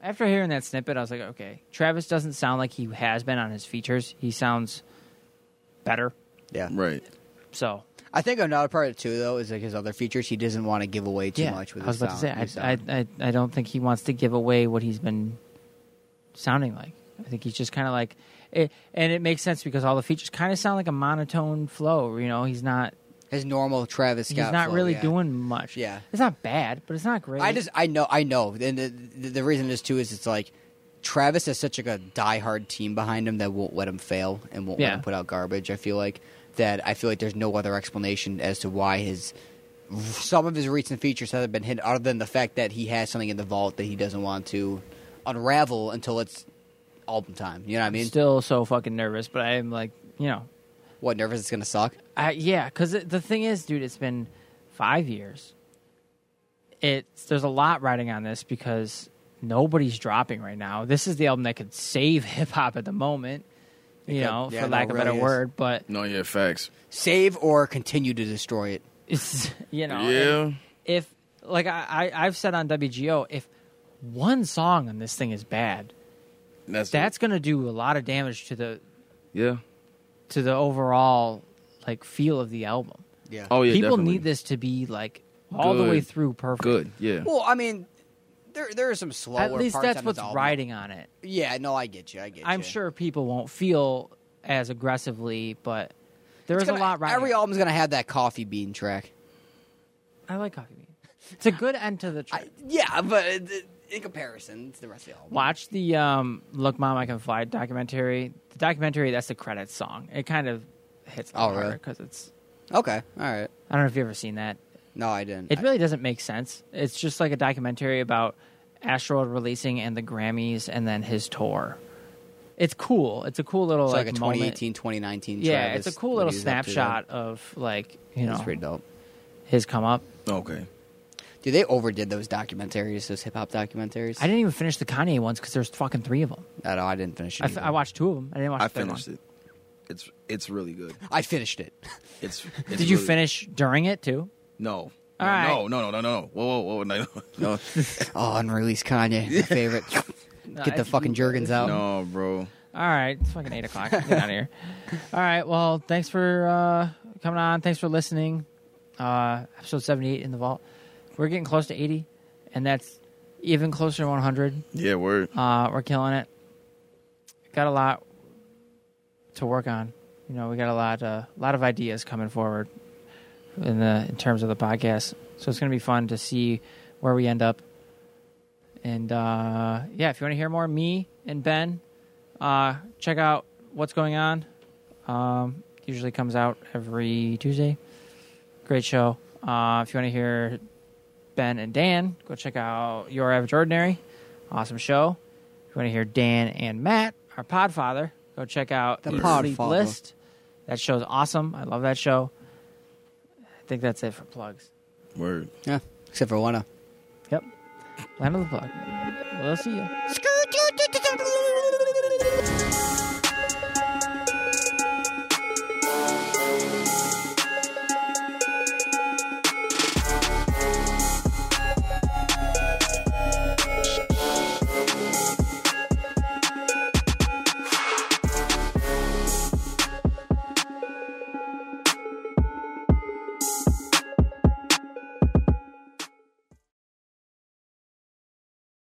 A: after hearing that snippet, I was like, okay, Travis doesn't sound like he has been on his features. He sounds better.
C: yeah.
B: Right.
A: So
C: I think another part of it too, though, is like his other features. He doesn't want to give away too much with
A: I was
C: his
A: about
C: sound,
A: to
C: his
A: say, I,
C: sound.
A: I, I, I don't think he wants to give away what he's been sounding like. I think he's just kind of like, it, and it makes sense because all the features kind of sound like a monotone flow. You know, he's not
C: his normal Travis Scott.
A: he's not
C: flow,
A: really
C: yeah.
A: doing much.
C: Yeah.
A: it's not bad, but it's not great.
C: I just I know I know, and the, the, the reason is too is it's like Travis has such like a diehard team behind him that won't let him fail and won't let
A: Yeah.
C: him put out garbage. I feel like that. I feel like there's no other explanation as to why his some of his recent features haven't been hit, other than the fact that he has something in the vault that he doesn't want to unravel until it's album time. You know what I
A: I'm
C: mean?
A: still so fucking nervous, but I'm like, you know,
C: what nervous it's gonna suck.
A: I, yeah, because the thing is, dude, it's been five years. It's there's a lot riding on this because nobody's dropping right now. This is the album that could save hip hop at the moment, you
C: could.
A: know,
C: Yeah,
A: for
C: no,
A: lack
C: it
A: of a better
C: really is.
A: word. But
B: No, yeah, facts.
C: Save or continue to destroy it.
A: it's you know,
B: Yeah.
A: if like I, I I've said on WGO, if one song on this thing is bad,
B: That's
A: that's gonna do a lot of damage to the
B: yeah.
A: to the overall like feel of the album.
C: Yeah.
B: Oh yeah.
A: People
B: definitely.
A: need this to be like all the way
B: Good.
A: through perfect.
B: Good. Yeah.
C: Well, I mean, there there are some slower.
A: At least
C: parts
A: that's
C: on
A: what's
C: this album.
A: riding on it.
C: Yeah, no, I get you. I get you.
A: I'm sure people won't feel as aggressively, but there is
C: It's gonna-
A: a lot riding.
C: Every
A: on it.
C: album's gonna have that coffee bean track.
A: I like coffee bean. It's a good end to the track.
C: I, yeah, but it- it- in comparison to the rest of the album,
A: Watch the um, "Look, Mom, I Can Fly" documentary. The documentary that's the credits song. It kind of hits a
C: Oh,
A: lot
C: really?
A: because it's.
C: Okay, all right.
A: I don't know if you've ever seen that.
C: No, I didn't.
A: It really doesn't make sense. It's just like a documentary about Astroworld releasing and the Grammys, and then his tour. It's cool. It's a cool little
C: it's like, a
A: moment.
C: 2018, 2019.
A: Yeah,
C: Travis,
A: it's a cool
C: what
A: little
C: he's up to.
A: snapshot of like you
C: That's
A: know
C: pretty dope.
A: his come up.
B: Okay.
C: Dude, they overdid those documentaries, those hip hop documentaries.
A: I didn't even finish the Kanye ones because there's fucking three of them.
C: I, know, I didn't finish it.
A: I, f-
C: either.
A: I watched two of them. I didn't watch.
B: I
A: the third
B: finished
A: one.
B: it. It's it's really good.
C: I finished it.
B: It's. it's
A: Did you
B: really-
A: finish during it too?
B: No.
A: All
B: no,
A: right.
B: no, no, no, no, no. Whoa, whoa, whoa, no, no,
C: Oh, unreleased Kanye, my favorite. Get the
A: it's-
C: fucking Jergens out.
B: no, bro.
A: All right, it's fucking eight o'clock. Get out of here. All right. Well, thanks for uh, coming on. Thanks for listening. Uh, episode seventy-eight in the vault. We're getting close to eighty, and that's even closer to one hundred.
B: Yeah, word.
A: Uh, we're killing it. Got a lot to work on. You know, we got a lot, a lot of ideas coming forward in the in terms of the podcast. So it's going to be fun to see where we end up. And uh, yeah, if you want to hear more, me and Ben, uh, check out what's going on. Um, usually comes out every Tuesday. Great show. Uh, if you want to hear Ben and Dan, go check out Your Average Ordinary. Awesome show. If you want to hear Dan and Matt, our podfather, go check out
C: The
A: Your
C: Podfather.
A: Sleep List. That show's awesome. I love that show. I think that's it for plugs.
B: Word.
C: Yeah, except for one.
A: Yep. Land of the plug. We'll see you.
C: Skirt.